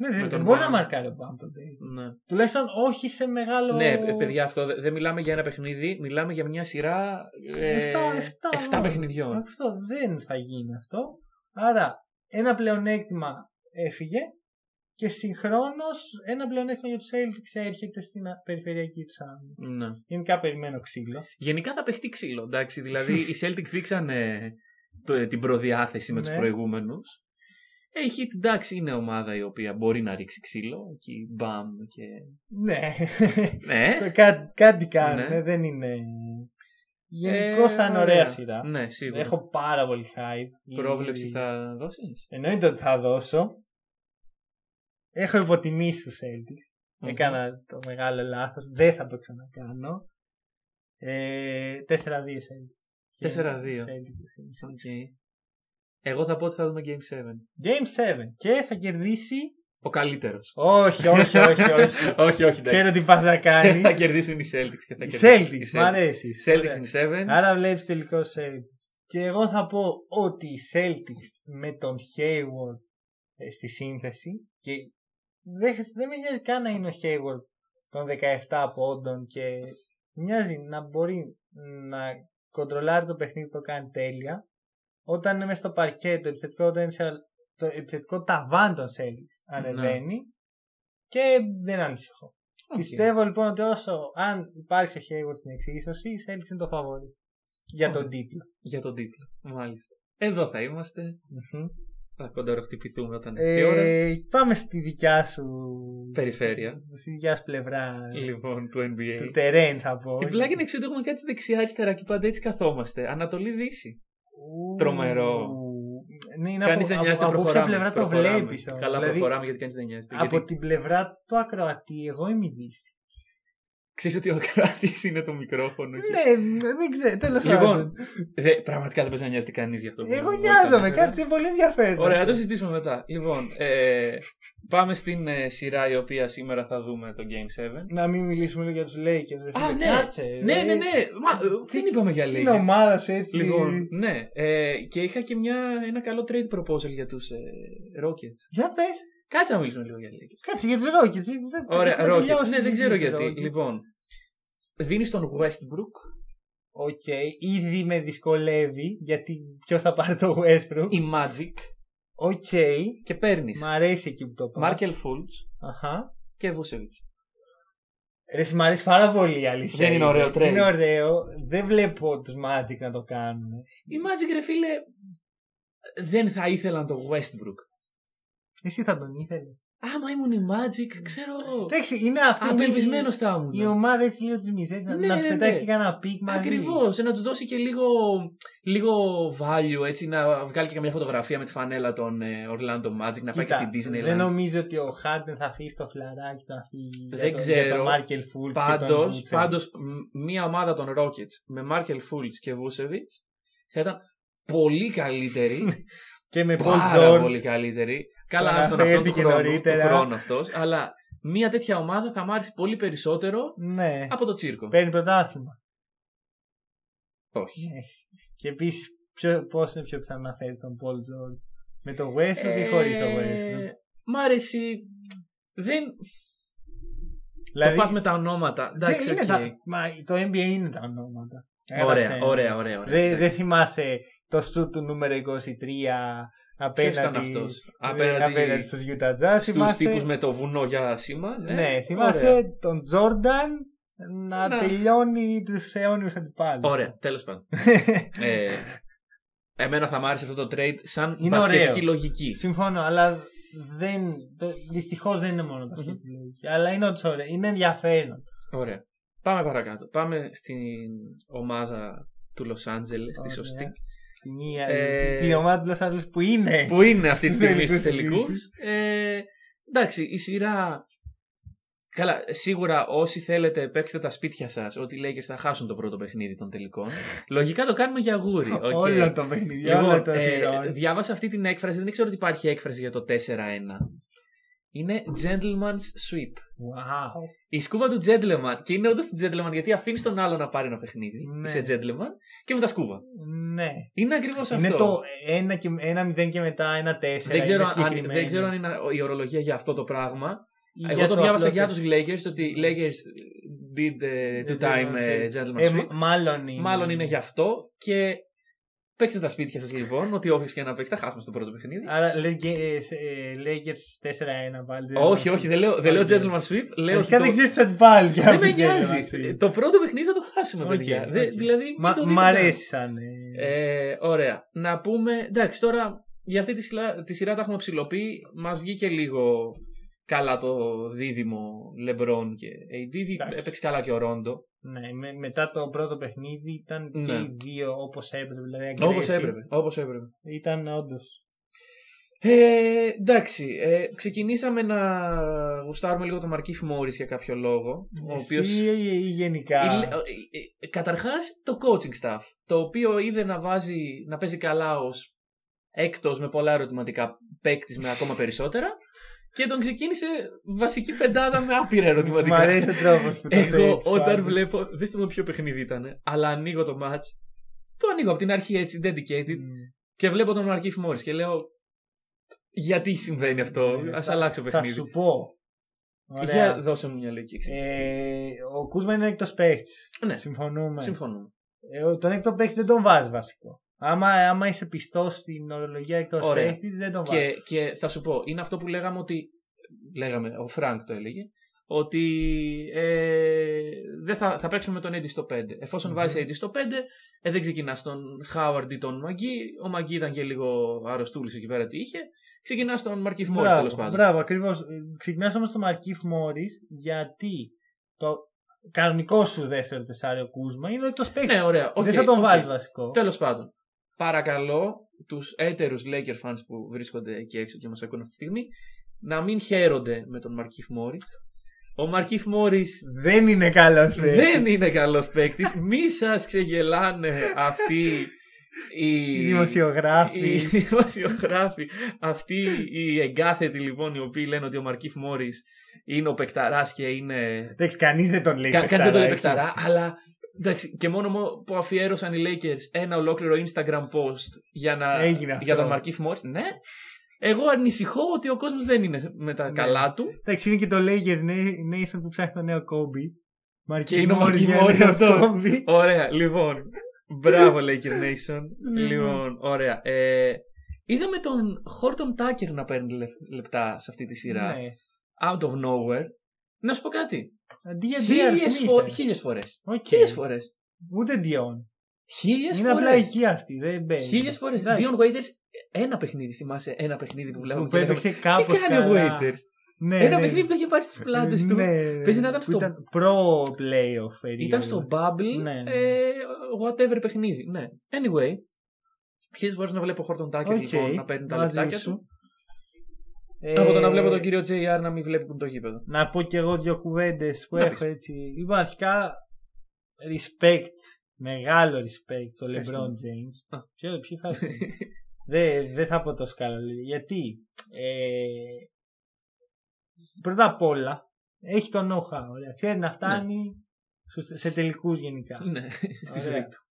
Speaker 1: Ναι,
Speaker 2: Με
Speaker 1: δεν
Speaker 2: τον
Speaker 1: μπορεί
Speaker 2: Μπαμ.
Speaker 1: να μαρκάρει ο Μπαμ τον Ντέιτ.
Speaker 2: Ναι.
Speaker 1: Τουλάχιστον όχι σε μεγάλο.
Speaker 2: Ναι, παιδιά, αυτό δε- δεν μιλάμε για ένα παιχνίδι, μιλάμε για μια σειρά. Ε,
Speaker 1: 7,
Speaker 2: 7 παιχνιδιών.
Speaker 1: Αυτό δεν θα γίνει αυτό. Άρα, ένα πλεονέκτημα έφυγε και συγχρόνως ένα πλεονέκτημα για τους Celtics έρχεται στην α- περιφερειακή του άμυνα.
Speaker 2: Ναι.
Speaker 1: Γενικά περιμένω ξύλο.
Speaker 2: Γενικά θα παιχτεί ξύλο, εντάξει. Δηλαδή οι Celtics δείξανε το- ε, την προδιάθεση με τους
Speaker 1: Ναι.
Speaker 2: προηγούμενους. Έχει την τάξη, είναι ομάδα η οποία μπορεί να ρίξει ξύλο. Εκεί μπαμ και.
Speaker 1: Ναι,
Speaker 2: Ναι,
Speaker 1: το κάτι, κάτι κάνουν.
Speaker 2: Ναι.
Speaker 1: Δεν είναι. Γενικώ θα είναι ωραία σειρά.
Speaker 2: ε, Ναι, σίγουρα.
Speaker 1: Έχω πάρα πολύ hype.
Speaker 2: Πρόβλεψη
Speaker 1: Η-
Speaker 2: θα δώσεις.
Speaker 1: Εννοείται ότι θα δώσω. Έχω υποτιμήσει του Celtics. Έκανα το μεγάλο λάθος. Δεν θα το ξανακάνω. Ε, 4-2 Celtics.
Speaker 2: 4-2.
Speaker 1: Celtics in six.
Speaker 2: Εγώ θα πω ότι θα δούμε Game 7.
Speaker 1: Game 7. Και θα κερδίσει...
Speaker 2: Ο καλύτερος.
Speaker 1: Όχι, όχι, όχι, όχι.
Speaker 2: όχι, όχι. εντάξει.
Speaker 1: Ξέρω τι πας να κάνεις.
Speaker 2: θα κερδίσουν οι Celtics και θα
Speaker 1: Οι
Speaker 2: κερδίσουν. οι
Speaker 1: Celtics, μ' αρέσει. Ναι.
Speaker 2: Celtics in 7.
Speaker 1: Ωραία. Άρα βλέπεις τελικός Celtics. Και εγώ θα πω ότι οι Celtics με τον Hayward ε, στη σύνθεση και δεν, δεν με νοιάζει καν να είναι ο Hayward των 17 πόντων και μοιάζει να μπορεί να κοντρολάρει το παιχνίδι το κάνει τέλεια όταν είναι μέσα στο παρκέ το επιθετικό, potential- το επιθετικό ταβάν των Celtics ανεβαίνει και δεν ανησυχώ.
Speaker 2: Οκ.
Speaker 1: Πιστεύω λοιπόν ότι όσο αν υπάρξει ο Hayward στην εξίσωση, η Celtics είναι το φαβόρι για τον
Speaker 2: Ωραία.
Speaker 1: τίτλο.
Speaker 2: Για τον τίτλο. Μάλιστα. Εδώ θα είμαστε.
Speaker 1: Μμμ.
Speaker 2: Θα κοντοροχτυπηθούμε όταν είναι η ώρα.
Speaker 1: Ε, πάμε στη δικιά σου
Speaker 2: Περιφέρεια.
Speaker 1: Στη δικιά σου πλευρά
Speaker 2: Λοιπόν, του
Speaker 1: του
Speaker 2: NBA.
Speaker 1: terrain θα πω.
Speaker 2: Η πλάκα είναι εξή ότι έχουμε κάτι δεξιά-αριστερά και πάντα έτσι καθόμαστε. Ανατολή-Δύση. τρομερό.
Speaker 1: Ου, ναι, είναι
Speaker 2: Κανείς
Speaker 1: από,
Speaker 2: δεν
Speaker 1: από,
Speaker 2: νοιάζεται,
Speaker 1: από ποια
Speaker 2: προχωράμε.
Speaker 1: πλευρά το
Speaker 2: προχωράμε.
Speaker 1: βλέπεις.
Speaker 2: Καλά, προχωράμε γιατί κανείς δεν νοιάζεται.
Speaker 1: Από
Speaker 2: Γιατί
Speaker 1: την πλευρά του ακροατή, εγώ είμαι η Δύση.
Speaker 2: ξέρεις ότι ο κράτη είναι το μικρόφωνο. και-
Speaker 1: Ναι, δεν ξέρω, τέλος
Speaker 2: Λοιπόν,
Speaker 1: πάντων.
Speaker 2: Δε- πραγματικά δεν πρέπει να νοιάζεται κανείς για αυτό. που
Speaker 1: Εγώ
Speaker 2: μόλις
Speaker 1: νοιάζομαι,
Speaker 2: ανέφερα.
Speaker 1: κάτι πολύ ενδιαφέρον.
Speaker 2: Ωραία, θα το συζητήσουμε μετά. Λοιπόν, ε, πάμε στην ε, σειρά η οποία σήμερα θα δούμε το Game 7.
Speaker 1: Να μην μιλήσουμε λίγο για τους Lakers. ρε
Speaker 2: Α,
Speaker 1: φίλε,
Speaker 2: ναι.
Speaker 1: Κάτσε,
Speaker 2: Ναι,
Speaker 1: ρε.
Speaker 2: ναι, ναι. Μα, ε,
Speaker 1: Τι-
Speaker 2: δεν είπαμε για
Speaker 1: Την
Speaker 2: Lakers.
Speaker 1: ομάδα σου έτσι.
Speaker 2: Λοιπόν, ναι. Ε, και είχα και μια, ένα καλό trade proposal για τους ε, Rockets.
Speaker 1: Για πες.
Speaker 2: Κάτσε να μιλήσουμε λίγο για Lakers.
Speaker 1: Κάτσε για του Rockets. δεν- δεν
Speaker 2: Ωραία,
Speaker 1: έχουμε
Speaker 2: Rockets.
Speaker 1: τελειώσει
Speaker 2: Ναι, δεν
Speaker 1: τη
Speaker 2: ξέρω
Speaker 1: συζήτηση,
Speaker 2: γιατί.
Speaker 1: Rockets.
Speaker 2: Λοιπόν, δίνεις τον Westbrook.
Speaker 1: Οκ, ήδη με δυσκολεύει γιατί ποιος θα πάρει το Westbrook.
Speaker 2: η Magic
Speaker 1: Οκ,
Speaker 2: και παίρνεις
Speaker 1: μ' αρέσει εκεί που το πάω.
Speaker 2: Μάρκελ Φούλτ
Speaker 1: Αχα.
Speaker 2: και Βούσεβιτ.
Speaker 1: Ρε, εσύ, μ' αρέσει πάρα πολύ η αλήθεια.
Speaker 2: Δεν είναι ωραίο trade.
Speaker 1: Είναι ωραίο. Δεν βλέπω τους Magic να το κάνουν.
Speaker 2: Η Magic, ρε φίλε, δεν θα ήθελαν το Westbrook.
Speaker 1: Εσύ θα τον ήθελες.
Speaker 2: Άμα ήμουν η Magic, ξέρω εγώ.
Speaker 1: Εντάξει, είναι αυτή.
Speaker 2: Απελπισμένος θα
Speaker 1: Η
Speaker 2: ήμουν.
Speaker 1: ομάδα έτσι γύρω της μιζέρης να,
Speaker 2: Ναι,
Speaker 1: να τους
Speaker 2: ναι,
Speaker 1: πετάει
Speaker 2: ναι.
Speaker 1: και κανένα πικ μαζί.
Speaker 2: Ακριβώς, να τους δώσει και λίγο, λίγο value, έτσι να βγάλει και καμιά φωτογραφία με τη φανέλα των ε, Orlando Magic, να πάει και
Speaker 1: Κοίτα,
Speaker 2: στην Disneyland.
Speaker 1: δεν νομίζω ότι ο Χάρντεν θα αφήσει το φλαράκι του να φύγει.
Speaker 2: Δεν
Speaker 1: για τον- Για
Speaker 2: ξέρω.
Speaker 1: τον Μάρκελ Φούλτ.
Speaker 2: Πάντως, πάντως, μ, μία ομάδα των Rockets με Μάρκελ Φούλτς και Βούσεβιτς θα ήταν πολύ καλύτερη
Speaker 1: Και με Πολ
Speaker 2: πάρα
Speaker 1: Τζόρτζ.
Speaker 2: πολύ καλύτερη. Καλά,
Speaker 1: Τον
Speaker 2: άστον αυτόν του
Speaker 1: αναφέρθηκε
Speaker 2: χρόνου, του
Speaker 1: νωρίτερα.
Speaker 2: χρόνου αυτός, αλλά μια τέτοια ομάδα θα μ' άρεσε πολύ περισσότερο
Speaker 1: Ναι.
Speaker 2: από το τσίρκο.
Speaker 1: Παίρνει πρωτάθλημα.
Speaker 2: Όχι.
Speaker 1: Και επίσης, πώς είναι πιο πιθανό να φέρει τον Πολ Τζόρτζ. Με το Westbrook ή χωρί το Westbrook.
Speaker 2: Ε, Μ' άρεσε. Δεν.
Speaker 1: Δηλαδή,
Speaker 2: το πας με τα ονόματα.
Speaker 1: δεν
Speaker 2: Εντάξει,
Speaker 1: είναι
Speaker 2: οκ.
Speaker 1: τα, μα, το NBA είναι τα ονόματα.
Speaker 2: Ωραία,
Speaker 1: Έγραψε.
Speaker 2: ωραία, ωραία. ωραία.
Speaker 1: Δεν δεν θυμάσαι το σου του νούμερο 23
Speaker 2: Ποιο
Speaker 1: απέναντι. ε,
Speaker 2: ήταν αυτός.
Speaker 1: Απέναντι,
Speaker 2: Απέναντι
Speaker 1: στους Utah Jazz.
Speaker 2: στους
Speaker 1: θυμάσαι-
Speaker 2: τύπους με το βουνό για σήμα. Ναι,
Speaker 1: Ναι, θυμάσαι
Speaker 2: Ωραία,
Speaker 1: τον Τζόρνταν να,
Speaker 2: Να.
Speaker 1: τελειώνει τους αιώνιους αντιπάλους.
Speaker 2: Ωραία τέλος πάντων. ε, εμένα θα μ' άρεσε αυτό το trade σαν
Speaker 1: Είναι
Speaker 2: μπασκετική
Speaker 1: ωραίο.
Speaker 2: λογική.
Speaker 1: Συμφωνώ, αλλά δεν, το, δυστυχώς δεν είναι μόνο το
Speaker 2: Μμμ.
Speaker 1: σκέψη. Αλλά είναι όντως ωραίο. Είναι ενδιαφέρον.
Speaker 2: Ωραία. Πάμε παρακάτω. Πάμε στην ομάδα του Λος Άντζελες, τη
Speaker 1: Ωραία.
Speaker 2: σωστή.
Speaker 1: Τη μία,
Speaker 2: Ε,
Speaker 1: τη- τη ομάδα του Los Angeles που είναι.
Speaker 2: Που είναι αυτή τη
Speaker 1: Στους
Speaker 2: στιγμή στους
Speaker 1: τελικούς.
Speaker 2: τελικούς.
Speaker 1: ναι.
Speaker 2: Ε, εντάξει, η σειρά... Καλά, σίγουρα όσοι θέλετε παίξτε τα σπίτια σας ότι οι Lakers θα χάσουν το πρώτο παιχνίδι των τελικών. Λογικά το κάνουμε για γούρι. οκ.
Speaker 1: Όλο το παιχνίδι, όλο
Speaker 2: Λοιπόν,
Speaker 1: το
Speaker 2: ε,
Speaker 1: σειρό.
Speaker 2: διάβασα αυτή την έκφραση, δεν ξέρω ότι υπάρχει έκφραση για το 4-1. Είναι gentleman's sweep.
Speaker 1: Wow.
Speaker 2: Η σκούβα του gentleman. Και είναι όντως του gentleman γιατί αφήνεις τον άλλο να πάρει ένα παιχνίδι.
Speaker 1: Ναι.
Speaker 2: Είσαι gentleman και μετά σκούβα.
Speaker 1: Ναι.
Speaker 2: Είναι ακριβώς αυτό.
Speaker 1: Είναι το 1 και, ένα 0 και μετά ένα 4.
Speaker 2: Δεν ξέρω, αν, δεν ξέρω αν είναι η ορολογία για αυτό το πράγμα.
Speaker 1: Για
Speaker 2: Εγώ το, διάβασα
Speaker 1: απλό
Speaker 2: για
Speaker 1: το-
Speaker 2: του Lakers ότι οι Lakers did uh, two time uh, gentleman
Speaker 1: Ε,
Speaker 2: sweep.
Speaker 1: μ- μάλλον είναι.
Speaker 2: Μάλλον είναι γι' αυτό και παίξτε τα σπίτια σας λοιπόν. Ότι όποιο και να παίξει θα χάσουμε στο πρώτο παιχνίδι.
Speaker 1: Άρα λέει και, ε, ε, Lakers 4-1 πάλι.
Speaker 2: όχι, όχι, δεν λέω, δεν λέω
Speaker 1: Πάλι
Speaker 2: gentleman sweep. Λέω ότι
Speaker 1: Αρχικά
Speaker 2: το...
Speaker 1: δεν ξέρεις τι θα την πάλι.
Speaker 2: δεν με νοιάζει. Το πρώτο παιχνίδι θα το χάσουμε,
Speaker 1: Οκ,
Speaker 2: παιδιά.
Speaker 1: οκ.
Speaker 2: Δε- δηλαδή, μην το δείτε
Speaker 1: Μ'
Speaker 2: καν.
Speaker 1: αρέσει σαν. ε,
Speaker 2: Ε, ωραία. Να πούμε. Εντάξει, τώρα για αυτή τη σειρά, τη σειρά τα έχουμε ψηλοποιεί. Μας βγήκε λίγο καλά το δίδυμο Λεμπρόν και AD. Βγήκε-
Speaker 1: Εντάξει.
Speaker 2: Έπαιξε καλά και ο Ρόντο.
Speaker 1: Ναι, με- μετά το πρώτο παιχνίδι ήταν και
Speaker 2: Ναι.
Speaker 1: οι δύο όπως έπρεπε. Δηλαδή,
Speaker 2: Όπως
Speaker 1: aggressive.
Speaker 2: έπρεπε. Όπως έπρεπε.
Speaker 1: Ήταν όντως.
Speaker 2: Ε, εντάξει, ε, ξεκινήσαμε να γουστάρουμε λίγο τον Μαρκίφ Μόρι για κάποιο λόγο. Ο οποίος...
Speaker 1: Ή, ή- ή γενικά.
Speaker 2: Καταρχάς το coaching staff, το οποίο είδε να, βάζει, να παίζει καλά ως έκτος με πολλά ερωτηματικά παίκτης με ακόμα περισσότερα και τον ξεκίνησε βασική πεντάδα με άπειρα
Speaker 1: Μ'
Speaker 2: ερωτηματικά.
Speaker 1: αρέσει ο τρόπος που το θέτεις,
Speaker 2: Εγώ όταν
Speaker 1: πάντως.
Speaker 2: βλέπω, δεν θυμάμαι ποιο παιχνίδι ήταν, αλλά ανοίγω το match. Το ανοίγω από την αρχή έτσι, dedicated,
Speaker 1: Μ.
Speaker 2: και βλέπω τον Μαρκίφ Μόρι και λέω. Γιατί συμβαίνει αυτό,
Speaker 1: Ε,
Speaker 2: ας
Speaker 1: θα-
Speaker 2: αλλάξω
Speaker 1: Θα
Speaker 2: παιχνίδι.
Speaker 1: σου πω. Ωραία.
Speaker 2: Για δώσε μου μια λογική εξήγηση.
Speaker 1: Ε, ο Κούσμα είναι εκτό παίχτη.
Speaker 2: ναι,
Speaker 1: Συμφωνούμε.
Speaker 2: συμφωνούμε.
Speaker 1: Ε, ο- τον εκτό παίχτη δεν τον βάζεις βασικό. Άμα, άμα είσαι πιστός στην ορολογία εκτός
Speaker 2: Ωραία.
Speaker 1: παίχτης, δεν τον βάζεις.
Speaker 2: Και, και θα σου πω, είναι αυτό που λέγαμε ότι. Λέγαμε, ο Φρανκ το έλεγε. Ότι ε, δεν θα, θα παίξουμε με τον Έντι στο 5. εφοσον
Speaker 1: Μμμ.
Speaker 2: βάζει Έντι στο 5, ε, δεν ξεκινάς τον Χάουαρντ ή τον Μαγκή. Ο Μαγκή ήταν και λίγο αρρωστούλης εκεί πέρα τι είχε. Ξεκινάς τον Μαρκίφ Μόρις τέλος πάντων.
Speaker 1: Μπράβο, Ε, ακριβώ. Ξεκινάς όμως το Μαρκίφ Μόρις γιατί το κανονικό σου δεύτερο τεσσάριο κούσμα είναι εκτό παίχτη.
Speaker 2: Ναι, ωραία.
Speaker 1: δεν θα τον
Speaker 2: βάλει.
Speaker 1: βάλεις βασικό.
Speaker 2: Τέλος πάντων. Παρακαλώ τους έτερους Laker fans που βρίσκονται εκεί έξω και μας ακούνε αυτή τη στιγμή να μην χαίρονται με τον Μαρκίφ Μόρι. Ο Μαρκίφ Μόρι
Speaker 1: Δεν είναι καλός
Speaker 2: δεν είναι καλός παίκτης. Μη σας ξεγελάνε αυτοί οι.
Speaker 1: Οι δημοσιογράφοι.
Speaker 2: Οι δημοσιογράφοι, αυτοί οι εγκάθετοι λοιπόν οι οποίοι λένε ότι ο Μαρκίφ Μόρι είναι ο παικταρά και είναι.
Speaker 1: Εντάξει, κανείς δεν τον λέει.
Speaker 2: Κα- Κανείς δεν το λέει
Speaker 1: έτσι.
Speaker 2: παικταρά, αλλά εντάξει, και μόνο μο- που αφιέρωσαν οι Lakers ένα ολόκληρο Instagram post για, να,
Speaker 1: Έγινε αυτό.
Speaker 2: για τον Μαρκίφ Μόρι. Ναι, εγώ ανησυχώ ότι ο κόσμος δεν είναι με τα
Speaker 1: Ναι.
Speaker 2: καλά του.
Speaker 1: Εντάξει, είναι και το Lakers Na- Nation που ψάχνει το νέο Kobe. Μαρκή
Speaker 2: Και είναι ο
Speaker 1: Μόρις
Speaker 2: Μαρκή
Speaker 1: για
Speaker 2: Μόρις
Speaker 1: νέος
Speaker 2: αυτό.
Speaker 1: Kobe.
Speaker 2: Ωραία, λοιπόν. Μπράβο, Laker Nation.
Speaker 1: Ναι.
Speaker 2: λοιπόν, ωραία. Ε, είδαμε τον Χόρτον Τάκερ να παίρνει λεφ- λεπτά σε αυτή τη σειρά.
Speaker 1: Ναι.
Speaker 2: Out of nowhere. Να σου πω κάτι.
Speaker 1: Αντί για
Speaker 2: Χίλιες
Speaker 1: DRC.
Speaker 2: φο-
Speaker 1: ήταν.
Speaker 2: χίλιες φορές.
Speaker 1: Οκ.
Speaker 2: Χίλιες φορές.
Speaker 1: Ούτε Dion.
Speaker 2: Χίλιες
Speaker 1: Είναι απλά
Speaker 2: φορές.
Speaker 1: εκεί αυτή. Δεν μπαίνει.
Speaker 2: Χίλιες φορές.
Speaker 1: Εντάξει.
Speaker 2: Dion Waiters, ένα παιχνίδι, θυμάσαι, ένα παιχνίδι που βλέπαμε.
Speaker 1: Που
Speaker 2: και λέγαμε,
Speaker 1: έπαιξε
Speaker 2: Τι
Speaker 1: κάπως
Speaker 2: κάνει ο
Speaker 1: καλά.
Speaker 2: Waiters.
Speaker 1: Ναι,
Speaker 2: Ένα
Speaker 1: ναι.
Speaker 2: παιχνίδι που το είχε πάρει στις πλάτες του.
Speaker 1: Ναι,
Speaker 2: Παίζει να ήταν
Speaker 1: που
Speaker 2: στο-
Speaker 1: Ήταν προ playoff περίοδος.
Speaker 2: Ήταν στο Bubble,
Speaker 1: Ναι, ναι.
Speaker 2: ε, whatever παιχνίδι. Ναι. Anyway, ποιε φορές να βλέπω Χόρτον Τάκερ
Speaker 1: Οκ,
Speaker 2: λοιπόν να παίρνει τα
Speaker 1: μαζί
Speaker 2: λεπτάκια
Speaker 1: σου.
Speaker 2: σου.
Speaker 1: Ε,
Speaker 2: Από το να βλέπω τον κύριο JR να μην βλέπει το γήπεδο.
Speaker 1: Να πω κι εγώ δύο κουβέντες που
Speaker 2: Να
Speaker 1: έχω
Speaker 2: πεις.
Speaker 1: έτσι. Λοιπόν, αρχικά respect. Μεγάλο respect στο
Speaker 2: Ευχαριστούμε.
Speaker 1: LeBron James.
Speaker 2: Α.
Speaker 1: Ποιο, ποιοι χάσανε. Δεν δεν θα πω τόσο καλό. Γιατί. ε, πρώτα απ' όλα έχει το know-how. Ωραία. Ξέρει να φτάνει στους- σε τελικούς γενικά.
Speaker 2: ναι, στη
Speaker 1: Ωραία.
Speaker 2: ζωή του.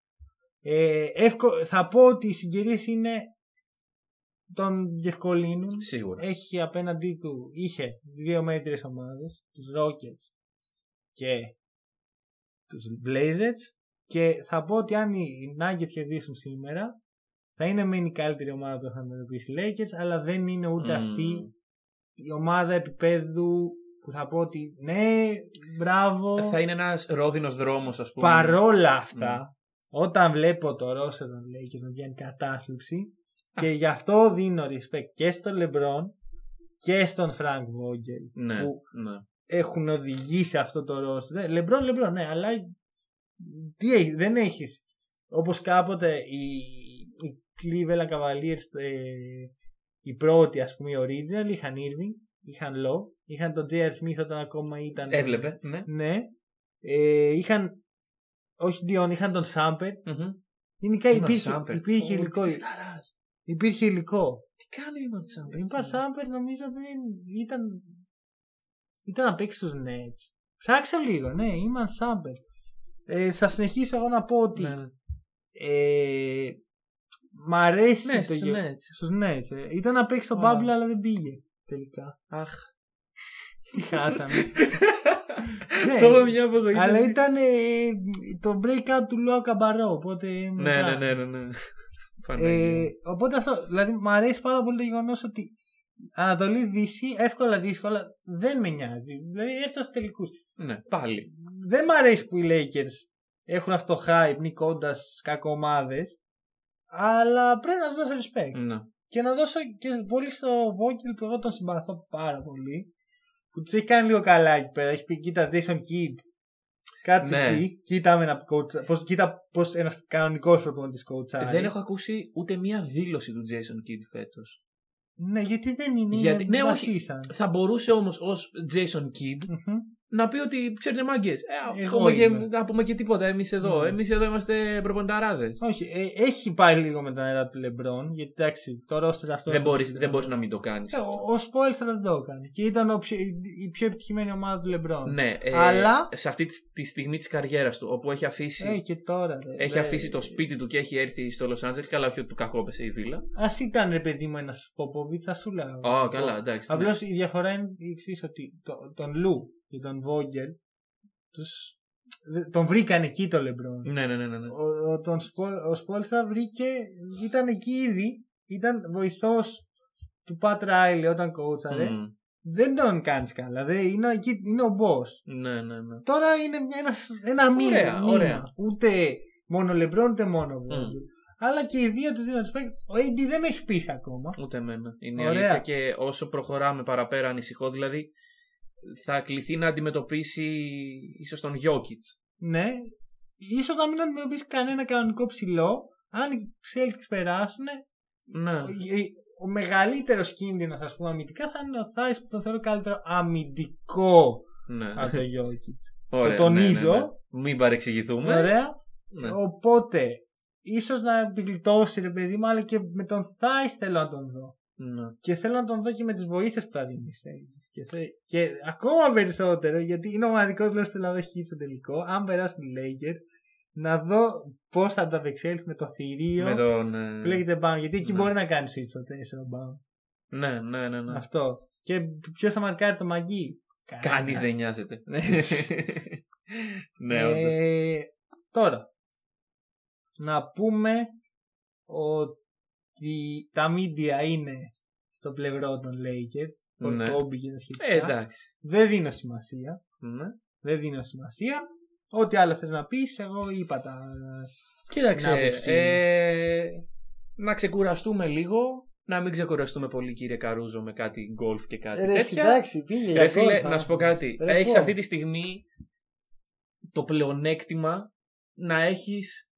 Speaker 1: Ε, εύκο- θα πω ότι οι συγκυρίες είναι τον διευκολύνουν.
Speaker 2: Σίγουρα.
Speaker 1: Έχει απέναντί του, είχε δύο μέτρες ομάδες, τους Rockets και τους Blazers και θα πω ότι αν οι Nuggets κερδίσουν σήμερα θα είναι μεν η καλύτερη ομάδα που έχουν αντιμετωπίσει οι Lakers αλλά δεν είναι ούτε
Speaker 2: Mm.
Speaker 1: αυτή η ομάδα επίπεδου που θα πω ότι ναι, μπράβο.
Speaker 2: Θα είναι ένας ρόδινος δρόμος, ας πούμε.
Speaker 1: Παρόλα αυτά, όταν βλέπω το Ρώσο τον λέει και μου βγαίνει κατάθλιψη και γι' αυτό δίνω respect και στον Λεμπρόν και στον Φρανκ Βόγγελ
Speaker 2: Ναι,
Speaker 1: που
Speaker 2: ναι.
Speaker 1: έχουν οδηγήσει αυτό το Ρώσο. Λεμπρόν, Λεμπρόν, ναι, αλλά τι έχεις, δεν έχεις. Όπως κάποτε οι, οι Cleveland Cavaliers, ε, οι πρώτοι ας πούμε, οι original, είχαν Irving, είχαν Low, είχαν τον J.R. Smith όταν ακόμα ήταν...
Speaker 2: Έβλεπε, ναι.
Speaker 1: Ναι. Ε, είχαν. Όχι Dion, είχαν τον Σάμπερ.
Speaker 2: Μμμ.
Speaker 1: Γενικά
Speaker 2: Ήμαν
Speaker 1: υπήρχε,
Speaker 2: Σάμπερ.
Speaker 1: υπήρχε
Speaker 2: Ω,
Speaker 1: υλικό.
Speaker 2: τι παιχταράς.
Speaker 1: Υπήρχε υλικό.
Speaker 2: Τι κάνει ο Ήμαν Σάμπερ.
Speaker 1: Είπα Σάμπερ, νομίζω δεν ήταν. Ήταν να παίξει στου Νέτ. Ψάξε λίγο, ναι, ήμαν Σάμπερ. Ε, θα συνεχίσω εγώ να πω ότι.
Speaker 2: Ναι, ναι.
Speaker 1: Ε, μ' αρέσει
Speaker 2: Ναι,
Speaker 1: το
Speaker 2: στους
Speaker 1: γεγονό.
Speaker 2: Nets.
Speaker 1: Στου Νέτ. ε. Ήταν να παίξει στο
Speaker 2: Α.
Speaker 1: Bubble, αλλά δεν πήγε τελικά.
Speaker 2: Αχ.
Speaker 1: Τι χάσαμε. Ναι.
Speaker 2: Το έχω μια απογοήτευση.
Speaker 1: Αλλά ήταν ε, το breakout του Λουάου Καμπαρό. Οπότε.
Speaker 2: Ναι,
Speaker 1: μετά.
Speaker 2: ναι, ναι, ναι. ναι.
Speaker 1: Ε,
Speaker 2: Παναγία.
Speaker 1: οπότε αυτό, δηλαδή μου αρέσει πάρα πολύ το γεγονός ότι Ανατολή Δύση, εύκολα δύσκολα, δεν με νοιάζει. Δηλαδή έφτασε τελικούς.
Speaker 2: Ναι, πάλι.
Speaker 1: Δεν μ' αρέσει που οι Lakers έχουν αυτό το hype νικώντα κακομάδες. Αλλά πρέπει να τους δώσω respect.
Speaker 2: Ναι.
Speaker 1: Και να δώσω και πολύ στο Vogel που εγώ τον συμπαθώ πάρα πολύ. Που τους έχει κάνει λίγο καλά εκεί πέρα. Έχει πει: Κοίτα, Jason Kidd. Κάτσε
Speaker 2: Ναι.
Speaker 1: εκεί. Κοίτα με ένα coach. Πώς, κοίτα πώς ένας κανονικός προπονητής coach.
Speaker 2: Ε, Δεν έχω ακούσει ούτε μία δήλωση του Jason Kidd φέτος.
Speaker 1: Ναι, γιατί δεν είναι.
Speaker 2: Γιατί-
Speaker 1: είναι
Speaker 2: ναι, όχι.
Speaker 1: βασίστα.
Speaker 2: Θα μπορούσε όμως ως Jason Kidd
Speaker 1: Μμμ. να
Speaker 2: να πει ότι ξέρετε μάγκες. Ε,
Speaker 1: Εγώ
Speaker 2: ακόμα και,
Speaker 1: είμαι».
Speaker 2: να πούμε και τίποτα. Εμείς εδώ.
Speaker 1: Ναι.
Speaker 2: Εμείς εδώ είμαστε προπονταράδες.
Speaker 1: Όχι, ε, έχει πάει λίγο με τα νερά του Λεμπρόν. Γιατί εντάξει, το ρόστερ αυτό.
Speaker 2: Δεν μπορείς δεν μπορείς να μην το κάνεις.
Speaker 1: Ε, Ο, ο Σπόελστρα δεν το έκανε. Και ήταν ο πιο- η πιο επιτυχημένη ομάδα του Λεμπρόν.
Speaker 2: Ναι, ε,
Speaker 1: Αλλά-
Speaker 2: σε αυτή τη, τη στιγμή της καριέρας του, όπου έχει αφήσει,
Speaker 1: Ε, και τώρα. ρε,
Speaker 2: έχει
Speaker 1: δε-
Speaker 2: αφήσει το σπίτι του και έχει έρθει στο Λο Άντζελε, καλά, όχι ότι του κακόπεσε η βίλα.
Speaker 1: Ας ήταν ρε παιδί μου ένας Πόποβιτ, θα σου λέω.
Speaker 2: Α, καλά, εντάξει. ναι.
Speaker 1: Απλώς η διαφορά είναι η εξής: ότι το- τον Λου και τον Βόγγελ τους, δε- τον βρήκαν εκεί το Λεμπρόν.
Speaker 2: Ναι, ναι, ναι, ναι. ναι.
Speaker 1: Ο, ο, τον Σπο, ο Σπόλτσα βρήκε, ήταν εκεί ήδη, ήταν βοηθός του Πατ Ράιλι όταν κόουτσαρε.
Speaker 2: Μμμ.
Speaker 1: Δεν τον κάνεις καλά. Δε, είναι, εκεί, είναι ο boss.
Speaker 2: ναι, ναι, ναι.
Speaker 1: Τώρα είναι μια- ένας, ένα μήνα.
Speaker 2: Ωραία,
Speaker 1: μήνα.
Speaker 2: ωραία. Mm.
Speaker 1: Ούτε μόνο Λεμπρόν, ούτε μόνο Βόγγελ. Αλλά και οι δύο τους δίνουν respect. Ο AD δεν με έχει πείσει ακόμα.
Speaker 2: Ούτε εμένα. Είναι η
Speaker 1: Ωραία.
Speaker 2: αλήθεια και όσο προχωράμε παραπέρα ανησυχώ, δηλαδή θα κληθεί να αντιμετωπίσει ίσως τον Γιώκητς.
Speaker 1: Ναι. Ίσως να μην αντιμετωπίσει κανένα κανονικό ψηλό αν οι Celtics περάσουν,
Speaker 2: Ναι.
Speaker 1: ο, ο μεγαλύτερος κίνδυνος, ας πούμε, αμυντικά θα είναι ο Θάη που το θεωρώ καλύτερο αμυντικό
Speaker 2: ναι.
Speaker 1: από το Jokic.
Speaker 2: Ωραία,
Speaker 1: το τονίζω.
Speaker 2: ναι, ναι, ναι. Μην παρεξηγηθούμε.
Speaker 1: Ωραία.
Speaker 2: Ναι.
Speaker 1: Οπότε, ίσως να γλιτώσει ρε παιδί μου, αλλά και με τον Θάη θέλω να τον δω.
Speaker 2: Ναι.
Speaker 1: Και θέλω να τον δω και με τις βοήθειες που θα δίνει. ε. Και, θε- και ακόμα περισσότερο, γιατί είναι ο μοναδικός λόγος που θέλω να δω Heat στο τελικό. Αν περάσουν οι Lakers, να δω πώς θα ανταπεξέλθει με το θηρίο
Speaker 2: Με τον. ε,
Speaker 1: που λέγεται Bound. Γιατί εκεί
Speaker 2: Ναι.
Speaker 1: μπορεί να κάνεις switch στο 4 Bound.
Speaker 2: Ναι, ναι, ναι. ναι.
Speaker 1: Αυτό. Και ποιος θα μαρκάρει το μαγί.
Speaker 2: Κανείς δεν νοιάζεται.
Speaker 1: Ναι.
Speaker 2: ναι, όντως.
Speaker 1: Ε, τώρα, να πούμε ότι τα media είναι στο πλευρό των Lakers.
Speaker 2: Ναι.
Speaker 1: Ναι. Κόμπι και τα σχετικά.
Speaker 2: Ε, εντάξει.
Speaker 1: Δεν δίνω σημασία.
Speaker 2: Ναι.
Speaker 1: Δεν δίνω σημασία. Ό,τι άλλο θες να πεις, εγώ είπα τα... Την
Speaker 2: Κοίταξε.
Speaker 1: άποψη.
Speaker 2: Ε, να ξεκουραστούμε λίγο. Να μην ξεκουραστούμε πολύ, κύριε Καρούζο, με κάτι γκολφ και
Speaker 1: ε,
Speaker 2: κάτι τέτοια.
Speaker 1: πήγε.
Speaker 2: Ρε φίλε, να σου πω κάτι. Έχεις αυτή τη στιγμή το πλεονέκτημα να έχεις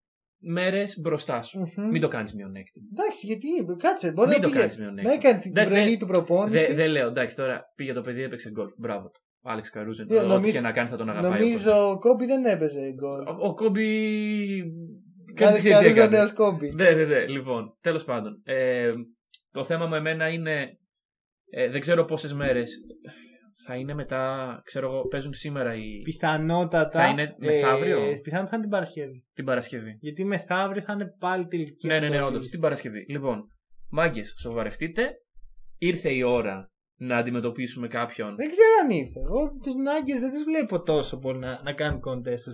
Speaker 2: μέρες μπροστά σου. Μην το κάνεις μειονέκτημα.
Speaker 1: Εντάξει, γιατί, κάτσε, Mm. μπορεί
Speaker 2: Μην το κάνεις μειονέκτημα.
Speaker 1: έκανε την
Speaker 2: Εντάξει,
Speaker 1: τρελή
Speaker 2: δεν-
Speaker 1: του προπόνηση.
Speaker 2: Δεν λέω, εντάξει, τώρα πήγε το παιδί, έπαιξε γκολφ. Μπράβο του. Ο Άλεξ Καρούζο,
Speaker 1: Ναι,
Speaker 2: ό,τι
Speaker 1: νομίζω-
Speaker 2: και να κάνει θα τον αγαπάει. ο
Speaker 1: Νομίζω ο Κόμπι δεν έπαιζε γκολ.
Speaker 2: κόσμος. Ο, ο Κόμπι. Κάτι
Speaker 1: Κάτι
Speaker 2: ξέρεις τι
Speaker 1: καλύτερο
Speaker 2: έκανε.
Speaker 1: νέος Κόμπι.
Speaker 2: Ναι, ναι, ναι. Λοιπόν, τέλος πάντων. Ε, το θέμα με εμένα είναι. ε, δεν ξέρω πόσες μέρες θα είναι μετά. Ξέρω εγώ, παίζουν σήμερα οι,
Speaker 1: Πιθανότατα. ε,
Speaker 2: Θα είναι μεθαύριο?
Speaker 1: πιθανότατα θα είναι την Παρασκευή.
Speaker 2: την Παρασκευή.
Speaker 1: Γιατί μεθαύριο θα είναι πάλι τελική.
Speaker 2: Ναι, ναι, ναι,
Speaker 1: αποστολή.
Speaker 2: όντως. Την Παρασκευή. Λοιπόν, μάγκες, σοβαρευτείτε. Ήρθε η ώρα να αντιμετωπίσουμε κάποιον.
Speaker 1: Δεν ξέρω αν ήρθε. Εγώ τους Νάγκε δεν τους βλέπω τόσο πολύ να, να κάνουν κοντέ του.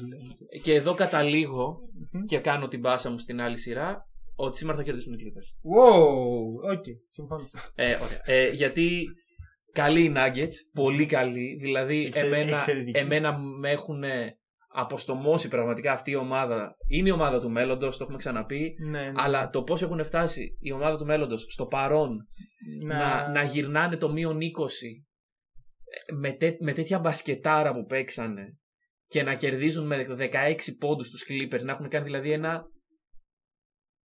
Speaker 2: Και εδώ καταλήγω και κάνω την πάσα μου στην άλλη σειρά ότι σήμερα θα κερδίσουν οι Clippers.
Speaker 1: Wow, οκ, συμφωνώ.
Speaker 2: Ε, ωραία. Ε, γιατί καλοί οι Nuggets, πολύ καλοί. Δηλαδή,
Speaker 1: Εξαιρε-
Speaker 2: εμένα,
Speaker 1: εξαιρετικοί.
Speaker 2: εμένα με έχουν αποστομώσει πραγματικά αυτή η ομάδα. Είναι η ομάδα του μέλλοντος, το έχουμε ξαναπεί.
Speaker 1: Ναι, ναι.
Speaker 2: Αλλά το πώς έχουν φτάσει η ομάδα του μέλλοντος στο παρόν να, να, γυρνάνε το μείον 20 ε, με, τέ- με τέτοια μπασκετάρα που παίξανε και να κερδίζουν με 16 πόντους τους Clippers, να έχουν κάνει δηλαδή ένα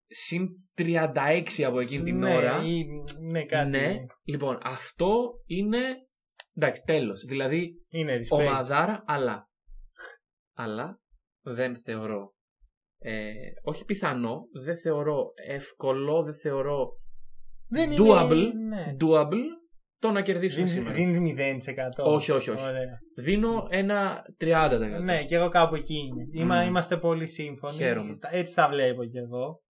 Speaker 2: συν 36 από εκείνη την
Speaker 1: ναι,
Speaker 2: ώρα.
Speaker 1: ή- ναι, κάτι.
Speaker 2: ναι.
Speaker 1: είναι.
Speaker 2: Λοιπόν, αυτό είναι... Εντάξει, τέλος. Δηλαδή,
Speaker 1: Είναι respect.
Speaker 2: ομαδάρα, αλλά... Αλλά δεν θεωρώ... Ε, όχι πιθανό, δεν θεωρώ εύκολο, δεν θεωρώ
Speaker 1: Δεν είναι-
Speaker 2: doable,
Speaker 1: Ναι.
Speaker 2: doable το να κερδίσουν σήμερα.
Speaker 1: Δίνεις 0%.
Speaker 2: Όχι, όχι, όχι.
Speaker 1: Ωραία.
Speaker 2: Δίνω ένα 30%.
Speaker 1: Ναι, και εγώ κάπου εκεί είμαι. Είμα-
Speaker 2: Μμμ.
Speaker 1: Είμαστε πολύ σύμφωνοι.
Speaker 2: Χαίρομαι.
Speaker 1: Τα- Έτσι τα βλέπω κι εγώ.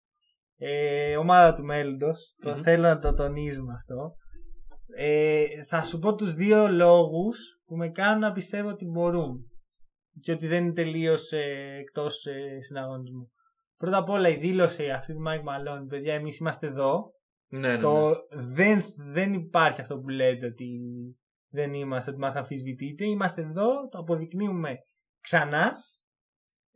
Speaker 1: Ε, ομάδα του μέλλοντος. Το
Speaker 2: Μμμ.
Speaker 1: θέλω να το τονίζουμε αυτό. Ε, θα σου πω τους δύο λόγους που με κάνουν να πιστεύω ότι μπορούν και ότι δεν είναι τελείως ε, εκτός ε, συναγωνισμού. Πρώτα απ' όλα η δήλωση αυτή του Mike Malone, παιδιά, εμείς είμαστε εδώ.
Speaker 2: ναι, ναι, ναι.
Speaker 1: Το δεν, δεν υπάρχει αυτό που λέτε ότι δεν είμαστε, ότι μας αμφισβητείτε. Είμαστε εδώ, το αποδεικνύουμε ξανά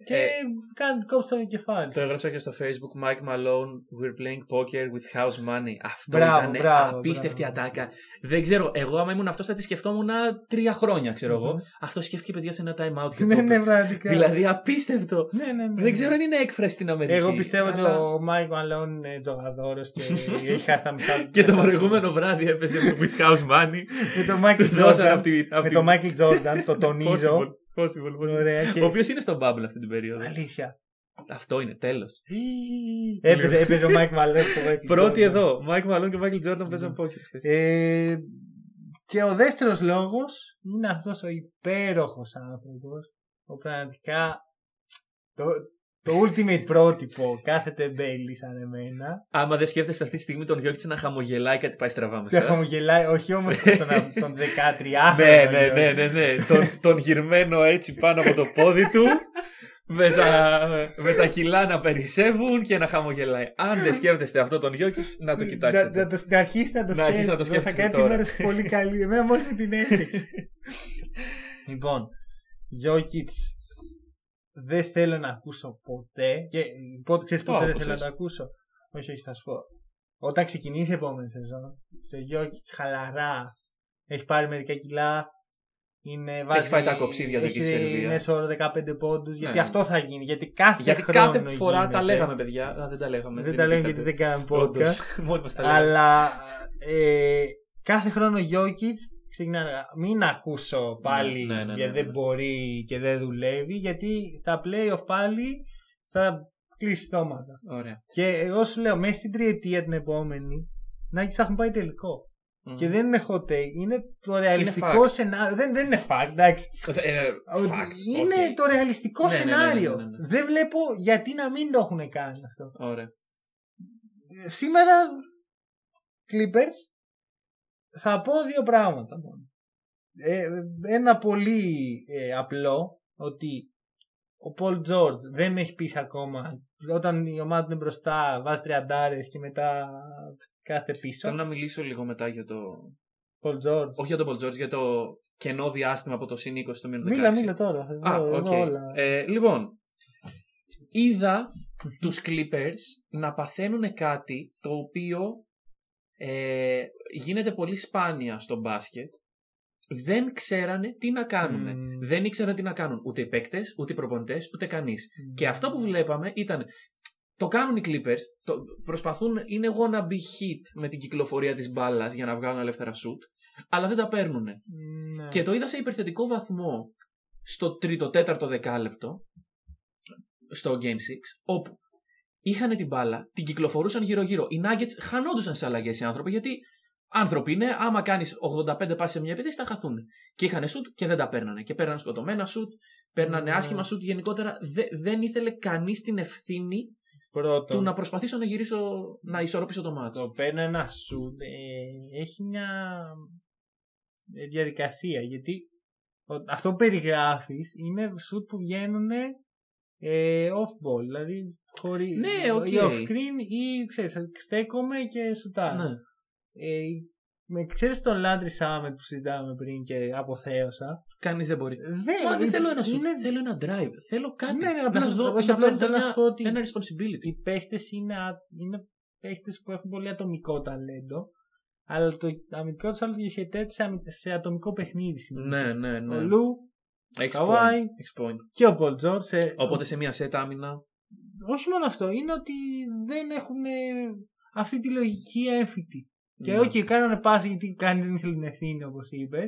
Speaker 1: και
Speaker 2: Ε,
Speaker 1: κάνετε κόψτε το κεφάλι.
Speaker 2: το έγραψα και στο facebook Mike Malone, we're playing poker with house money. Αυτό
Speaker 1: Μπράβο,
Speaker 2: ήταν
Speaker 1: μπράβο,
Speaker 2: απίστευτη
Speaker 1: μπράβο.
Speaker 2: ατάκα. Δεν ξέρω, εγώ άμα ήμουν αυτός θα τη σκεφτόμουν τρία χρόνια, ξέρω εγώ.
Speaker 1: Μμμ.
Speaker 2: Αυτό σκέφτηκε παιδιά σε ένα time out. και το
Speaker 1: ναι,
Speaker 2: είπε.
Speaker 1: ναι, πραγματικά.
Speaker 2: δηλαδή απίστευτο.
Speaker 1: ναι, ναι, ναι.
Speaker 2: Δεν ξέρω αν είναι έκφραση στην Αμερική.
Speaker 1: Εγώ πιστεύω ότι
Speaker 2: αλλά-
Speaker 1: ο Μάικ Μαλόν είναι τζογαδόρος και έχει χάσει τα μισά του.
Speaker 2: Και το προηγούμενο βράδυ έπαιζε το with house money.
Speaker 1: Με τον Μάικλ
Speaker 2: Του δώσαν
Speaker 1: Τζόρνταν.
Speaker 2: από τη. απ'
Speaker 1: Με
Speaker 2: τη-
Speaker 1: τον Μάικλ Τζόρνταν, το τονίζω.
Speaker 2: Possible, possible, possible.
Speaker 1: Ωραία.
Speaker 2: Ο
Speaker 1: Και...
Speaker 2: οποίος είναι στο bubble αυτή την περίοδο.
Speaker 1: Αλήθεια.
Speaker 2: Αυτό είναι, τέλος.
Speaker 1: Έπαιζε, έπαιζε ο Μάικ Μαλόν και ο Μάικλ
Speaker 2: Πρώτοι
Speaker 1: Τζόρνταν.
Speaker 2: εδώ, Μάικ Μαλόν και Μάικλ Τζόρνταν παίζαν πόκερ.
Speaker 1: Ε, και ο δεύτερος λόγος είναι αυτός ο υπέροχος άνθρωπος που πραγματικά το, το ultimate πρότυπο κάθεται μπέλη σαν εμένα
Speaker 2: Άμα δεν σκέφτεστε αυτή τη στιγμή τον Γιώκητ να χαμογελάει, κάτι πάει στραβά με
Speaker 1: και
Speaker 2: εσάς.
Speaker 1: χαμογελάει όχι όμως τον, τον 13
Speaker 2: Ναι, ναι, ναι, ναι, ναι. τον, τον γυρμένο έτσι πάνω από το πόδι του. Με τα, με τα κιλά να περισσεύουν και να χαμογελάει. Αν δεν σκέφτεστε αυτό τον Γιώκητ, να
Speaker 1: Ναι,
Speaker 2: το
Speaker 1: Να,
Speaker 2: κοιτάξετε.
Speaker 1: να, το- να αρχίσετε να το
Speaker 2: Να αρχίσετε να το
Speaker 1: σκέφτεστε. Θα κάνει την
Speaker 2: σκέφτεστε τώρα.
Speaker 1: όρεξη πολύ καλή. Εμένα μόλις μου την έφτιαξε. λοιπόν, Γιώκητς δεν θέλω να ακούσω ποτέ. Και πότε, ξέρεις
Speaker 2: Το
Speaker 1: ποτέ δεν
Speaker 2: άκουσες.
Speaker 1: θέλω να το ακούσω. Όχι, όχι, θα σου πω. Όταν ξεκινήσει η επόμενη σεζόν, το Γιώκητς χαλαρά έχει πάρει μερικά κιλά. Είναι, βάζει,
Speaker 2: φάει τα κοψίδια του εκεί στη
Speaker 1: έχει-
Speaker 2: Σερβία.
Speaker 1: Είναι σώρο 15 πόντους. Γιατί
Speaker 2: Ναι.
Speaker 1: αυτό θα γίνει. Γιατί κάθε
Speaker 2: Γιατί
Speaker 1: χρόνο
Speaker 2: κάθε φορά
Speaker 1: γίνεται.
Speaker 2: τα λέγαμε, παιδιά. Α, δεν τα λέγαμε.
Speaker 1: Δεν τα λέμε
Speaker 2: υπήρχε
Speaker 1: γιατί δεν κάνουμε
Speaker 2: κάτι.
Speaker 1: podcast.
Speaker 2: Όντως. Μόνοι μας τα λέγαμε.
Speaker 1: Αλλά ε, κάθε χρόνο ο Γιώκητ ξεκινάει να- μην ακούσω πάλι
Speaker 2: Ναι, ναι, ναι,
Speaker 1: γιατί
Speaker 2: ναι,
Speaker 1: δεν
Speaker 2: ναι.
Speaker 1: μπορεί και δεν δουλεύει γιατί στα playoff πάλι θα κλείσει στόματα.
Speaker 2: Ωραία.
Speaker 1: Και εγώ σου λέω μέσα στην τριετία την επόμενη να θα έχουν πάει τελικό.
Speaker 2: Μμμ.
Speaker 1: Και δεν είναι hot take, είναι το ρεαλιστικό
Speaker 2: fact.
Speaker 1: σενάριο. Δεν, δεν είναι fact, εντάξει.
Speaker 2: Ε, ε,
Speaker 1: Ότι
Speaker 2: fact,
Speaker 1: είναι
Speaker 2: okay.
Speaker 1: το ρεαλιστικό
Speaker 2: Ναι, ναι, ναι, ναι, ναι,
Speaker 1: σενάριο.
Speaker 2: ναι, ναι.
Speaker 1: Δεν βλέπω γιατί να μην το έχουν κάνει αυτό.
Speaker 2: Ωραία.
Speaker 1: Ε, σήμερα Clippers θα πω δύο πράγματα μόνο. Ε, ένα πολύ ε, απλό ότι ο Πολ Τζόρτζ δεν με έχει πείσει ακόμα όταν η ομάδα του είναι μπροστά βάζει τριαντάρες και μετά κάθε
Speaker 2: Θέλω
Speaker 1: πίσω.
Speaker 2: να μιλήσω λίγο μετά για το.
Speaker 1: Πολ Τζόρτζ.
Speaker 2: Όχι για τον Πολ Τζόρτζ, για το κενό διάστημα από το συν 20 στο μείον 16.
Speaker 1: Μίλα, μίλα τώρα. θα
Speaker 2: Α,
Speaker 1: δω-
Speaker 2: οκ.
Speaker 1: δω όλα.
Speaker 2: Ε, λοιπόν, είδα τους Clippers να παθαίνουν κάτι το οποίο ε, γίνεται πολύ σπάνια στο μπάσκετ. Δεν ξέρανε τι να κάνουν.
Speaker 1: Μμμ.
Speaker 2: Δεν ήξεραν τι να κάνουν ούτε οι παίκτες, ούτε οι προπονητές, ούτε κανείς. Και αυτό που βλέπαμε ήταν. Το κάνουν οι Clippers, το, προσπαθούν, είναι wanna be hit με την κυκλοφορία της μπάλας για να βγάλουν ελεύθερα σουτ, αλλά δεν τα παίρνουν.
Speaker 1: Ναι.
Speaker 2: Και το είδα σε υπερθετικό βαθμό στο τρίτο τέταρτο δεκάλεπτο στο Game 6 όπου είχαν την μπάλα, την κυκλοφορούσαν γύρω-γύρω. Οι Nuggets χανόντουσαν σε αλλαγές οι άνθρωποι γιατί άνθρωποι είναι, άμα κάνεις 85 πάσει σε μια επίθεση θα χαθούν. Και είχαν σουτ και δεν τα παίρνανε. Και παίρνανε σκοτωμένα σουτ, παίρνανε
Speaker 1: Ναι.
Speaker 2: άσχημα σουτ. Γενικότερα δε- δεν ήθελε κανείς την ευθύνη
Speaker 1: Πρώτον,
Speaker 2: του να προσπαθήσω να γυρίσω, να ισορροπήσω το μάτσο.
Speaker 1: το παίρνω ένα σουτ ε, έχει μια ε, διαδικασία γιατί ο- αυτό που περιγράφεις είναι σουτ που βγαίνουν ε, off-ball, δηλαδή χωρί,
Speaker 2: Ναι, οκ.
Speaker 1: ή off-screen ή ξέρεις, στέκομαι και σουτάρω.
Speaker 2: Ναι.
Speaker 1: Ε, με, ξέρεις τον Λάντρι Σάμε που συζητάμε πριν και αποθέωσα.
Speaker 2: Κανείς δεν μπορεί.
Speaker 1: Δεν,
Speaker 2: Μα δεν θέλω ένα σουτ,
Speaker 1: είναι-
Speaker 2: θέλω ένα drive, θέλω κάτι.
Speaker 1: Ναι, ναι,
Speaker 2: να
Speaker 1: απλώς-
Speaker 2: σας δω,
Speaker 1: όχι,
Speaker 2: να
Speaker 1: απλώς
Speaker 2: παίρνετε
Speaker 1: θέλω να
Speaker 2: μια-
Speaker 1: σου πω ότι-
Speaker 2: Ένα responsibility.
Speaker 1: οι παίχτες είναι, α- είναι παίχτες που έχουν πολύ ατομικό ταλέντο αλλά το αμυντικό τους άλλο διοχετεύεται σε, αμυ- σε ατομικό παιχνίδι. συνήθως.
Speaker 2: Ναι, ναι,
Speaker 1: Ο
Speaker 2: ναι.
Speaker 1: Λου
Speaker 2: Έχεις
Speaker 1: Καβάη.
Speaker 2: point, έχεις point.
Speaker 1: και ο Πολ Τζορτ.
Speaker 2: Οπότε σε μια σετ άμυνα.
Speaker 1: Όχι μόνο αυτό, είναι ότι δεν έχουν ε, αυτή τη λογική έμφυτη. Και
Speaker 2: ναι.
Speaker 1: όχι, κάνανε πάση γιατί κάνει δεν ήθελε την ευθύνη όπως είπες.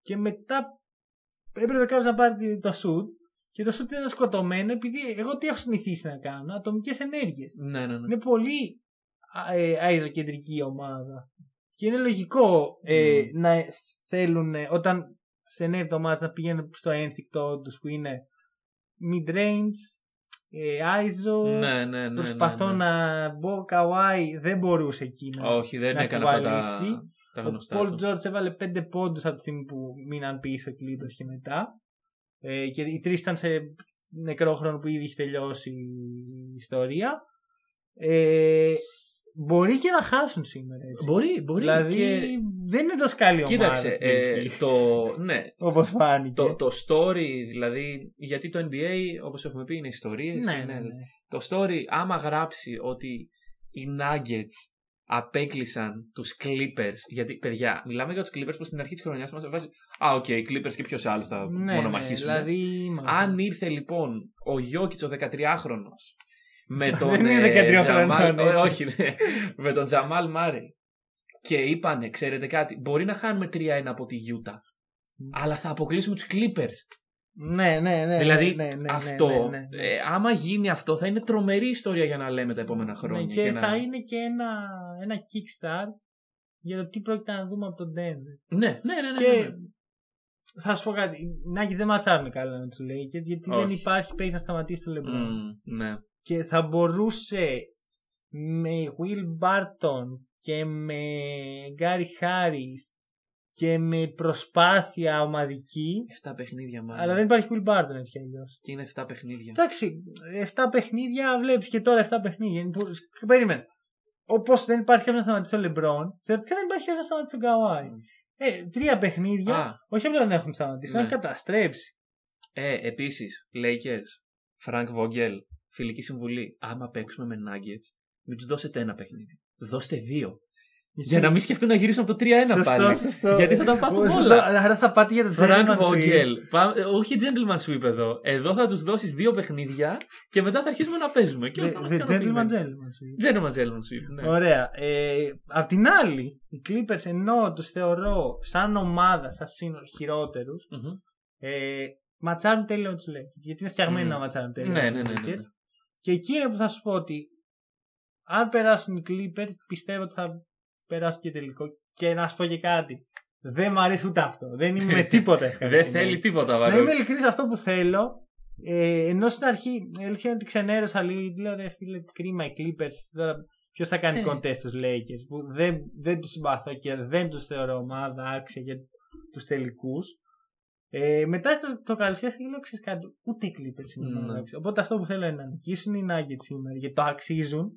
Speaker 1: Και μετά έπρεπε κάποιος να πάρει τη- το σουτ και το σουτ ήταν σκοτωμένο επειδή εγώ τι έχω συνηθίσει να κάνω, ατομικές ενέργειες.
Speaker 2: Ναι, ναι, ναι.
Speaker 1: Είναι πολύ α- ε, αειζοκεντρική η ομάδα. Και είναι λογικό ε,
Speaker 2: Μμμ.
Speaker 1: να θέλουν ε, όταν στενεύει το μάτς να πηγαίνουν στο ένστικτο τους που είναι mid-range, ε, ISO,
Speaker 2: Ναι, ναι, ναι, ναι.
Speaker 1: προσπαθώ
Speaker 2: ναι.
Speaker 1: να μπω καουάι, δεν μπορούσε εκεί να,
Speaker 2: Όχι, δεν
Speaker 1: να
Speaker 2: έκανε αυτά τα,
Speaker 1: κουβαλήσει.
Speaker 2: τα
Speaker 1: ο
Speaker 2: γνωστά.
Speaker 1: Πολ
Speaker 2: του.
Speaker 1: Τζόρτς έβαλε 5 πόντους από τη στιγμή που μείναν πίσω οι Clippers και μετά. Ε, και οι τρεις ήταν σε νεκρό χρόνο που ήδη είχε τελειώσει η ιστορία. Ε, μπορεί και να χάσουν σήμερα έτσι.
Speaker 2: Μπορεί, μπορεί.
Speaker 1: δηλαδή
Speaker 2: και-
Speaker 1: δεν είναι τόσο καλή ομάδα
Speaker 2: Κοίταξε,
Speaker 1: στην
Speaker 2: ε,
Speaker 1: τελική,
Speaker 2: το, ναι,
Speaker 1: όπως φάνηκε.
Speaker 2: το, το story, δηλαδή, γιατί το NBA, όπως έχουμε πει, είναι ιστορίες.
Speaker 1: ναι,
Speaker 2: είναι-
Speaker 1: ναι, ναι.
Speaker 2: Το story, άμα γράψει ότι οι Nuggets απέκλεισαν τους Clippers. Γιατί, παιδιά, μιλάμε για τους Clippers που στην αρχή της χρονιάς μας βάζει. Α, οκ, οι Clippers και ποιος άλλος θα
Speaker 1: Ναι, ναι,
Speaker 2: μονομαχήσουν.
Speaker 1: δηλαδή, είμαστε.
Speaker 2: Αν ήρθε λοιπόν ο Γιώκητς ο 13χρονο με τον.
Speaker 1: Δεν είναι
Speaker 2: ε,
Speaker 1: 13χρονος,
Speaker 2: Τζαμάλ-
Speaker 1: έτσι.
Speaker 2: ε, όχι, ναι. με τον Τζαμάλ Μάρι. Και είπανε, ξέρετε κάτι, μπορεί να χάνουμε 3-1 από τη Γιούτα. Αλλά θα αποκλείσουμε τους Clippers.
Speaker 1: ναι, ναι, ναι,
Speaker 2: δηλαδή,
Speaker 1: ναι, ναι, ναι,
Speaker 2: αυτό,
Speaker 1: ναι, ναι, ναι.
Speaker 2: ε, άμα γίνει αυτό, θα είναι τρομερή ιστορία για να λέμε τα επόμενα χρόνια.
Speaker 1: Ναι, και,
Speaker 2: να...
Speaker 1: θα είναι και ένα, ένα kickstart για το τι πρόκειται να δούμε από τον Denver.
Speaker 2: ναι, ναι, ναι. ναι, ναι,
Speaker 1: και
Speaker 2: ναι.
Speaker 1: θα σου πω κάτι. Οι Νάγκη δεν ματσάρουν καλά με του Lakers γιατί δεν
Speaker 2: Όχι.
Speaker 1: υπάρχει παίκτης να σταματήσει το LeBron.
Speaker 2: Μμμ, ναι.
Speaker 1: Και θα μπορούσε με Will Barton και με Gary Harris και με προσπάθεια ομαδική.
Speaker 2: 7 παιχνίδια μάλλον.
Speaker 1: Αλλά δεν υπάρχει Will Barton έτσι κι αλλιώς.
Speaker 2: Και είναι 7 παιχνίδια.
Speaker 1: Εντάξει, 7 παιχνίδια βλέπεις και τώρα 7 παιχνίδια. είναι που- Περίμενε. Όπως δεν υπάρχει κάποιο να σταματήσει τον Λεμπρόν, θεωρητικά δεν υπάρχει κάποιο να σταματήσει τον Καουάι. Ε, τρία παιχνίδια,
Speaker 2: Α.
Speaker 1: όχι απλά να έχουν σταματήσει, να
Speaker 2: Ναι.
Speaker 1: έχουν καταστρέψει.
Speaker 2: Ε, επίσης, Lakers, Frank Vogel, φιλική συμβουλή. Άμα παίξουμε με Nuggets, μην τους δώσετε ένα παιχνίδι. Δώστε δύο. Για να μην σκεφτούν να γυρίσουν από το 3-1
Speaker 1: Σωστό,
Speaker 2: πάλι.
Speaker 1: σωστό.
Speaker 2: Γιατί θα τα πάθουν
Speaker 1: Σωστό.
Speaker 2: όλα.
Speaker 1: Άρα θα πάτε για το
Speaker 2: Φρανκ
Speaker 1: German Sweep.
Speaker 2: Βόγγελ. ε, Όχι gentleman sweep εδώ. Εδώ θα τους δώσεις δύο παιχνίδια και μετά θα αρχίσουμε να παίζουμε. Και όλα
Speaker 1: The
Speaker 2: θα μας
Speaker 1: the gentleman,
Speaker 2: ικανοποιημένοι.
Speaker 1: gentleman. Sweep.
Speaker 2: Gentleman gentleman sweep. ναι.
Speaker 1: Ωραία. Ε, απ' την άλλη, οι Clippers ενώ τους θεωρώ σαν ομάδα, σαν σύνολο χειρότερους,
Speaker 2: Μμμ.
Speaker 1: ε, ματσάρουν τέλεια με του Lakers. Γιατί είναι φτιαγμένοι
Speaker 2: Μμμ.
Speaker 1: να ματσάρουν τέλεια
Speaker 2: Ναι,
Speaker 1: με
Speaker 2: ναι,
Speaker 1: τους
Speaker 2: ναι, ναι, ναι.
Speaker 1: Lakers. Και εκεί είναι που θα σου πω ότι αν περάσουν οι Clippers, πιστεύω ότι θα περάσουν και τελικό. Και να σου πω και κάτι. Δεν μ' αρέσει ούτε αυτό. Δεν είμαι με τίποτα
Speaker 2: Δεν
Speaker 1: ευχαριστημένος.
Speaker 2: θέλει τίποτα
Speaker 1: ναι. Να είμαι
Speaker 2: βαρύ.
Speaker 1: ειλικρινής, αυτό που θέλω. Ε, ενώ στην αρχή η αλήθεια είναι ότι ξενέρωσα λίγο γιατί λέω ρε φίλε, κρίμα οι Clippers. Τώρα ποιος θα κάνει
Speaker 2: Ε.
Speaker 1: κοντέ στους Lakers που δεν, δεν τους συμπαθώ και δεν τους θεωρώ ομάδα άξια για τους τελικούς. Ε, μετά στο, το καλοσχέδιο και λέω ξέρεις κάτι, ούτε οι Clippers είναι ομάδα
Speaker 2: Ναι.
Speaker 1: άξια. Οπότε αυτό που θέλω είναι να νικήσουν οι Nuggets σήμερα γιατί το αξίζουν.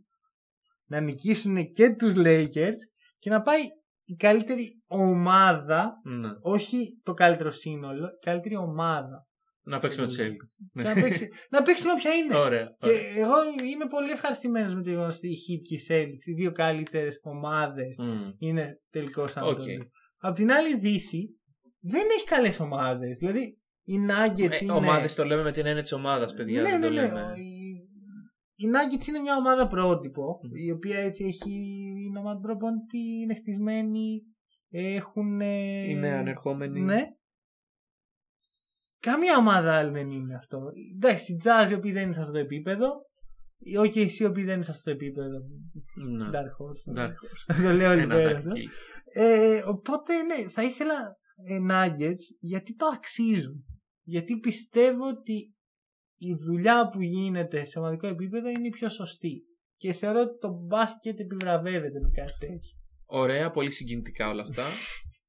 Speaker 1: Να νικήσουν και τους Lakers και να πάει η καλύτερη ομάδα
Speaker 2: Ναι.
Speaker 1: όχι το καλύτερο σύνολο, η καλύτερη ομάδα.
Speaker 2: Να παίξουμε του Celtics. Ναι.
Speaker 1: Και να, παίξει, να παίξουν όποια είναι.
Speaker 2: Ωραία.
Speaker 1: και
Speaker 2: ωραία.
Speaker 1: εγώ είμαι πολύ ευχαριστημένος με τη γνώση ότι η Heat και η Celtics, οι δύο καλύτερες ομάδες,
Speaker 2: Μμ.
Speaker 1: είναι τελικώ Ανατολή.
Speaker 2: Οκ.
Speaker 1: Απ' την άλλη, η Δύση δεν έχει καλές ομάδες. Δηλαδή, οι Nuggets
Speaker 2: Ε,
Speaker 1: είναι.
Speaker 2: Ομάδες το λέμε με την έννοια της ομάδας, παιδιά.
Speaker 1: ναι,
Speaker 2: δεν
Speaker 1: ναι,
Speaker 2: το
Speaker 1: ναι.
Speaker 2: λέμε.
Speaker 1: Οι- Οι Nuggets είναι μια ομάδα πρότυπο,
Speaker 2: Μμμ.
Speaker 1: η οποία έτσι έχει. Είναι ομάδα προπονητή, είναι χτισμένη, έχουν. ε,
Speaker 2: Είναι ανερχόμενοι.
Speaker 1: ναι. Καμία ομάδα άλλη δεν είναι αυτό. Εντάξει, οι Jazz οι οποίοι δεν είναι σε αυτό το επίπεδο. Οι OKC οι οποίοι δεν είναι σε αυτό το επίπεδο.
Speaker 2: Ναι.
Speaker 1: Dark Horse.
Speaker 2: Dark
Speaker 1: το λέω όλοι
Speaker 2: Ένα
Speaker 1: πέρα.
Speaker 2: Dark Kill.
Speaker 1: Ε, οπότε ναι, θα ήθελα ε, Nuggets γιατί το αξίζουν. Γιατί πιστεύω ότι η δουλειά που γίνεται σε ομαδικό επίπεδο είναι η πιο σωστή. Και θεωρώ ότι το μπάσκετ επιβραβεύεται με κάτι τέτοιο.
Speaker 2: Ωραία, πολύ συγκινητικά όλα αυτά.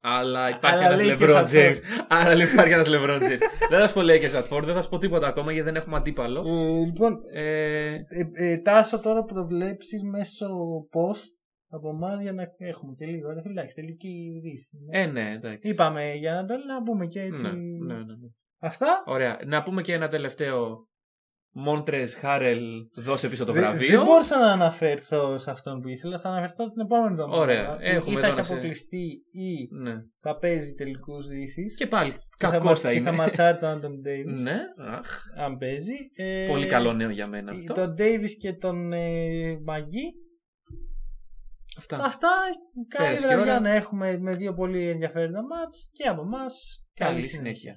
Speaker 2: Αλλά υπάρχει
Speaker 1: Αλλά
Speaker 2: ένα
Speaker 1: λέει και
Speaker 2: LeBron
Speaker 1: Σατφόρ.
Speaker 2: James. Άρα λέει υπάρχει ένας LeBron James. δεν θα σου πω λέει και Σατφόρ, δεν θα σου πω τίποτα ακόμα γιατί δεν έχουμε αντίπαλο.
Speaker 1: λοιπόν,
Speaker 2: Ε,
Speaker 1: Ε, ε, τάσο τώρα προβλέψεις μέσω post από εμάς για να έχουμε και λίγο. Ρε, φίλε, Εντάξει, τελική δύση. ναι.
Speaker 2: ε, ναι, εντάξει.
Speaker 1: Είπαμε για να το να πούμε και έτσι.
Speaker 2: Ναι, ναι, ναι, ναι.
Speaker 1: Αυτά.
Speaker 2: Ωραία. Να πούμε και ένα τελευταίο. Μόντρες Χάρελ, δώσε πίσω το
Speaker 1: Δε-
Speaker 2: βραβείο.
Speaker 1: δεν μπόρεσα να αναφερθώ σε αυτόν που ήθελα. Θα αναφερθώ την επόμενη εβδομάδα.
Speaker 2: Ωραία,
Speaker 1: που
Speaker 2: έχουμε
Speaker 1: Ή θα
Speaker 2: εδώ
Speaker 1: έχει
Speaker 2: να σε-
Speaker 1: αποκλειστεί ή
Speaker 2: Ναι.
Speaker 1: θα παίζει τελικούς δύσει.
Speaker 2: Και πάλι,
Speaker 1: θα,
Speaker 2: κακός
Speaker 1: μα-
Speaker 2: θα
Speaker 1: και θα
Speaker 2: είναι.
Speaker 1: ματσάρει τον Άντων Ντέιβις.
Speaker 2: Ναι, αχ,
Speaker 1: Αν παίζει. Ε,
Speaker 2: πολύ καλό νέο για μένα
Speaker 1: ε,
Speaker 2: αυτό.
Speaker 1: Τον Ντέιβις και τον ε, Μαγκή.
Speaker 2: Αυτά.
Speaker 1: Αυτά. Καλή
Speaker 2: Πέρασε και
Speaker 1: βραδιά
Speaker 2: ώρα.
Speaker 1: να έχουμε με δύο πολύ ενδιαφέροντα μάτς και από εμάς.
Speaker 2: Καλή συνέχεια.